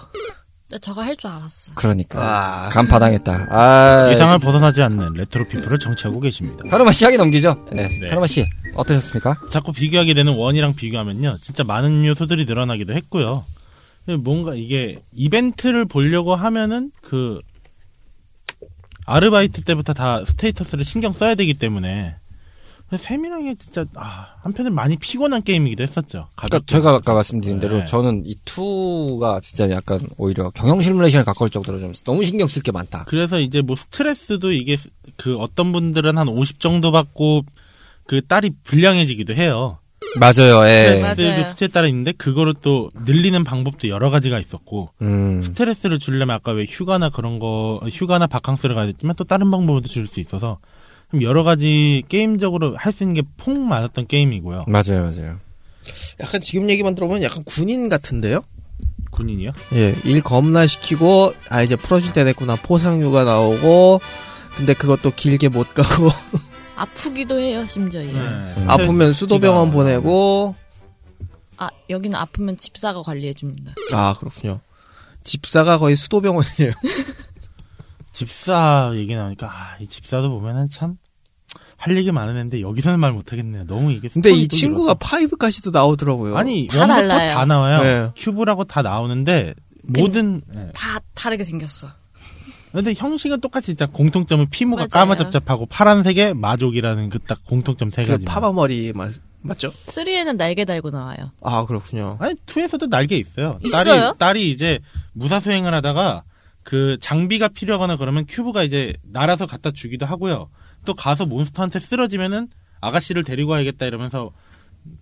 [SPEAKER 5] 나 저거 할 줄 알았어.
[SPEAKER 4] 그러니까.
[SPEAKER 1] 아,
[SPEAKER 4] 간파당했다. 아.
[SPEAKER 2] 예상을 벗어나지 않는 레트로 피플을 정치하고 계십니다.
[SPEAKER 4] 카르마 씨 하기 넘기죠? 네.
[SPEAKER 2] 네. 아,
[SPEAKER 4] 카르마 씨, 어떠셨습니까?
[SPEAKER 2] 자꾸 비교하게 되는 원이랑 비교하면요, 진짜 많은 요소들이 늘어나기도 했고요. 뭔가 이게 이벤트를 보려고 하면은 그 아르바이트 때부터 다 스테이터스를 신경 써야 되기 때문에 세밀하게 진짜 아, 한편은 많이 피곤한 게임이기도 했었죠.
[SPEAKER 4] 그러니까 제가 아까 말씀드린
[SPEAKER 2] 네.
[SPEAKER 4] 대로 저는 이 2가 진짜 약간 오히려 경영 시뮬레이션에 가까울 정도로 좀 너무 신경 쓸 게 많다.
[SPEAKER 2] 그래서 이제 뭐 스트레스도 이게 스- 그 어떤 분들은 한 50 정도 받고 그 딸이 불량해지기도 해요.
[SPEAKER 4] 맞아요.
[SPEAKER 1] 네.
[SPEAKER 4] 예.
[SPEAKER 8] 맞아요.
[SPEAKER 2] 스트레스도 수치에 따라 있는데 그거를 또 늘리는 방법도 여러 가지가 있었고
[SPEAKER 4] 음.
[SPEAKER 2] 스트레스를 줄려면 아까 왜 휴가나 그런 거 휴가나 바캉스를 가야 됐지만 또 다른 방법으로도 줄 수 있어서 좀 여러 가지 게임적으로 할 수 있는 게 폭 많았던 게임이고요.
[SPEAKER 4] 맞아요, 맞아요.
[SPEAKER 1] 약간 지금 얘기만 들어보면 약간 군인 같은데요.
[SPEAKER 2] 군인이요?
[SPEAKER 1] 예, 일 겁나 시키고 아 이제 풀어줄 때 됐구나 포상휴가 나오고 근데 그것도 길게 못 가고
[SPEAKER 5] 아프기도 해요 심지어
[SPEAKER 2] 네.
[SPEAKER 5] 얘.
[SPEAKER 1] 아프면 수도병원 보내고
[SPEAKER 5] 아 여기는 아프면 집사가 관리해 줍니다.
[SPEAKER 1] 아 그렇군요. 집사가 거의 수도병원이에요.
[SPEAKER 2] 집사 얘기 나오니까 아, 이 집사도 보면은 참. 할 얘기 많은데 여기서는 말 못하겠네요. 너무 이게
[SPEAKER 1] 근데 이
[SPEAKER 2] 스토리도
[SPEAKER 1] 친구가 파이브까지도 나오더라고요.
[SPEAKER 2] 그렇죠. 아니
[SPEAKER 5] 다
[SPEAKER 2] 원부터
[SPEAKER 5] 달라요.
[SPEAKER 2] 다 나와요.
[SPEAKER 1] 네.
[SPEAKER 2] 큐브라고 다 나오는데 모든 예.
[SPEAKER 5] 다 다르게 생겼어.
[SPEAKER 2] 근데 형식은 똑같이 일단 공통점은 피부가
[SPEAKER 5] 맞아요.
[SPEAKER 2] 까마잡잡하고 파란색에 마족이라는 그 딱 공통점 세
[SPEAKER 1] 그
[SPEAKER 2] 가지.
[SPEAKER 1] 파마머리 맞, 맞죠?
[SPEAKER 5] 3에는 날개 달고 나와요.
[SPEAKER 1] 아 그렇군요.
[SPEAKER 2] 아니 투에서도 날개 있어요.
[SPEAKER 5] 있어요?
[SPEAKER 2] 딸이 딸이 이제 무사 수행을 하다가 그 장비가 필요하거나 그러면 큐브가 이제 날아서 갖다 주기도 하고요. 또 가서 몬스터한테 쓰러지면은 아가씨를 데리고 와야겠다 이러면서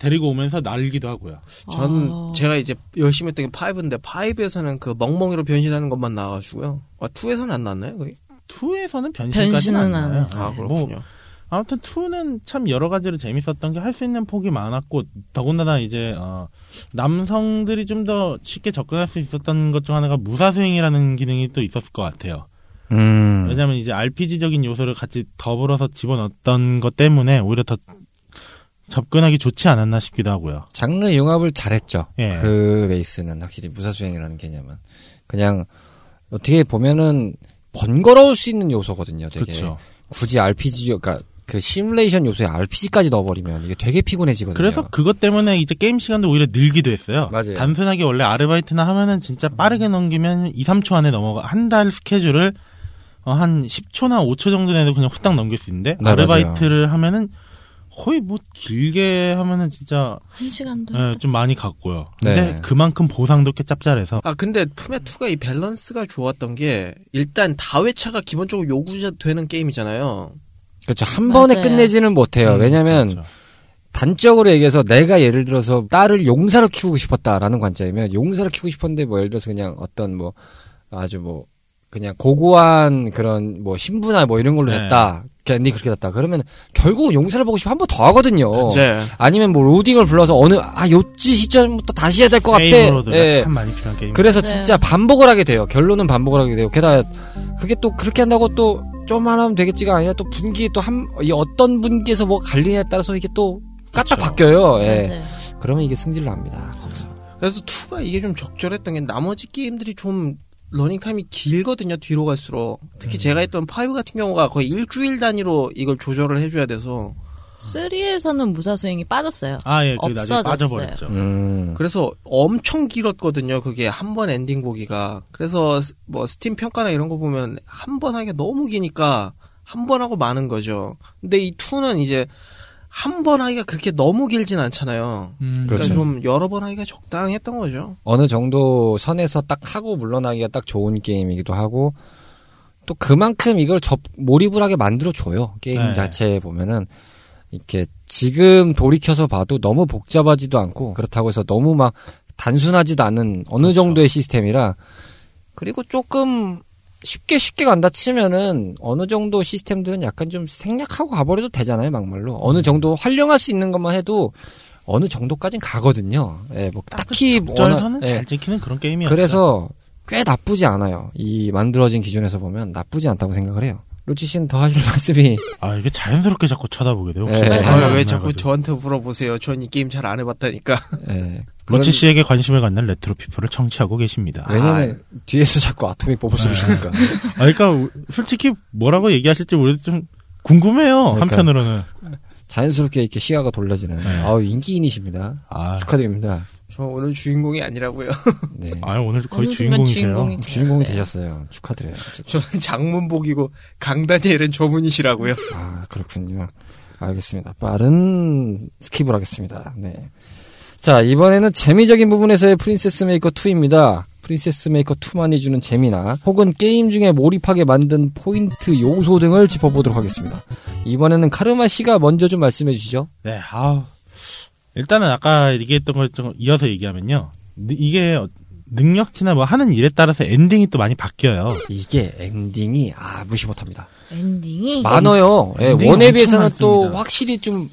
[SPEAKER 2] 데리고 오면서 날기도 하고요.
[SPEAKER 1] 전
[SPEAKER 5] 아.
[SPEAKER 1] 제가 이제 열심히 했던 게 파이브인데 파이브에서는 그 멍멍이로 변신하는 것만 나와가지고요. 아 투에서는 안 나왔나요? 거기?
[SPEAKER 2] 투에서는 변신까지는 안
[SPEAKER 5] 변신은 안
[SPEAKER 2] 나요.
[SPEAKER 1] 아
[SPEAKER 2] 뭐
[SPEAKER 1] 그렇군요.
[SPEAKER 2] 아무튼 2는 참 여러 가지로 재밌었던 게 할 수 있는 폭이 많았고 더군다나 이제 어, 남성들이 좀 더 쉽게 접근할 수 있었던 것 중 하나가 무사 수행이라는 기능이 또 있었을 것 같아요.
[SPEAKER 4] 음.
[SPEAKER 2] 왜냐하면 이제 RPG적인 요소를 같이 더불어서 집어넣었던 것 때문에 오히려 더 접근하기 좋지 않았나 싶기도 하고요.
[SPEAKER 4] 장르 융합을 잘했죠.
[SPEAKER 2] 예.
[SPEAKER 4] 그 베이스는 확실히 무사수행이라는 개념은 그냥 어떻게 보면은 번거로울 수 있는 요소거든요. 되게
[SPEAKER 2] 그렇죠.
[SPEAKER 4] 굳이 RPG 그러니까 그 시뮬레이션 요소에 RPG까지 넣어버리면 이게 되게 피곤해지거든요.
[SPEAKER 2] 그래서 그것 때문에 이제 게임 시간도 오히려 늘기도 했어요.
[SPEAKER 4] 맞아요.
[SPEAKER 2] 단순하게 원래 아르바이트나 하면은 진짜 빠르게 넘기면 2, 3초 안에 넘어가 한 달 스케줄을 어, 한 10초나 5초 정도 내도 그냥 후딱 넘길 수 있는데
[SPEAKER 4] 네,
[SPEAKER 2] 아르바이트를 하면은 거의 뭐 길게 하면은 진짜
[SPEAKER 5] 한 시간도
[SPEAKER 2] 예, 좀 많이 갔고요. 근데
[SPEAKER 4] 네.
[SPEAKER 2] 그만큼 보상도 꽤 짭짤해서
[SPEAKER 1] 아 근데 품의 투가 이 밸런스가 좋았던 게 일단 다회차가 기본적으로 요구되는 게임이잖아요.
[SPEAKER 4] 그렇죠. 한 번에
[SPEAKER 5] 맞아요.
[SPEAKER 4] 끝내지는 못해요.
[SPEAKER 2] 음,
[SPEAKER 4] 네, 왜냐하면
[SPEAKER 2] 그렇죠.
[SPEAKER 4] 단적으로 얘기해서 내가 예를 들어서 딸을 용사로 키우고 싶었다라는 관점이면 용사로 키우고 싶었는데 뭐 예를 들어서 그냥 어떤 뭐 아주 뭐 그냥 고고한 그런 뭐 신부나 뭐 이런 걸로
[SPEAKER 2] 네.
[SPEAKER 4] 됐다. 니 그렇게 됐다. 그러면 결국 용사를 보고 싶어 한 번 더 하거든요.
[SPEAKER 2] 그렇죠.
[SPEAKER 1] 이제
[SPEAKER 4] 아니면 뭐 로딩을 불러서 어느 아 요지 시점부터 다시 해야 될 것 같아.
[SPEAKER 2] 게임으로도
[SPEAKER 4] 예.
[SPEAKER 2] 참 많이 필요한 게임.
[SPEAKER 4] 그래서
[SPEAKER 5] 맞아요.
[SPEAKER 4] 진짜 반복을 하게 돼요. 결론은 반복을 하게 돼요. 게다가 그게 또 그렇게 한다고 또 좀만 하면 되겠지가 아니라 또 분기 또한이 어떤 분기에서 뭐 갈리냐에 따라서 이게 또 까딱
[SPEAKER 2] 그렇죠.
[SPEAKER 4] 바뀌어요. 예.
[SPEAKER 5] 맞아요.
[SPEAKER 4] 그러면 이게 승질 납니다. 거기서.
[SPEAKER 1] 그래서 2가 이게 좀 적절했던 게 나머지 게임들이 좀 러닝 타임이 길거든요. 뒤로 갈수록 특히 제가 했던 5 같은 경우가 거의 일주일 단위로 이걸 조절을 해줘야 돼서
[SPEAKER 5] 3에서는 무사 수행이 빠졌어요.
[SPEAKER 2] 아, 예, 그게 나중에
[SPEAKER 5] 없어졌어요.
[SPEAKER 2] 빠져버렸죠.
[SPEAKER 4] 음.
[SPEAKER 1] 그래서 엄청 길었거든요. 그게 한 번 엔딩 보기가 그래서 스- 뭐 스팀 평가나 이런 거 보면 한 번 하기가 너무 기니까 한 번 하고 마는 거죠. 근데 이 2는 이제 한 번 하기가 그렇게 너무 길진 않잖아요.
[SPEAKER 2] 음,
[SPEAKER 1] 그러니까
[SPEAKER 4] 그렇죠.
[SPEAKER 1] 좀 여러 번 하기가 적당했던 거죠.
[SPEAKER 4] 어느 정도 선에서 딱 하고 물러나기가 딱 좋은 게임이기도 하고 또 그만큼 이걸 접 몰입을 하게 만들어 줘요 게임
[SPEAKER 2] 네.
[SPEAKER 4] 자체에 보면은 이렇게 지금 돌이켜서 봐도 너무 복잡하지도 않고 그렇다고 해서 너무 막 단순하지도 않은 어느
[SPEAKER 2] 그렇죠.
[SPEAKER 4] 정도의 시스템이라 그리고 조금 쉽게 쉽게 간다 치면은 어느 정도 시스템들은 약간 좀 생략하고 가버려도 되잖아요 막말로
[SPEAKER 2] 음.
[SPEAKER 4] 어느 정도 활용할 수 있는 것만 해도 어느 정도까진 가거든요. 예, 뭐 딱히 뭐 어느-
[SPEAKER 2] 절선은
[SPEAKER 4] 예.
[SPEAKER 2] 잘 지키는 그런 게임이었죠.
[SPEAKER 4] 그래서 꽤 나쁘지 않아요. 이 만들어진 기준에서 보면 나쁘지 않다고 생각을 해요. 로치 씨는 더 하실 말씀이
[SPEAKER 2] 아, 이게 자연스럽게 자꾸 쳐다보게 돼요. 혹시 네,
[SPEAKER 4] 예.
[SPEAKER 2] 나이
[SPEAKER 4] 아,
[SPEAKER 2] 안
[SPEAKER 1] 아, 왜
[SPEAKER 2] 나가지고.
[SPEAKER 1] 자꾸 저한테 물어보세요. 전 이 게임 잘 안 해봤다니까.
[SPEAKER 4] 예, 그런-
[SPEAKER 2] 로치 씨에게 관심을 갖는 레트로 피플을 청취하고 계십니다.
[SPEAKER 4] 왜냐면 뒤에서 자꾸 아토믹 뽑으시니까
[SPEAKER 2] 아, 그러니까 우- 솔직히 뭐라고 얘기하실지 우리도 좀 궁금해요.
[SPEAKER 4] 그러니까요.
[SPEAKER 2] 한편으로는.
[SPEAKER 4] 자연스럽게 이렇게 시야가 돌려지는
[SPEAKER 2] 네.
[SPEAKER 4] 아우 인기인이십니다.
[SPEAKER 2] 아,
[SPEAKER 4] 축하드립니다.
[SPEAKER 1] 저 오늘 주인공이 아니라고요.
[SPEAKER 4] 네.
[SPEAKER 2] 아 네. 오늘 거의
[SPEAKER 5] 어느 순간
[SPEAKER 2] 주인공이세요.
[SPEAKER 4] 주인공이
[SPEAKER 5] 되셨어요.
[SPEAKER 4] 되셨어요. 축하드려요. 진짜.
[SPEAKER 1] 저는 장문복이고 강다니엘은 저분이시라고요.
[SPEAKER 4] 아 그렇군요. 알겠습니다. 빠른 스킵을 하겠습니다. 네. 자 이번에는 재미적인 부분에서의 프린세스 메이커 2입니다. 프린세스 메이커 2만이 주는 재미나 혹은 게임 중에 몰입하게 만든 포인트 요소 등을 짚어보도록 하겠습니다. 이번에는 카르마 씨가 먼저 좀 말씀해 주시죠.
[SPEAKER 2] 네, 아우. 일단은 아까 얘기했던 것좀 이어서 얘기하면요. 느- 이게 어- 능력치나 뭐 하는 일에 따라서 엔딩이 또 많이 바뀌어요.
[SPEAKER 4] 이게 엔딩이 아 무시 못합니다.
[SPEAKER 5] 엔딩이
[SPEAKER 4] 많아요. 예,
[SPEAKER 2] 엔딩이
[SPEAKER 4] 원에
[SPEAKER 2] 엄청
[SPEAKER 4] 비해서는 또
[SPEAKER 2] 많습니다.
[SPEAKER 4] 확실히 좀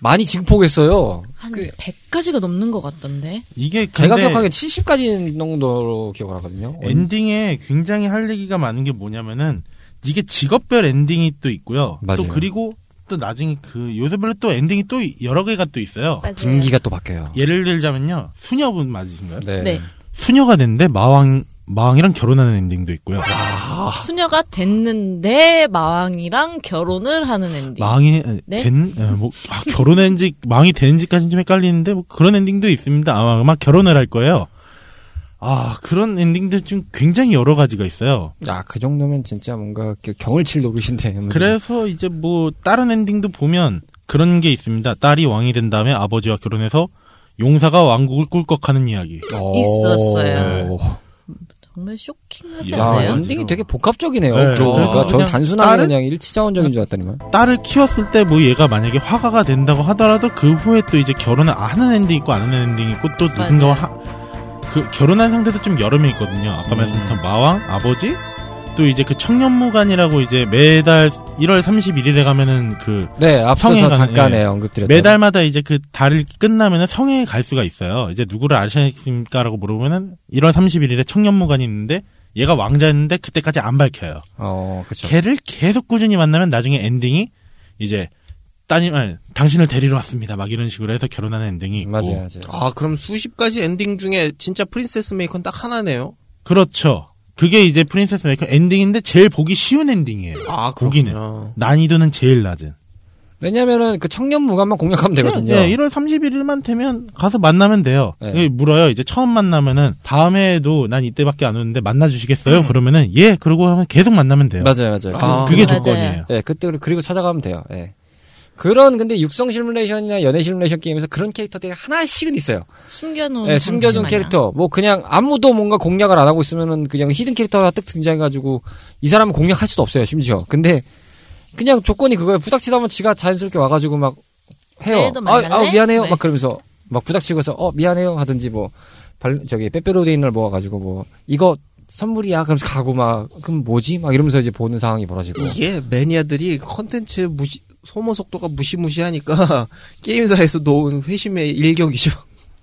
[SPEAKER 4] 많이 증폭했어요.
[SPEAKER 5] 한
[SPEAKER 4] 그-
[SPEAKER 5] 100가지가 넘는 것 같던데.
[SPEAKER 2] 이게 근데
[SPEAKER 4] 제가 기억하기엔 70까지 정도로 기억을 하거든요.
[SPEAKER 2] 엔딩에 굉장히 할 얘기가 많은 게 뭐냐면은 이게 직업별 엔딩이 또 있고요.
[SPEAKER 4] 맞아요.
[SPEAKER 2] 또 그리고 또 나중에 그 요새별로 또 엔딩이 또 여러 개가 또 있어요.
[SPEAKER 5] 네.
[SPEAKER 4] 분기가 또 바뀌어요.
[SPEAKER 2] 예를 들자면요. 수녀분 맞으신가요?
[SPEAKER 5] 네.
[SPEAKER 2] 수녀가 됐는데 마왕 마왕이랑 결혼하는 엔딩도 있고요.
[SPEAKER 5] 아, 수녀가 됐는데 마왕이랑 결혼을 하는 엔딩.
[SPEAKER 2] 망이
[SPEAKER 5] 네?
[SPEAKER 2] 된, 에, 뭐, 아, 결혼했는지, 망이 되는지까지는 좀 헷갈리는데, 뭐, 그런 엔딩도 있습니다. 아마, 아마 결혼을 할 거예요. 아, 그런 엔딩들 좀 굉장히 여러 가지가 있어요.
[SPEAKER 4] 야, 그 정도면 진짜 뭔가 그 경을 칠 노릇인데. 뭐
[SPEAKER 2] 그래서 이제 뭐, 다른 엔딩도 보면, 그런 게 있습니다. 딸이 왕이 된 다음에 아버지와 결혼해서, 용사가 왕국을 꿀꺽하는 이야기.
[SPEAKER 4] 좀. 어.
[SPEAKER 5] 있었어요.
[SPEAKER 2] 네.
[SPEAKER 5] 정말 쇼킹하지
[SPEAKER 2] 야,
[SPEAKER 4] 야,
[SPEAKER 5] 않아요?
[SPEAKER 2] 완전-
[SPEAKER 4] 엔딩이 되게 복합적이네요.
[SPEAKER 2] 네,
[SPEAKER 4] 그러고
[SPEAKER 1] 그래서
[SPEAKER 4] 보니까 전
[SPEAKER 2] 그냥
[SPEAKER 4] 단순하게
[SPEAKER 2] 딸을-
[SPEAKER 4] 그냥 일치자원적인 줄 알았더니만.
[SPEAKER 2] 딸을 키웠을 때 뭐 얘가 만약에 화가가 된다고 하더라도 그 후에 또 이제 결혼을 하는 엔딩 있고 안 하는 엔딩 있고 또 누군가와 하- 그 결혼한 상태도 좀 여러 명 있거든요. 아까 말씀드렸던 마왕, 아버지, 또 이제 그 청년무관이라고 이제 매달 1월 31일에 가면은 그
[SPEAKER 4] 네, 앞서서
[SPEAKER 2] 성에 관한-
[SPEAKER 4] 잠깐
[SPEAKER 2] 예.
[SPEAKER 4] 예. 언급드렸던.
[SPEAKER 2] 매달마다 이제 그 달을 끝나면은 성에 갈 수가 있어요. 이제 누구를 아시겠습니까라고 물어보면은 1월 31일에 청년무관이 있는데 얘가 왕자였는데 그때까지 안 밝혀요.
[SPEAKER 4] 어, 그쵸.
[SPEAKER 2] 걔를 계속 꾸준히 만나면 나중에 엔딩이 이제 따님 아니, 당신을 데리러 왔습니다 막 이런 식으로 해서 결혼하는 엔딩이 있고
[SPEAKER 4] 맞아요, 맞아요.
[SPEAKER 1] 아 그럼 수십 가지 엔딩 중에 진짜 프린세스 메이커는 딱 하나네요.
[SPEAKER 2] 그렇죠 그게 이제 프린세스 메이커 엔딩인데 제일 보기 쉬운 엔딩이에요
[SPEAKER 1] 아
[SPEAKER 2] 보기는.
[SPEAKER 1] 그렇군요.
[SPEAKER 2] 난이도는 제일 낮은
[SPEAKER 4] 왜냐면은 그 청년 무관만 공략하면 되거든요.
[SPEAKER 2] 네, 1월 31일만 되면 가서 만나면 돼요
[SPEAKER 4] 네.
[SPEAKER 2] 예, 물어요 이제 처음 만나면은 다음에도 난 이때밖에 안 오는데 만나주시겠어요 그러면은 예 그러고 하면 계속 만나면 돼요
[SPEAKER 4] 음. 맞아요, 맞아요.
[SPEAKER 1] 아.
[SPEAKER 2] 그게
[SPEAKER 5] 맞아요.
[SPEAKER 2] 조건이에요
[SPEAKER 4] 예, 그때 그리고- 그리고 찾아가면 돼요. 예. 그런 근데 육성 시뮬레이션이나 연애 시뮬레이션 게임에서 그런 캐릭터들이 하나씩은 있어요.
[SPEAKER 5] 숨겨놓은
[SPEAKER 4] 예, 숨겨둔
[SPEAKER 5] 장치
[SPEAKER 4] 캐릭터. 뭐 그냥 아무도 뭔가 공략을 안 하고 있으면은 그냥 히든 캐릭터 하나 뜩 등장해가지고 이 사람은 공략할 수도 없어요 심지어. 근데 그냥 조건이 그거예요. 부닥치다 보면 지가 자연스럽게 와가지고 막 해요.
[SPEAKER 5] 내일도
[SPEAKER 4] 아,
[SPEAKER 5] 만날래?
[SPEAKER 4] 아, 미안해요.
[SPEAKER 5] 네.
[SPEAKER 4] 막 그러면서 막 부닥치고서 어 미안해요 하든지 뭐 발, 저기 빼빼로데인을 모아가지고 뭐 이거 선물이야. 그러면서 가고 막, 그럼 뭐지? 막 이러면서 이제 보는 상황이 벌어지고.
[SPEAKER 1] 이게 매니아들이 컨텐츠 무시, 소모 속도가 무시무시하니까 게임사에서 놓은 회심의 일격이죠.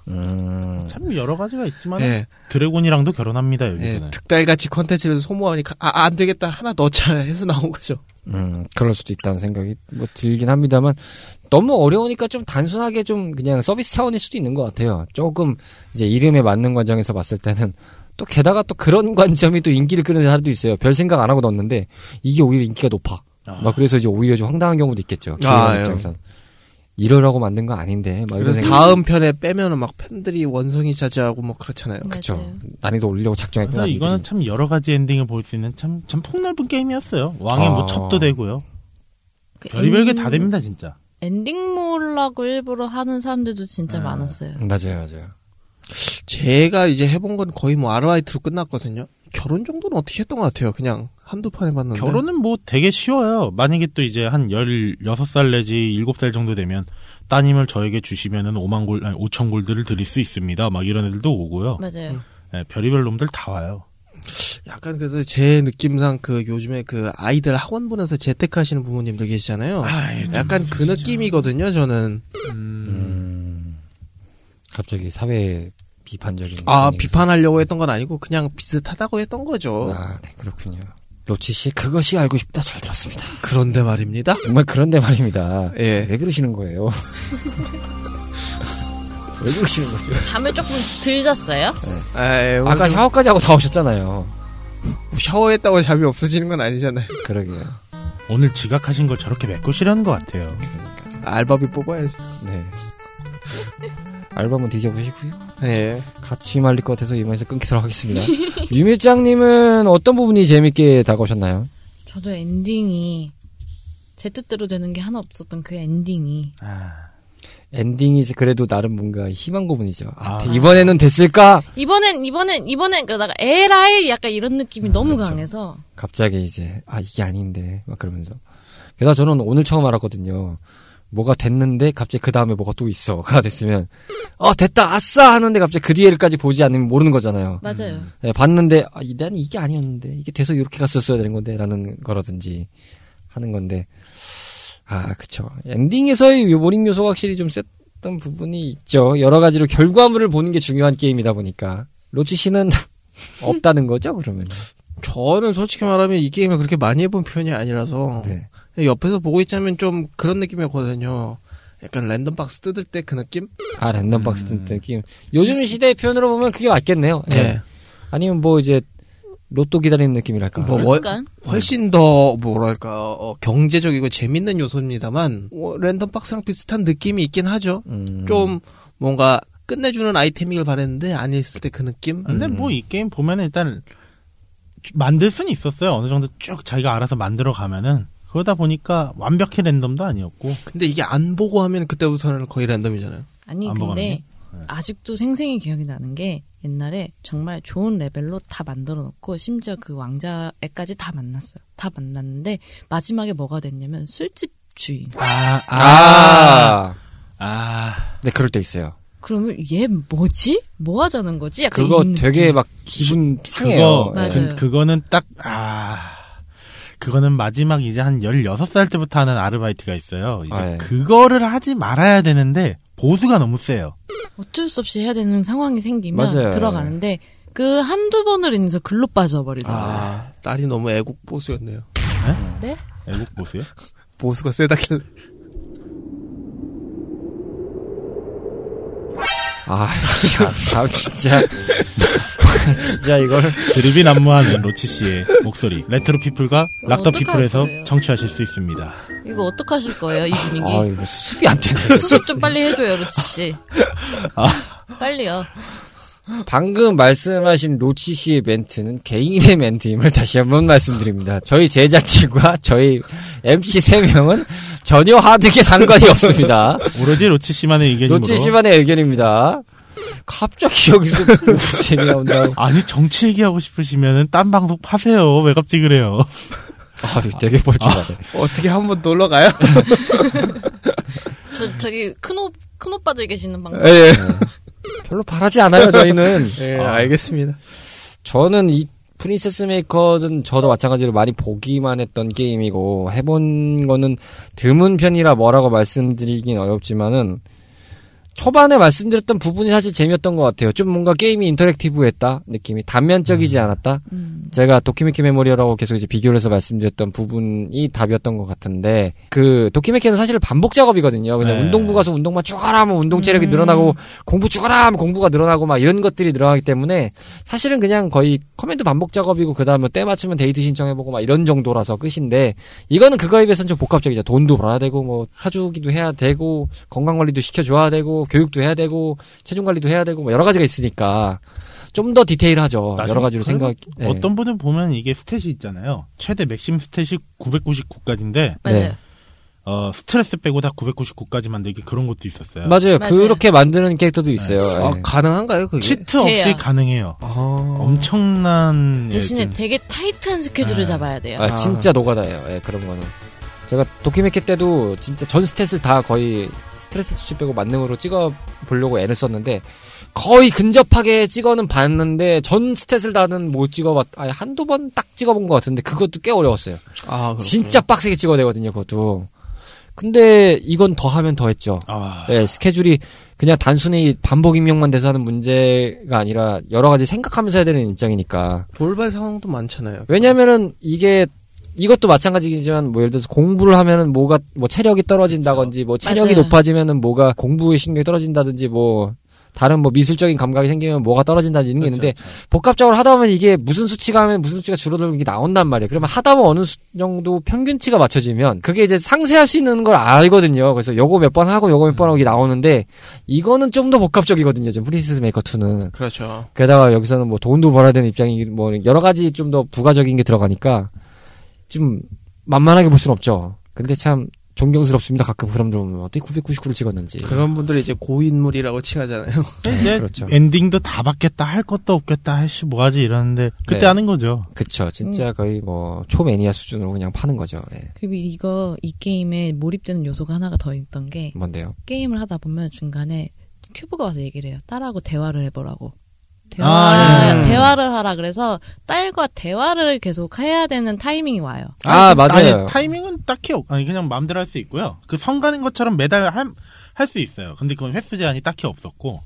[SPEAKER 4] 음.
[SPEAKER 2] 참 여러 가지가 있지만
[SPEAKER 1] 예,
[SPEAKER 2] 드래곤이랑도 결혼합니다
[SPEAKER 1] 예,
[SPEAKER 2] 여기는. 특
[SPEAKER 1] 득달같이 컨텐츠를 소모하니까 아, 안 되겠다 하나 넣자 해서 나온 거죠.
[SPEAKER 4] 음, 그럴 수도 있다는 생각이 뭐 들긴 합니다만 너무 어려우니까 좀 단순하게 좀 그냥 서비스 차원일 수도 있는 것 같아요. 조금 이제 이름에 맞는 관점에서 봤을 때는 또 게다가 또 그런 관점이 또 인기를 끄는 사람도 있어요. 별 생각 안 하고 넣었는데 이게 오히려 인기가 높아. 막 그래서 이제 오히려 좀 황당한 경우도 있겠죠.
[SPEAKER 1] 아,
[SPEAKER 4] 기획자
[SPEAKER 1] 예.
[SPEAKER 4] 입장에선. 이러라고 만든 거 아닌데 막 이런
[SPEAKER 1] 그래서
[SPEAKER 4] 생각
[SPEAKER 1] 다음 편에 빼면은 막 팬들이 원성이 자제하고 뭐 그렇잖아요.
[SPEAKER 5] 음.
[SPEAKER 4] 그쵸. 난이도 올리려고 작정했구나.
[SPEAKER 2] 그래서 이거는
[SPEAKER 4] 니들이.
[SPEAKER 2] 참 여러 가지 엔딩을 볼 수 있는 참, 참 폭넓은 게임이었어요. 왕의
[SPEAKER 4] 아.
[SPEAKER 2] 뭐 첩도 되고요.
[SPEAKER 5] 그
[SPEAKER 2] 별의별 게 다
[SPEAKER 5] 엔-
[SPEAKER 2] 됩니다, 진짜.
[SPEAKER 5] 엔딩 몰라고 일부러 하는 사람들도 진짜
[SPEAKER 2] 아.
[SPEAKER 5] 많았어요.
[SPEAKER 4] 맞아요, 맞아요.
[SPEAKER 1] 제가 이제 해본 건 거의 뭐 아르바이트로 끝났거든요. 결혼 정도는 어떻게 했던 것 같아요. 그냥 한두 판 해봤는데.
[SPEAKER 2] 결혼은 뭐 되게 쉬워요. 만약에 또 이제 한 16살 내지 7살 정도 되면 따님을 저에게 주시면은 5만 골, 아니 5천 골드를 드릴 수 있습니다. 막 이런 애들도 오고요.
[SPEAKER 5] 맞아요.
[SPEAKER 1] 음.
[SPEAKER 2] 예, 별의별 놈들 다 와요.
[SPEAKER 1] 약간 그래서 제 느낌상 그 요즘에 그 아이들 학원 보내서 재택하시는 부모님들 계시잖아요. 약간 그 느낌이거든요. 저는
[SPEAKER 4] 음. 갑자기 사회 비판적인
[SPEAKER 1] 아
[SPEAKER 4] 반응이
[SPEAKER 1] 비판하려고 했던 건 아니고 그냥 비슷하다고 했던 거죠.
[SPEAKER 4] 아, 네, 그렇군요. 로치 씨, 그것이 알고 싶다. 잘 들었습니다.
[SPEAKER 1] 그런데 말입니다.
[SPEAKER 4] 정말 그런데 말입니다.
[SPEAKER 1] 예.
[SPEAKER 4] 왜 그러시는 거예요? 왜 그러시는 거죠?
[SPEAKER 8] 잠을 조금 들 잤어요?
[SPEAKER 1] 아,
[SPEAKER 4] 아까
[SPEAKER 1] 샤워
[SPEAKER 4] 샤워까지 하고 다 오셨잖아요.
[SPEAKER 1] 샤워했다고 잠이 없어지는 건 아니잖아요.
[SPEAKER 4] 그러게요.
[SPEAKER 2] 오늘 지각하신 걸 저렇게 메꾸시려는 것 같아요.
[SPEAKER 1] 알바비 뽑아야죠.
[SPEAKER 4] 네. 알바문 뒤져보시고요.
[SPEAKER 1] 예.
[SPEAKER 4] 같이 말릴 것 같아서 이만에서 끊기도록 하겠습니다. 유미짱님은 어떤 부분이 재밌게 다가오셨나요?
[SPEAKER 5] 저도 엔딩이 제 뜻대로 되는 게 하나 없었던 그 엔딩이
[SPEAKER 4] 엔딩이 이제 그래도 나름 뭔가 희망 고문이죠. 아,
[SPEAKER 2] 아.
[SPEAKER 4] 이번에는 됐을까?
[SPEAKER 5] 이번엔 이번엔 이번엔 그러다가 에라이 약간 이런 느낌이 너무
[SPEAKER 4] 그렇죠.
[SPEAKER 5] 강해서
[SPEAKER 4] 갑자기 이제 아 이게 아닌데 막 그러면서 게다가 저는 오늘 처음 알았거든요 뭐가 됐는데 갑자기 그 다음에 뭐가 또 있어가 됐으면 아 됐다 아싸 하는데 갑자기 그 뒤에까지 보지 않으면 모르는 거잖아요
[SPEAKER 5] 맞아요.
[SPEAKER 4] 예, 봤는데 아, 이- 난 이게 아니었는데 이게 돼서 이렇게 갔었어야 되는 건데라는 거라든지 하는 건데 아 그쵸 엔딩에서의 요- 모닝 요소가 확실히 좀 셌던 부분이 있죠 여러 가지로 결과물을 보는 게 중요한 게임이다 보니까 로치 씨는 없다는 거죠 그러면
[SPEAKER 1] 저는 솔직히 말하면 이 게임을 그렇게 많이 해본 편이 아니라서
[SPEAKER 4] 네.
[SPEAKER 1] 옆에서 보고 있자면 좀 그런 느낌이었거든요. 약간 랜덤 박스 뜯을 때 그 느낌?
[SPEAKER 4] 아 랜덤 박스 느낌. 요즘 시대의 표현으로 보면 그게 맞겠네요. 예.
[SPEAKER 1] 예.
[SPEAKER 4] 아니면 뭐 이제 로또 기다리는 느낌이랄까.
[SPEAKER 1] 뭐, 뭐,
[SPEAKER 5] 약간
[SPEAKER 1] 훨씬 더 뭐랄까 어, 경제적이고 재밌는 요소입니다만 어, 랜덤 박스랑 비슷한 느낌이 있긴 하죠.
[SPEAKER 4] 음.
[SPEAKER 1] 좀 뭔가 끝내주는 아이템이길 바랬는데 아니었을 때 그 느낌.
[SPEAKER 2] 근데
[SPEAKER 4] 음.
[SPEAKER 2] 뭐 이 게임 보면 일단 만들 수는 있었어요. 어느 정도 쭉 자기가 알아서 만들어 가면은 그러다 보니까 완벽히 랜덤도 아니었고
[SPEAKER 1] 근데 이게 안 보고 하면 그때부터는 거의 랜덤이잖아요.
[SPEAKER 5] 아니
[SPEAKER 2] 안
[SPEAKER 5] 근데
[SPEAKER 2] 먹었네. 네.
[SPEAKER 5] 아직도 생생히 기억이 나는 게 옛날에 정말 좋은 레벨로 다 만들어 놓고 심지어 그 왕자애까지 다 만났어요. 다 만났는데 마지막에 뭐가 됐냐면 술집 주인.
[SPEAKER 2] 아,
[SPEAKER 4] 아.
[SPEAKER 2] 아.
[SPEAKER 4] 네 그럴 때 있어요.
[SPEAKER 5] 그러면 얘 뭐지? 뭐 하자는 거지? 약간
[SPEAKER 4] 그거
[SPEAKER 5] 이
[SPEAKER 4] 되게
[SPEAKER 5] 느낌.
[SPEAKER 4] 막 기분 상해요.
[SPEAKER 2] 그거
[SPEAKER 5] 네. 맞아요.
[SPEAKER 4] 예.
[SPEAKER 2] 그, 거는 딱 아 그거는 마지막 이제 한 16살 때부터 하는 아르바이트가 있어요. 이제
[SPEAKER 4] 아, 예.
[SPEAKER 2] 그거를 하지 말아야 되는데 보수가 너무 세요.
[SPEAKER 5] 어쩔 수 없이 해야 되는 상황이 생기면
[SPEAKER 4] 맞아요.
[SPEAKER 5] 들어가는데 그 한두 번을 인해서 글로 빠져버리는 거예요.
[SPEAKER 1] 아 딸이 너무 애국 보수였네요.
[SPEAKER 5] 네?
[SPEAKER 2] 애국 예, 뭐, 보수요?
[SPEAKER 1] 보수가 세다길래.
[SPEAKER 4] 아, 참, 참 진짜 진짜 이걸
[SPEAKER 2] 드립이 난무하는 로치 씨의 목소리. 레트로 피플과 락더
[SPEAKER 5] 어떡할
[SPEAKER 2] 피플에서
[SPEAKER 5] 거예요?
[SPEAKER 2] 청취하실 수 있습니다.
[SPEAKER 5] 이거 어떡하실 거예요, 이 분위기?
[SPEAKER 4] 아 이거 수습이 안 되네.
[SPEAKER 5] 수습 좀 빨리 해줘요, 로치 씨. 빨리요.
[SPEAKER 4] 방금 말씀하신 로치 씨의 멘트는 개인의 멘트임을 다시 한번 말씀드립니다. 저희 제작진과 저희 MC 세명은 전혀 하드게 상관이 없습니다.
[SPEAKER 2] 오로지 로치 씨만의 의견으로.
[SPEAKER 4] 로치 씨만의 의견입니다. 갑자기 여기서 무슨 얘기 나온다고.
[SPEAKER 2] 아니 정치 얘기하고 싶으시면은 딴 방송 파세요. 왜 갑자기 그래요?
[SPEAKER 4] 아, 이거 되게 멀쩡하네.
[SPEAKER 1] 어떻게 한번 놀러 가요?
[SPEAKER 5] 저, 저기, 큰오, 큰오빠들 계시는 방송.
[SPEAKER 1] 네.
[SPEAKER 4] 예. 별로 바라지 않아요, 저희는.
[SPEAKER 1] 예, 알겠습니다.
[SPEAKER 4] 저는 이 프린세스 메이커는 저도 마찬가지로 많이 보기만 했던 게임이고 해본 거는 드문 편이라 뭐라고 말씀드리긴 어렵지만은 초반에 말씀드렸던 부분이 사실 재미였던 것 같아요. 좀 뭔가 게임이 인터랙티브했다 느낌이 단면적이지 않았다.
[SPEAKER 5] 음.
[SPEAKER 4] 제가 도키메키 메모리얼하고 계속 이제 비교를 해서 말씀드렸던 부분이 답이었던 것 같은데 그 도키메키는 사실 반복 작업이거든요. 그냥
[SPEAKER 2] 네.
[SPEAKER 4] 운동부 가서 운동만 쭉 하라면 운동 체력이
[SPEAKER 5] 음.
[SPEAKER 4] 늘어나고 공부 쭉 하라면 공부가 늘어나고 막 이런 것들이 늘어나기 때문에 사실은 그냥 거의 커맨드 반복 작업이고 그다음에 뭐때 맞추면 데이트 신청해보고 막 이런 정도라서 끝인데 이거는 그거에 비해서는 좀 복합적이죠. 돈도 벌어야 되고 뭐 사주기도 해야 되고 건강 관리도 시켜줘야 되고 교육도 해야 되고 체중 관리도 해야 되고 뭐 여러 가지가 있으니까 좀 더 디테일하죠.
[SPEAKER 2] 나중에
[SPEAKER 4] 여러 가지로 생각. 예.
[SPEAKER 2] 그리고 어떤 분은 보면 이게 스탯이 있잖아요. 최대 맥심 스탯이 999까지인데
[SPEAKER 5] 맞아요.
[SPEAKER 2] 어, 스트레스 빼고 다 999까지 만들기 그런 것도 있었어요.
[SPEAKER 4] 맞아요.
[SPEAKER 5] 맞아요.
[SPEAKER 4] 그렇게 만드는 캐릭터도 있어요.
[SPEAKER 1] 아,
[SPEAKER 4] 예.
[SPEAKER 1] 가능한가요, 그게?
[SPEAKER 2] 치트 없이
[SPEAKER 5] 돼요.
[SPEAKER 2] 가능해요.
[SPEAKER 1] 아.
[SPEAKER 4] 음.
[SPEAKER 2] 엄청난
[SPEAKER 5] 대신에
[SPEAKER 2] 예, 좀-
[SPEAKER 5] 되게 타이트한 스케줄을
[SPEAKER 2] 네.
[SPEAKER 5] 잡아야 돼요.
[SPEAKER 4] 아, 진짜 노가다예요. 예, 그런 거는. 제가 도키메키 때도 진짜 전 스탯을 다 거의 스트레스 수치 빼고 만능으로 찍어 보려고 애를 썼는데 거의 근접하게 찍어는 봤는데 전 스탯을 다는 못 찍어봤 아니 한두 번 딱 찍어본 것 같은데 그것도 꽤 어려웠어요.
[SPEAKER 1] 아, 그렇구나.
[SPEAKER 4] 진짜 빡세게 찍어야 되거든요. 그것도. 근데 이건 더 하면 더 했죠.
[SPEAKER 2] 아,
[SPEAKER 4] 예, 스케줄이 그냥 단순히 반복 입력만 돼서 하는 문제가 아니라 여러 가지 생각하면서 해야 되는 입장이니까.
[SPEAKER 1] 돌발 상황도 많잖아요.
[SPEAKER 4] 왜냐면은 이게 이것도 마찬가지지만 뭐 예를 들어서 공부를 하면은 뭐가 뭐 체력이 떨어진다든지 뭐 체력이
[SPEAKER 5] 그렇죠. 맞아요.
[SPEAKER 4] 높아지면은 뭐가 공부에 신경이 떨어진다든지 뭐 다른 뭐 미술적인 감각이 생기면 뭐가 떨어진다든지 이런 게 있는데 복합적으로 하다 보면 이게 무슨 수치가 하면 무슨 수치가 줄어들고 이게 나온단 말이에요. 그러면 하다 보면 어느 수- 정도 평균치가 맞춰지면 그게 이제 상세할 수 있는 걸 알거든요. 그래서 요거 몇 번 하고 요거 몇 번 하고 이게 나오는데 이거는 좀 더 복합적이거든요. 지금 프리시스 메이커 2는.
[SPEAKER 1] 그렇죠.
[SPEAKER 4] 게다가 여기서는 뭐 돈도 벌어야 되는 입장이 뭐 여러 가지 좀 더 부가적인 게 들어가니까 좀 만만하게 볼 순 없죠. 근데 참 존경스럽습니다. 가끔 그런 들 보면 어떻게 999를 찍었는지.
[SPEAKER 1] 예. 그런 분들이 이제 고인물이라고 칭하잖아요.
[SPEAKER 2] 이제 예.
[SPEAKER 4] 그렇죠.
[SPEAKER 2] 엔딩도 다 받겠다 할 것도 없겠다 할씨 뭐하지 이러는데 그때
[SPEAKER 4] 네.
[SPEAKER 2] 하는 거죠.
[SPEAKER 4] 그쵸.
[SPEAKER 5] 음.
[SPEAKER 4] 진짜 거의 뭐 초매니아 수준으로 그냥 파는 거죠. 예.
[SPEAKER 5] 그리고 이거 이 게임에 몰입되는 요소가 하나가 더 있던 게
[SPEAKER 4] 뭔데요?
[SPEAKER 5] 게임을 하다 보면 중간에 큐브가 와서 얘기를 해요. 딸하고 대화를 해보라고. 대화,
[SPEAKER 2] 아, 네.
[SPEAKER 5] 대화를 하라 그래서 딸과 대화를 계속 해야 되는 타이밍이 와요.
[SPEAKER 4] 아, 맞아요.
[SPEAKER 2] 아니, 타이밍은 딱히 없, 아니 그냥 마음대로 할 수 있고요. 그 성가는 것처럼 매달 할 수 있어요. 근데 그건 횟수 제한이 딱히 없었고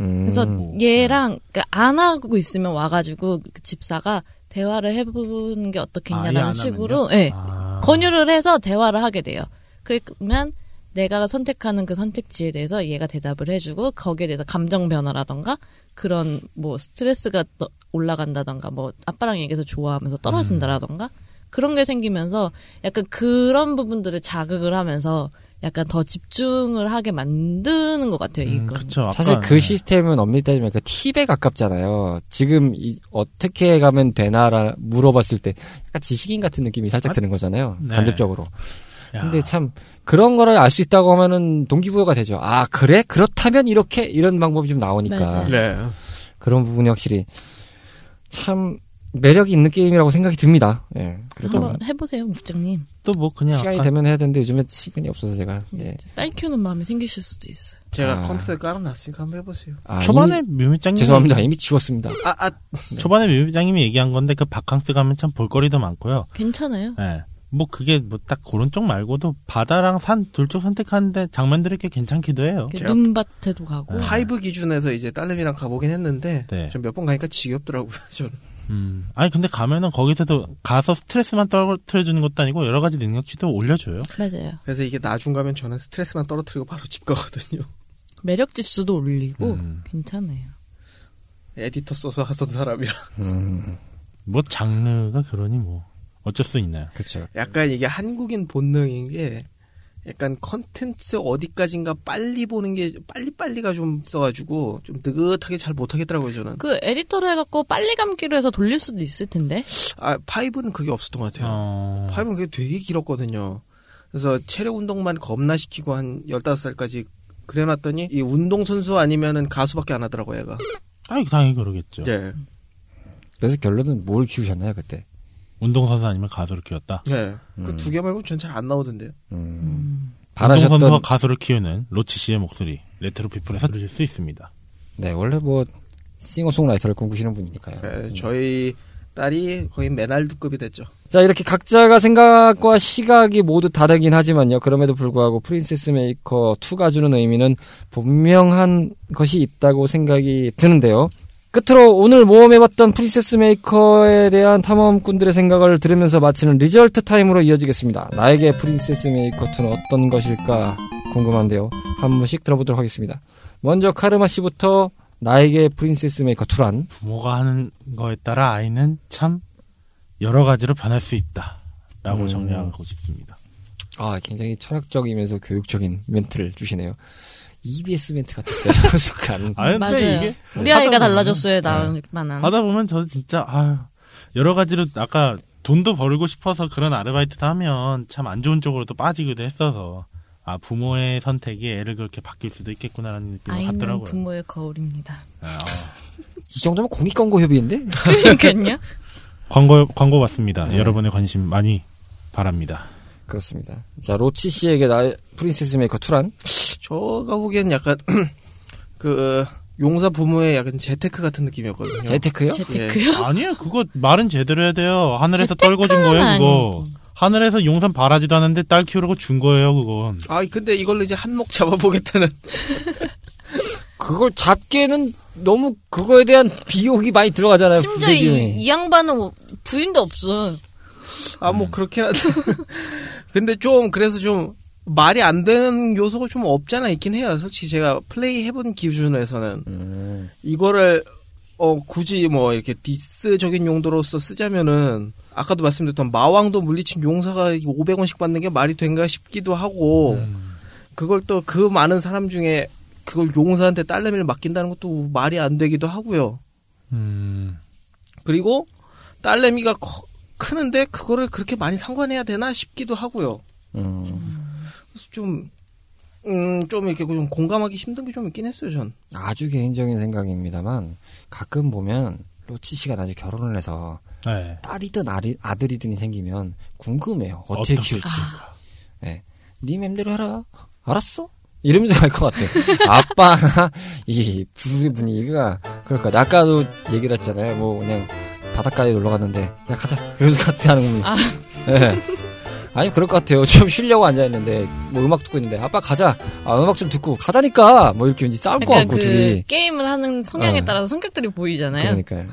[SPEAKER 4] 음.
[SPEAKER 5] 그래서
[SPEAKER 2] 뭐.
[SPEAKER 5] 얘랑 그러니까 안 하고 있으면 와가지고 그 집사가 대화를 해보는 게
[SPEAKER 2] 아예 안
[SPEAKER 5] 어떻겠냐라는
[SPEAKER 2] 하면요?
[SPEAKER 5] 식으로 예,
[SPEAKER 2] 아.
[SPEAKER 5] 권유를 해서 대화를 하게 돼요. 그러면 내가 선택하는 그 선택지에 대해서 얘가 대답을 해주고 거기에 대해서 감정 변화라던가 그런 뭐 스트레스가 떠- 올라간다던가 뭐 아빠랑 얘기해서 좋아하면서
[SPEAKER 2] 음.
[SPEAKER 5] 떨어진다라던가 그런 게 생기면서 약간 그런 부분들을 자극을 하면서 약간 더 집중을 하게 만드는 것 같아요
[SPEAKER 2] 음,
[SPEAKER 5] 이거.
[SPEAKER 2] 그쵸. 아까-
[SPEAKER 4] 사실 그 시스템은 엄밀히 따지면 그 팁에 가깝잖아요. 지금 이- 어떻게 가면 되나라 물어봤을 때 약간 지식인 같은 느낌이 살짝 드는 거잖아요.
[SPEAKER 2] 네.
[SPEAKER 4] 간접적으로.
[SPEAKER 2] 야.
[SPEAKER 4] 근데 참 그런 거를 알 수 있다고 하면은 동기부여가 되죠. 아 그래 그렇다면 이렇게 이런 방법이 좀 나오니까
[SPEAKER 5] 맞아요.
[SPEAKER 1] 네.
[SPEAKER 4] 그런 부분이 확실히 참 매력이 있는 게임이라고 생각이 듭니다. 예, 그랬던 것
[SPEAKER 5] 한번 해보세요 국장님.
[SPEAKER 2] 또 뭐
[SPEAKER 4] 같아요.
[SPEAKER 2] 그냥
[SPEAKER 4] 시간이
[SPEAKER 2] 아까-
[SPEAKER 4] 되면 해야 되는데 요즘에 시간이 없어서 제가 네.
[SPEAKER 5] 딸 키우는 마음이 생기실 수도 있어요.
[SPEAKER 1] 제가
[SPEAKER 4] 아.
[SPEAKER 1] 컴퓨터에 깔아놨으니까 한번 해보세요.
[SPEAKER 4] 아,
[SPEAKER 2] 초반에
[SPEAKER 4] 이미-
[SPEAKER 5] 음.
[SPEAKER 2] 묘미짱님
[SPEAKER 4] 죄송합니다 이미 지웠습니다.
[SPEAKER 1] 아, 아,
[SPEAKER 2] 네. 초반에 묘미짱님이 얘기한 건데 그 바캉스 가면 참 볼거리도 많고요.
[SPEAKER 5] 괜찮아요.
[SPEAKER 2] 예. 뭐 그게 뭐 딱 그런 쪽 말고도 바다랑 산 둘 쪽 선택하는데 장면들이 꽤 괜찮기도 해요.
[SPEAKER 1] 제가-
[SPEAKER 5] 눈밭에도 가고.
[SPEAKER 2] 네.
[SPEAKER 1] 파이브 기준에서 이제 딸내미랑 가보긴 했는데
[SPEAKER 2] 네.
[SPEAKER 1] 좀 몇 번 가니까 지겹더라고요. 저는.
[SPEAKER 2] 음. 아니 근데 가면은 거기서도 가서 스트레스만 떨어뜨려 주는 것도 아니고 여러 가지 능력치도 올려줘요.
[SPEAKER 5] 맞아요.
[SPEAKER 1] 그래서 이게 나중 가면 저는 스트레스만 떨어뜨리고 바로 집 가거든요.
[SPEAKER 5] 매력 지수도 올리고
[SPEAKER 2] 음.
[SPEAKER 5] 괜찮아요.
[SPEAKER 1] 에디터 써서 하던 사람이라
[SPEAKER 4] 음,
[SPEAKER 2] 뭐 장르가 그러니 뭐 어쩔 수 있나요?
[SPEAKER 4] 그렇죠.
[SPEAKER 1] 약간 이게 한국인 본능인 게 약간 컨텐츠 어디까지인가 빨리 보는 게 빨리빨리가 좀 써가지고 좀 느긋하게 잘 못하겠더라고요 저는
[SPEAKER 5] 그 에디터로 해갖고 빨리 감기로 해서 돌릴 수도 있을 텐데.
[SPEAKER 1] 아 파이브는 그게 없었던 것 같아요
[SPEAKER 2] 어.
[SPEAKER 1] 파이브는 그게 되게 길었거든요 그래서 체력 운동만 겁나 시키고 한 15살까지 그래놨더니 이 운동선수 아니면은 가수밖에 안 하더라고요 얘가
[SPEAKER 2] 아니 당연히 그러겠죠.
[SPEAKER 1] 네.
[SPEAKER 4] 그래서 결론은 뭘 키우셨나요 그때?
[SPEAKER 2] 운동선수 아니면 가수를 키웠다.
[SPEAKER 1] 네. 그
[SPEAKER 4] 음.
[SPEAKER 1] 두 개 말고 전 잘 안 나오던데요
[SPEAKER 4] 음,
[SPEAKER 5] 음.
[SPEAKER 2] 운동선수와
[SPEAKER 4] 바라셨던
[SPEAKER 2] 가수를 키우는 로치 씨의 목소리 레트로 피플에서 들으실 수 있습니다.
[SPEAKER 4] 네 원래 뭐 싱어송라이터를 꿈꾸시는 분이니까요.
[SPEAKER 1] 네, 저희 딸이 거의 메날드급이 됐죠.
[SPEAKER 4] 자, 이렇게 각자가 생각과 시각이 모두 다르긴 하지만요. 그럼에도 불구하고 프린세스 메이커 2가 주는 의미는 분명한 것이 있다고 생각이 드는데요. 끝으로 오늘 모험해봤던 프린세스 메이커에 대한 탐험꾼들의 생각을 들으면서 마치는 리절트 타임으로 이어지겠습니다. 나에게 프린세스 메이커 2는 어떤 것일까 궁금한데요. 한 분씩 들어보도록 하겠습니다. 먼저 카르마 씨부터 나에게 프린세스 메이커 2란
[SPEAKER 2] 부모가 하는 거에 따라 아이는 참 여러 가지로 변할 수 있다. 라고
[SPEAKER 4] 음.
[SPEAKER 2] 정리하고 싶습니다.
[SPEAKER 4] 아, 굉장히 철학적이면서 교육적인 멘트를 주시네요. EBS 멘트 같았어요. 순간.
[SPEAKER 2] 아, 근데
[SPEAKER 5] 맞아요.
[SPEAKER 2] 이게
[SPEAKER 5] 우리 아이가
[SPEAKER 2] 하다 보면-
[SPEAKER 5] 달라졌어야 나올 만한.
[SPEAKER 2] 하다 보면 저 진짜 아유, 여러 가지로 아까 돈도 벌고 싶어서 그런 아르바이트도 하면 참 안 좋은 쪽으로 또 빠지기도 했어서 아 부모의 선택이 애를 그렇게 바뀔 수도 있겠구나라는 느낌을
[SPEAKER 5] 아이는
[SPEAKER 2] 받더라고요.
[SPEAKER 5] 부모의 거울입니다.
[SPEAKER 2] 아,
[SPEAKER 4] 이 정도면 공익광고 협의인데?
[SPEAKER 5] 그러니까요.
[SPEAKER 2] 광고 광고 봤습니다.
[SPEAKER 4] 네.
[SPEAKER 2] 여러분의 관심 많이 바랍니다.
[SPEAKER 4] 그렇습니다. 자, 로치 씨에게 나 프린세스 메이커 2란?
[SPEAKER 1] 저가 보기엔 약간 그 용사 부모의 약간 재테크 같은 느낌이었거든요. 예.
[SPEAKER 4] 재테크요?
[SPEAKER 5] 재테크요?
[SPEAKER 2] 아니에요, 그거 말은 제대로 해야 돼요. 하늘에서 떨궈준
[SPEAKER 5] 재테크는
[SPEAKER 2] 거예요, 그거. 하늘에서 용산 바라지도 않는데 딸 키우려고 준 거예요, 그건.
[SPEAKER 1] 아 근데 이걸로 이제 한몫 잡아보겠다는
[SPEAKER 4] 그걸 잡기에는 너무 그거에 대한 비용이 많이 들어가잖아요.
[SPEAKER 5] 심지어 이,
[SPEAKER 4] 부대비용이.
[SPEAKER 5] 이 양반은 뭐 부인도 없어.
[SPEAKER 1] 아 뭐 그렇긴 하다. 근데 좀 그래서 좀 말이 안 되는 요소가 좀 없잖아 있긴 해요. 솔직히 제가 플레이 해본 기준에서는
[SPEAKER 4] 음,
[SPEAKER 1] 이거를 어 굳이 뭐 이렇게 디스적인 용도로서 쓰자면은 아까도 말씀드렸던 마왕도 물리친 용사가 500원씩 받는 게 말이 된가 싶기도 하고 그걸 또 그 많은 사람 중에 그걸 용사한테 딸내미를 맡긴다는 것도 말이 안 되기도 하고요.
[SPEAKER 2] 음,
[SPEAKER 1] 그리고 딸내미가 커- 크는데 그거를 그렇게 많이 상관해야 되나 싶기도 하고요.
[SPEAKER 4] 음.
[SPEAKER 1] 그래서 좀, 음, 좀 이렇게 좀 공감하기 힘든 게 좀 있긴 했어요, 전.
[SPEAKER 4] 아주 개인적인 생각입니다만 가끔 보면 로치 씨가 나중에 결혼을 해서
[SPEAKER 2] 네.
[SPEAKER 4] 딸이든 아리, 아들이든 생기면 궁금해요.
[SPEAKER 2] 어떻게
[SPEAKER 4] 어떻게
[SPEAKER 5] 아.
[SPEAKER 4] 키울지.
[SPEAKER 2] 아.
[SPEAKER 4] 네. 네 맘대로 해라. 알았어? 이러면서 갈 것 같아요. 아빠나 이 부부의 분위기가 그럴 것 같아요. 아까도 얘기를 했잖아요. 뭐 그냥 바닷가에 놀러 갔는데 야 가자. 이러면서 같이 하는 겁니다. 네. 아니 그럴 것 같아요. 좀 쉬려고 앉아 있는데 뭐 음악 듣고 있는데 아빠 가자. 아 음악 좀 듣고 가자니까 뭐 이렇게 왠지 싸울 것
[SPEAKER 5] 그러니까
[SPEAKER 4] 같고
[SPEAKER 5] 그
[SPEAKER 4] 둘이.
[SPEAKER 5] 게임을 하는 성향에
[SPEAKER 4] 어.
[SPEAKER 5] 따라서 성격들이 보이잖아요.
[SPEAKER 4] 그러니까요.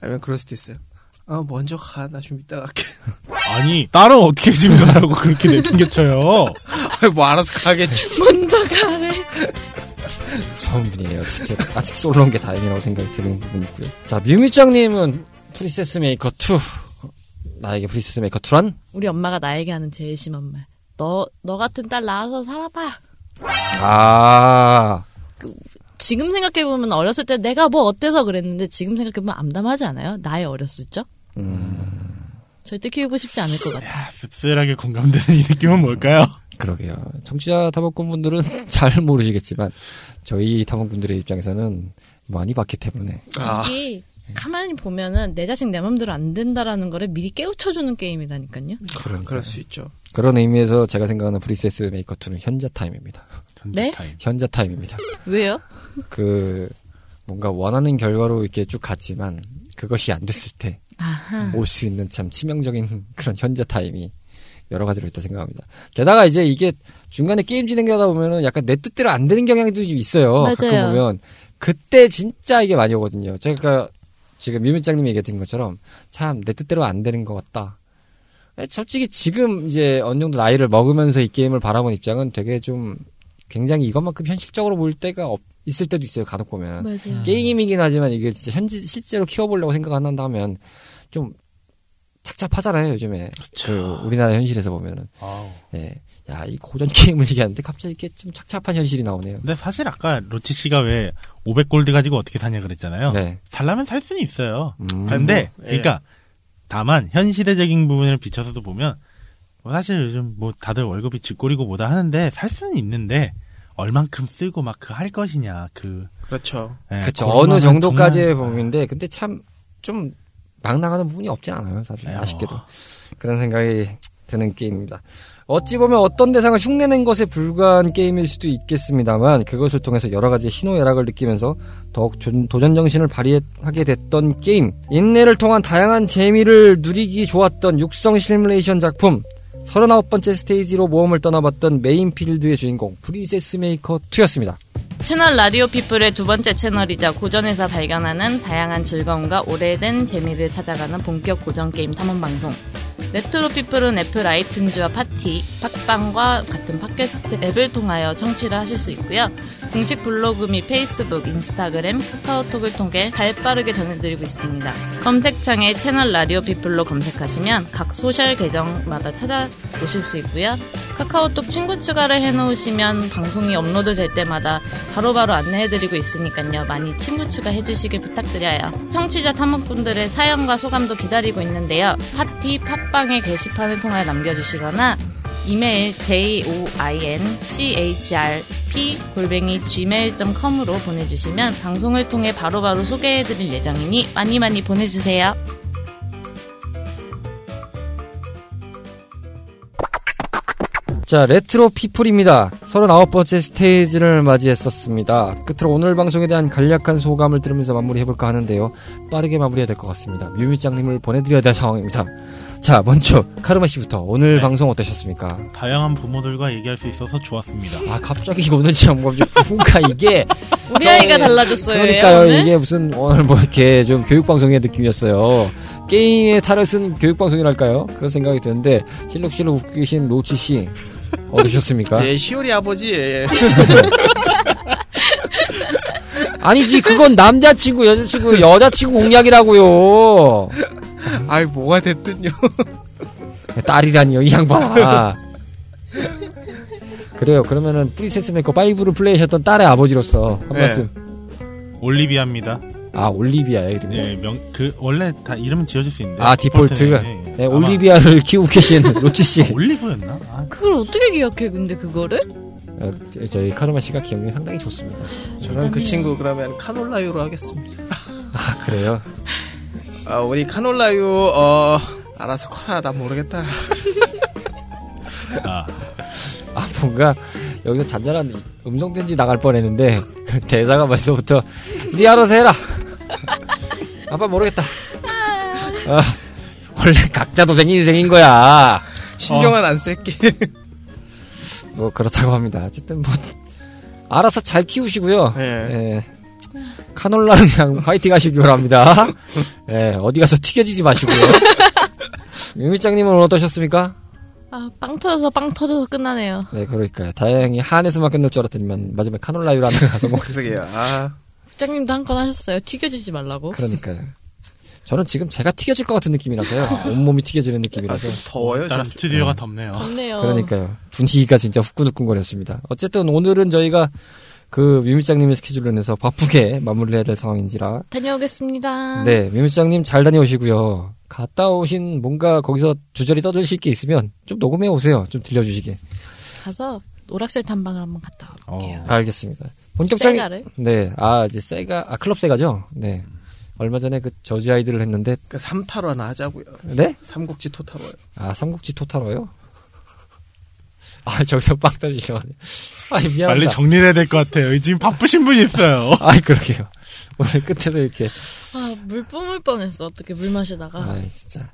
[SPEAKER 1] 아니면 그럴 수도 있어요. 아, 먼저 가. 나 좀 이따 갈게.
[SPEAKER 2] 아니, 딸은 어떻게 집에 가라고 그렇게 내팽겨쳐요?
[SPEAKER 1] 뭐 알아서 가겠죠.
[SPEAKER 5] 먼저 가래.
[SPEAKER 4] 무서운 분이에요. 진짜 아직 솔로인 게 다행이라고 생각이 드는 부분이 있고요. 자, 뮤미짱님은 프리세스 메이커 2. 나에게 프리세스 메이커 2란?
[SPEAKER 5] 우리 엄마가 나에게 하는 제일 심한 말. 너, 너 같은 딸 낳아서 살아봐.
[SPEAKER 4] 아,
[SPEAKER 5] 지금 생각해보면 어렸을 때 내가 뭐 어때서 그랬는데 지금 생각해보면 암담하지 않아요? 나의 어렸을 적?
[SPEAKER 4] 음,
[SPEAKER 5] 절대 키우고 싶지 않을 것 같아.
[SPEAKER 2] 야, 씁쓸하게 공감되는 이 느낌은 뭘까요?
[SPEAKER 4] 그러게요. 청취자 탐험꾼 분들은 잘 모르시겠지만, 저희 탐험꾼들의 입장에서는 많이 봤기 때문에.
[SPEAKER 1] 아,
[SPEAKER 5] 이게 가만히 보면은 내 자식 내 맘대로 안 된다라는 거를 미리 깨우쳐주는 게임이라니까요.
[SPEAKER 4] 그러니까요.
[SPEAKER 1] 그럴 수 있죠.
[SPEAKER 4] 그런 의미에서 제가 생각하는 프리세스 메이커 2는 현자 타임입니다.
[SPEAKER 5] 네?
[SPEAKER 2] 타임.
[SPEAKER 4] 현자 타임입니다.
[SPEAKER 5] 왜요?
[SPEAKER 4] 그, 뭔가 원하는 결과로 이렇게 쭉 갔지만, 그것이 안 됐을 때,
[SPEAKER 5] 아하.
[SPEAKER 4] 올 수 있는 참 치명적인 그런 현재 타임이 여러 가지로 있다 생각합니다. 게다가 이제 이게 중간에 게임 진행하다 보면은 약간 내 뜻대로 안 되는 경향도 좀 있어요. 가끔
[SPEAKER 5] 맞아요.
[SPEAKER 4] 보면 그때 진짜 이게 많이 오거든요. 제가 그러니까 지금 미밀장님이 얘기했던 것처럼 참 내 뜻대로 안 되는 것 같다. 네, 솔직히 지금 이제 어느 정도 나이를 먹으면서 이 게임을 바라본 입장은 되게 좀 굉장히 이것만큼 현실적으로 볼 때가 없- 있을 때도 있어요. 간혹 보면
[SPEAKER 5] 맞아요.
[SPEAKER 4] 게임이긴 하지만 이게 진짜 현지 실제로 키워보려고 생각한다면 좀 착잡하잖아요 요즘에 그 우리나라 현실에서 보면은
[SPEAKER 2] 아우.
[SPEAKER 4] 예. 야, 이 고전 게임을 얘기하는데 갑자기 이렇게 좀 착잡한 현실이 나오네요.
[SPEAKER 2] 근데 사실 아까 로치 씨가 왜 500골드 가지고 어떻게 사냐 그랬잖아요.
[SPEAKER 4] 네.
[SPEAKER 2] 살라면 살 수는 있어요.
[SPEAKER 4] 음.
[SPEAKER 2] 근데
[SPEAKER 1] 예.
[SPEAKER 2] 그러니까 다만 현실대적인 부분을 비춰서도 보면 뭐 사실 요즘 뭐 다들 월급이 쥐꼬리고 뭐다 하는데 살 수는 있는데 얼만큼 쓰고 막 그 할 것이냐 그
[SPEAKER 1] 그렇죠.
[SPEAKER 2] 예,
[SPEAKER 4] 그렇죠.
[SPEAKER 2] 그것만
[SPEAKER 4] 어느 정도까지의 네.
[SPEAKER 2] 정말- 아,
[SPEAKER 4] 범위인데 근데 참 좀 막 나가는 부분이 없진 않아요, 사실.
[SPEAKER 2] 예,
[SPEAKER 4] 네, 아쉽게도.
[SPEAKER 2] 어.
[SPEAKER 4] 그런 생각이 드는 게임입니다. 어찌 보면 어떤 대상을 흉내낸 것에 불과한 게임일 수도 있겠습니다만 그것을 통해서 여러 가지 신호열악을 느끼면서 더욱 조- 도전 정신을 발휘하게 됐던 게임 인내를 통한 다양한 재미를 누리기 좋았던 육성 시뮬레이션 작품 39번째 스테이지로 모험을 떠나봤던 메인필드의 주인공 프린세스 메이커 2였습니다.
[SPEAKER 5] 채널 라디오 피플의 두 번째 채널이자 고전에서 발견하는 다양한 즐거움과 오래된 재미를 찾아가는 본격 고전 게임 탐험 방송. 레트로 피플은 애플 아이튠즈와 파티, 팟빵과 같은 팟캐스트 앱을 통하여 청취를 하실 수 있고요. 공식 블로그 및 페이스북, 인스타그램, 카카오톡을 통해 발빠르게 전해드리고 있습니다. 검색창에 채널 라디오 피플로 검색하시면 각 소셜 계정마다 찾아오실 수 있고요. 카카오톡 친구 추가를 해놓으시면 방송이 업로드 될 때마다 바로바로 안내해드리고 있으니까요. 많이 친구 추가해주시길 부탁드려요. 청취자 탐험꾼들의 사연과 소감도 기다리고 있는데요. 파티 팟빵의 게시판을 통해 남겨주시거나 이메일 joinchrp-gmail.com으로 보내주시면 방송을 통해 바로바로 소개해드릴 예정이니 많이 많이 보내주세요.
[SPEAKER 4] 자, 레트로 피플입니다. 39번째 스테이지를 맞이했었습니다. 끝으로 오늘 방송에 대한 간략한 소감을 들으면서 마무리해볼까 하는데요. 빠르게 마무리해야 될 것 같습니다. 뮤미짱님을 보내드려야 될 상황입니다. 자, 먼저 카르마 씨부터 오늘
[SPEAKER 2] 네.
[SPEAKER 4] 방송 어떠셨습니까?
[SPEAKER 2] 다양한 부모들과 얘기할 수 있어서 좋았습니다.
[SPEAKER 4] 아, 갑자기 오늘 정보이 뭔가 이게
[SPEAKER 9] 우리 아이가 달라졌어요.
[SPEAKER 4] 그러니까요.
[SPEAKER 9] 얘 오늘?
[SPEAKER 4] 이게 무슨 오늘 뭐 이렇게 좀 교육 방송의 느낌이었어요. 게임에 탈을 쓴 교육 방송이랄까요? 그런 생각이 드는데 실룩실룩 웃기신 로치 씨
[SPEAKER 9] 네.
[SPEAKER 4] 어떠셨습니까?
[SPEAKER 1] 예, 시오리 아버지. 예.
[SPEAKER 4] 아니지 그건 남자친구 여자친구 여자친구 공약이라고요
[SPEAKER 1] 아이 뭐가 됐든요.
[SPEAKER 4] 딸이라니요 이 양반 그래요 그러면은 프리세스 메이커 5를 플레이하셨던 딸의 아버지로서 한
[SPEAKER 1] 네.
[SPEAKER 4] 말씀
[SPEAKER 2] 올리비아입니다.
[SPEAKER 4] 아 올리비아야 이름이
[SPEAKER 2] 예, 명, 그, 원래 다 이름은 지어질 수 있는데.
[SPEAKER 4] 아, 디폴트가?
[SPEAKER 2] 예, 예.
[SPEAKER 4] 네,
[SPEAKER 2] 아마
[SPEAKER 4] 올리비아를 키우고 계신 로치씨
[SPEAKER 2] 올리브였나? 아,
[SPEAKER 9] 그걸 어떻게 기억해 근데 그거를?
[SPEAKER 4] 어, 저희 카르마씨가 기억력이 상당히 좋습니다
[SPEAKER 1] 저는 그 친구 그러면 카놀라유로 하겠습니다.
[SPEAKER 4] 아 그래요?
[SPEAKER 1] 아, 우리 카놀라유 어 알아서 커라 나 모르겠다.
[SPEAKER 2] 아,
[SPEAKER 4] 아 뭔가 여기서 잔잔한 음성편지 나갈 뻔했는데 대사가 벌써부터 니 알아서 해라 아빠 모르겠다 아, 원래 각자 도생 인생인 거야
[SPEAKER 1] 신경은 안 쓸게.
[SPEAKER 4] 뭐 그렇다고 합니다 어쨌든 뭐 알아서 잘 키우시고요
[SPEAKER 1] 예.
[SPEAKER 4] 예. 카놀라는 그냥 화이팅 하시기 바랍니다 예, 어디 가서 튀겨지지 마시고요 유미짱님은 오늘 어떠셨습니까?
[SPEAKER 9] 아, 빵 터져서 빵 터져서 끝나네요.
[SPEAKER 4] 네 그러니까요 다행히 한에서만 끝날 줄 알았더니만 마지막에 카놀라유라는 거 가서 뭐
[SPEAKER 1] 그러게요. 아,
[SPEAKER 9] 부장님도 한 건 하셨어요. 튀겨지지 말라고.
[SPEAKER 4] 그러니까요. 저는 지금 제가 튀겨질 것 같은 느낌이라서요. 온몸이 튀겨지는
[SPEAKER 1] 아,
[SPEAKER 4] 느낌이라서.
[SPEAKER 1] 좀 더워요.
[SPEAKER 2] 따라
[SPEAKER 1] 좀.
[SPEAKER 2] 스튜디오가 덥네요.
[SPEAKER 4] 아,
[SPEAKER 9] 좋네요.
[SPEAKER 4] 그러니까요. 분위기가 진짜 후끈후끈거렸습니다. 어쨌든 오늘은 저희가 그 뮤미짱님의 스케줄로 인해서 바쁘게 마무리해야 될 상황인지라.
[SPEAKER 9] 다녀오겠습니다.
[SPEAKER 4] 네, 뮤미짱님 잘 다녀오시고요. 갔다 오신 뭔가 거기서 주저리 떠들실 게 있으면 좀 녹음해 오세요. 좀 들려주시게.
[SPEAKER 9] 가서 오락실 탐방을 한번 갔다 올게요.
[SPEAKER 2] 어.
[SPEAKER 4] 알겠습니다. 본격적인
[SPEAKER 9] 세가를?
[SPEAKER 4] 네, 아 이제 세가 아 클럽 세가죠. 네, 얼마 전에 그 저지 아이들을 했는데
[SPEAKER 1] 그 3타로 하나 하자고요.
[SPEAKER 4] 네
[SPEAKER 1] 삼국지 토타로요.
[SPEAKER 4] 아 삼국지 토탈어요? 아 저기서 빵 터지려 하네. 아이 미안합니다.
[SPEAKER 2] 빨리 정리를 해야 될 것 같아요. 지금 바쁘신 분이 있어요.
[SPEAKER 4] 네. 아이 그러게요. 오늘 끝에서 이렇게
[SPEAKER 9] 아, 물 뿜을 뻔했어. 어떻게 물 마시다가.
[SPEAKER 4] 아이 진짜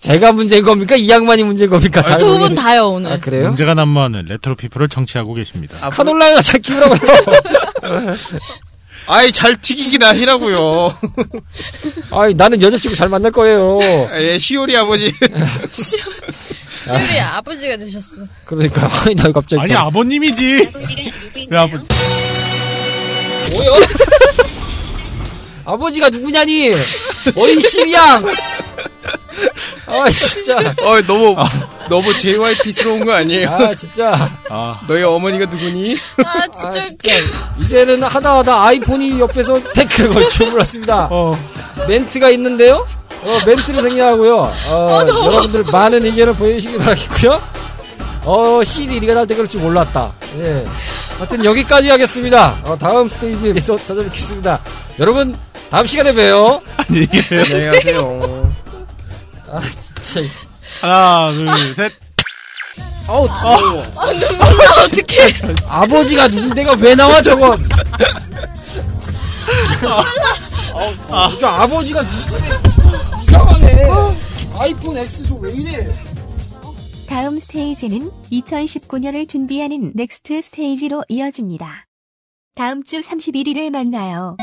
[SPEAKER 4] 제가 문제인 겁니까 이 양반이 문제인 겁니까? 잘
[SPEAKER 9] 두 분
[SPEAKER 4] 모르겠-
[SPEAKER 9] 다요, 오늘.
[SPEAKER 4] 아 그래요?
[SPEAKER 2] 문제가 난무하는 레트로 피플을 정치하고 계십니다.
[SPEAKER 1] 아, 물-
[SPEAKER 4] 카놀라가 잘 키우라고요.
[SPEAKER 1] 뭐, 아이 잘 튀기긴 하시라고요.
[SPEAKER 4] 아이 나는 여자친구 잘 만날 거예요.
[SPEAKER 1] 예, 시오리 아버지.
[SPEAKER 9] 시우리 아. 아버지가 되셨어.
[SPEAKER 4] 그러니까 아이 나 갑자기
[SPEAKER 2] 아니, 아버님이지. 내 아버,
[SPEAKER 4] 아버... 지가 누구냐니? 어이 씨야. 아 진짜
[SPEAKER 1] 어, 너무 너무 JYP스러운 거 아니에요?
[SPEAKER 4] 아 진짜.
[SPEAKER 2] 아,
[SPEAKER 1] 너희 어머니가 누구니?
[SPEAKER 9] 아,
[SPEAKER 4] 아,
[SPEAKER 9] 진짜
[SPEAKER 4] 진짜
[SPEAKER 9] 웃겨.
[SPEAKER 4] 이제는 하다 하다 아이폰이 옆에서 태클 걸쳐 물었습니다.
[SPEAKER 2] 어.
[SPEAKER 4] 멘트가 있는데요. 어, 멘트를 생략하고요. 어, 여러분들 많은 의견을 보여주시기 바라겠고요. 어, CD 네가 날 때 그럴 줄 몰랐다. 예. 하여튼 여기까지 하겠습니다. 어, 다음 스테이지에서 찾아뵙겠습니다. 여러분, 다음 시간에 봬요.
[SPEAKER 2] 아니, 이게
[SPEAKER 1] 안녕히 가세요.
[SPEAKER 4] 아, 진짜.
[SPEAKER 2] 하나, 둘, 셋.
[SPEAKER 1] 아우 더워.
[SPEAKER 4] 아버지가 누군 내가 왜 나와 저건? 아, 저 아버지가 누군데? 이상하네. 아이폰 X 저왜 이래?
[SPEAKER 10] 다음 스테이지는 2019년을 준비하는 넥스트 스테이지로 이어집니다. 다음 주 31일에 만나요.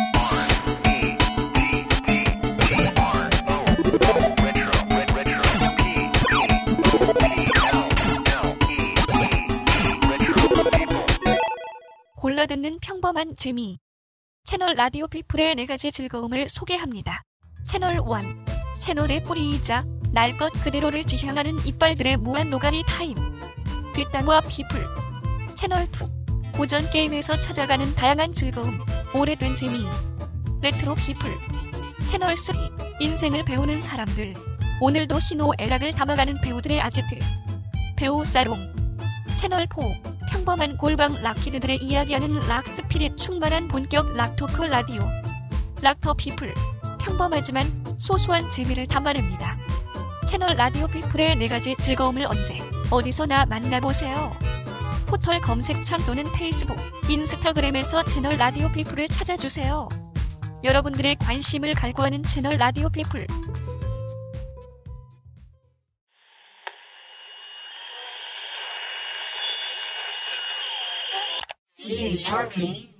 [SPEAKER 6] 골라듣는 평범한 재미. 채널 라디오 피플의 네 가지 즐거움을 소개합니다. 채널 1. 채널의 뿌리이자 날 것 그대로를 지향하는 이빨들의 무한 노가리 타임. 뒷담화 피플. 채널 2. 고전 게임에서 찾아가는 다양한 즐거움, 오래된 재미. 레트로 피플. 채널 3. 인생을 배우는 사람들. 오늘도 희노애락을 담아가는 배우들의 아지트. 배우 사롱. 채널 4. 평범한 골방 락키드들의 이야기하는 락스피릿 충만한 본격 락토크 라디오 락터 피플 평범하지만 소소한 재미를 담아냅니다 채널 라디오 피플의 네가지 즐거움을 언제 어디서나 만나보세요 포털 검색창 또는 페이스북 인스타그램에서 채널 라디오 피플을 찾아주세요 여러분들의 관심을 갈구하는 채널 라디오 피플
[SPEAKER 11] CHRP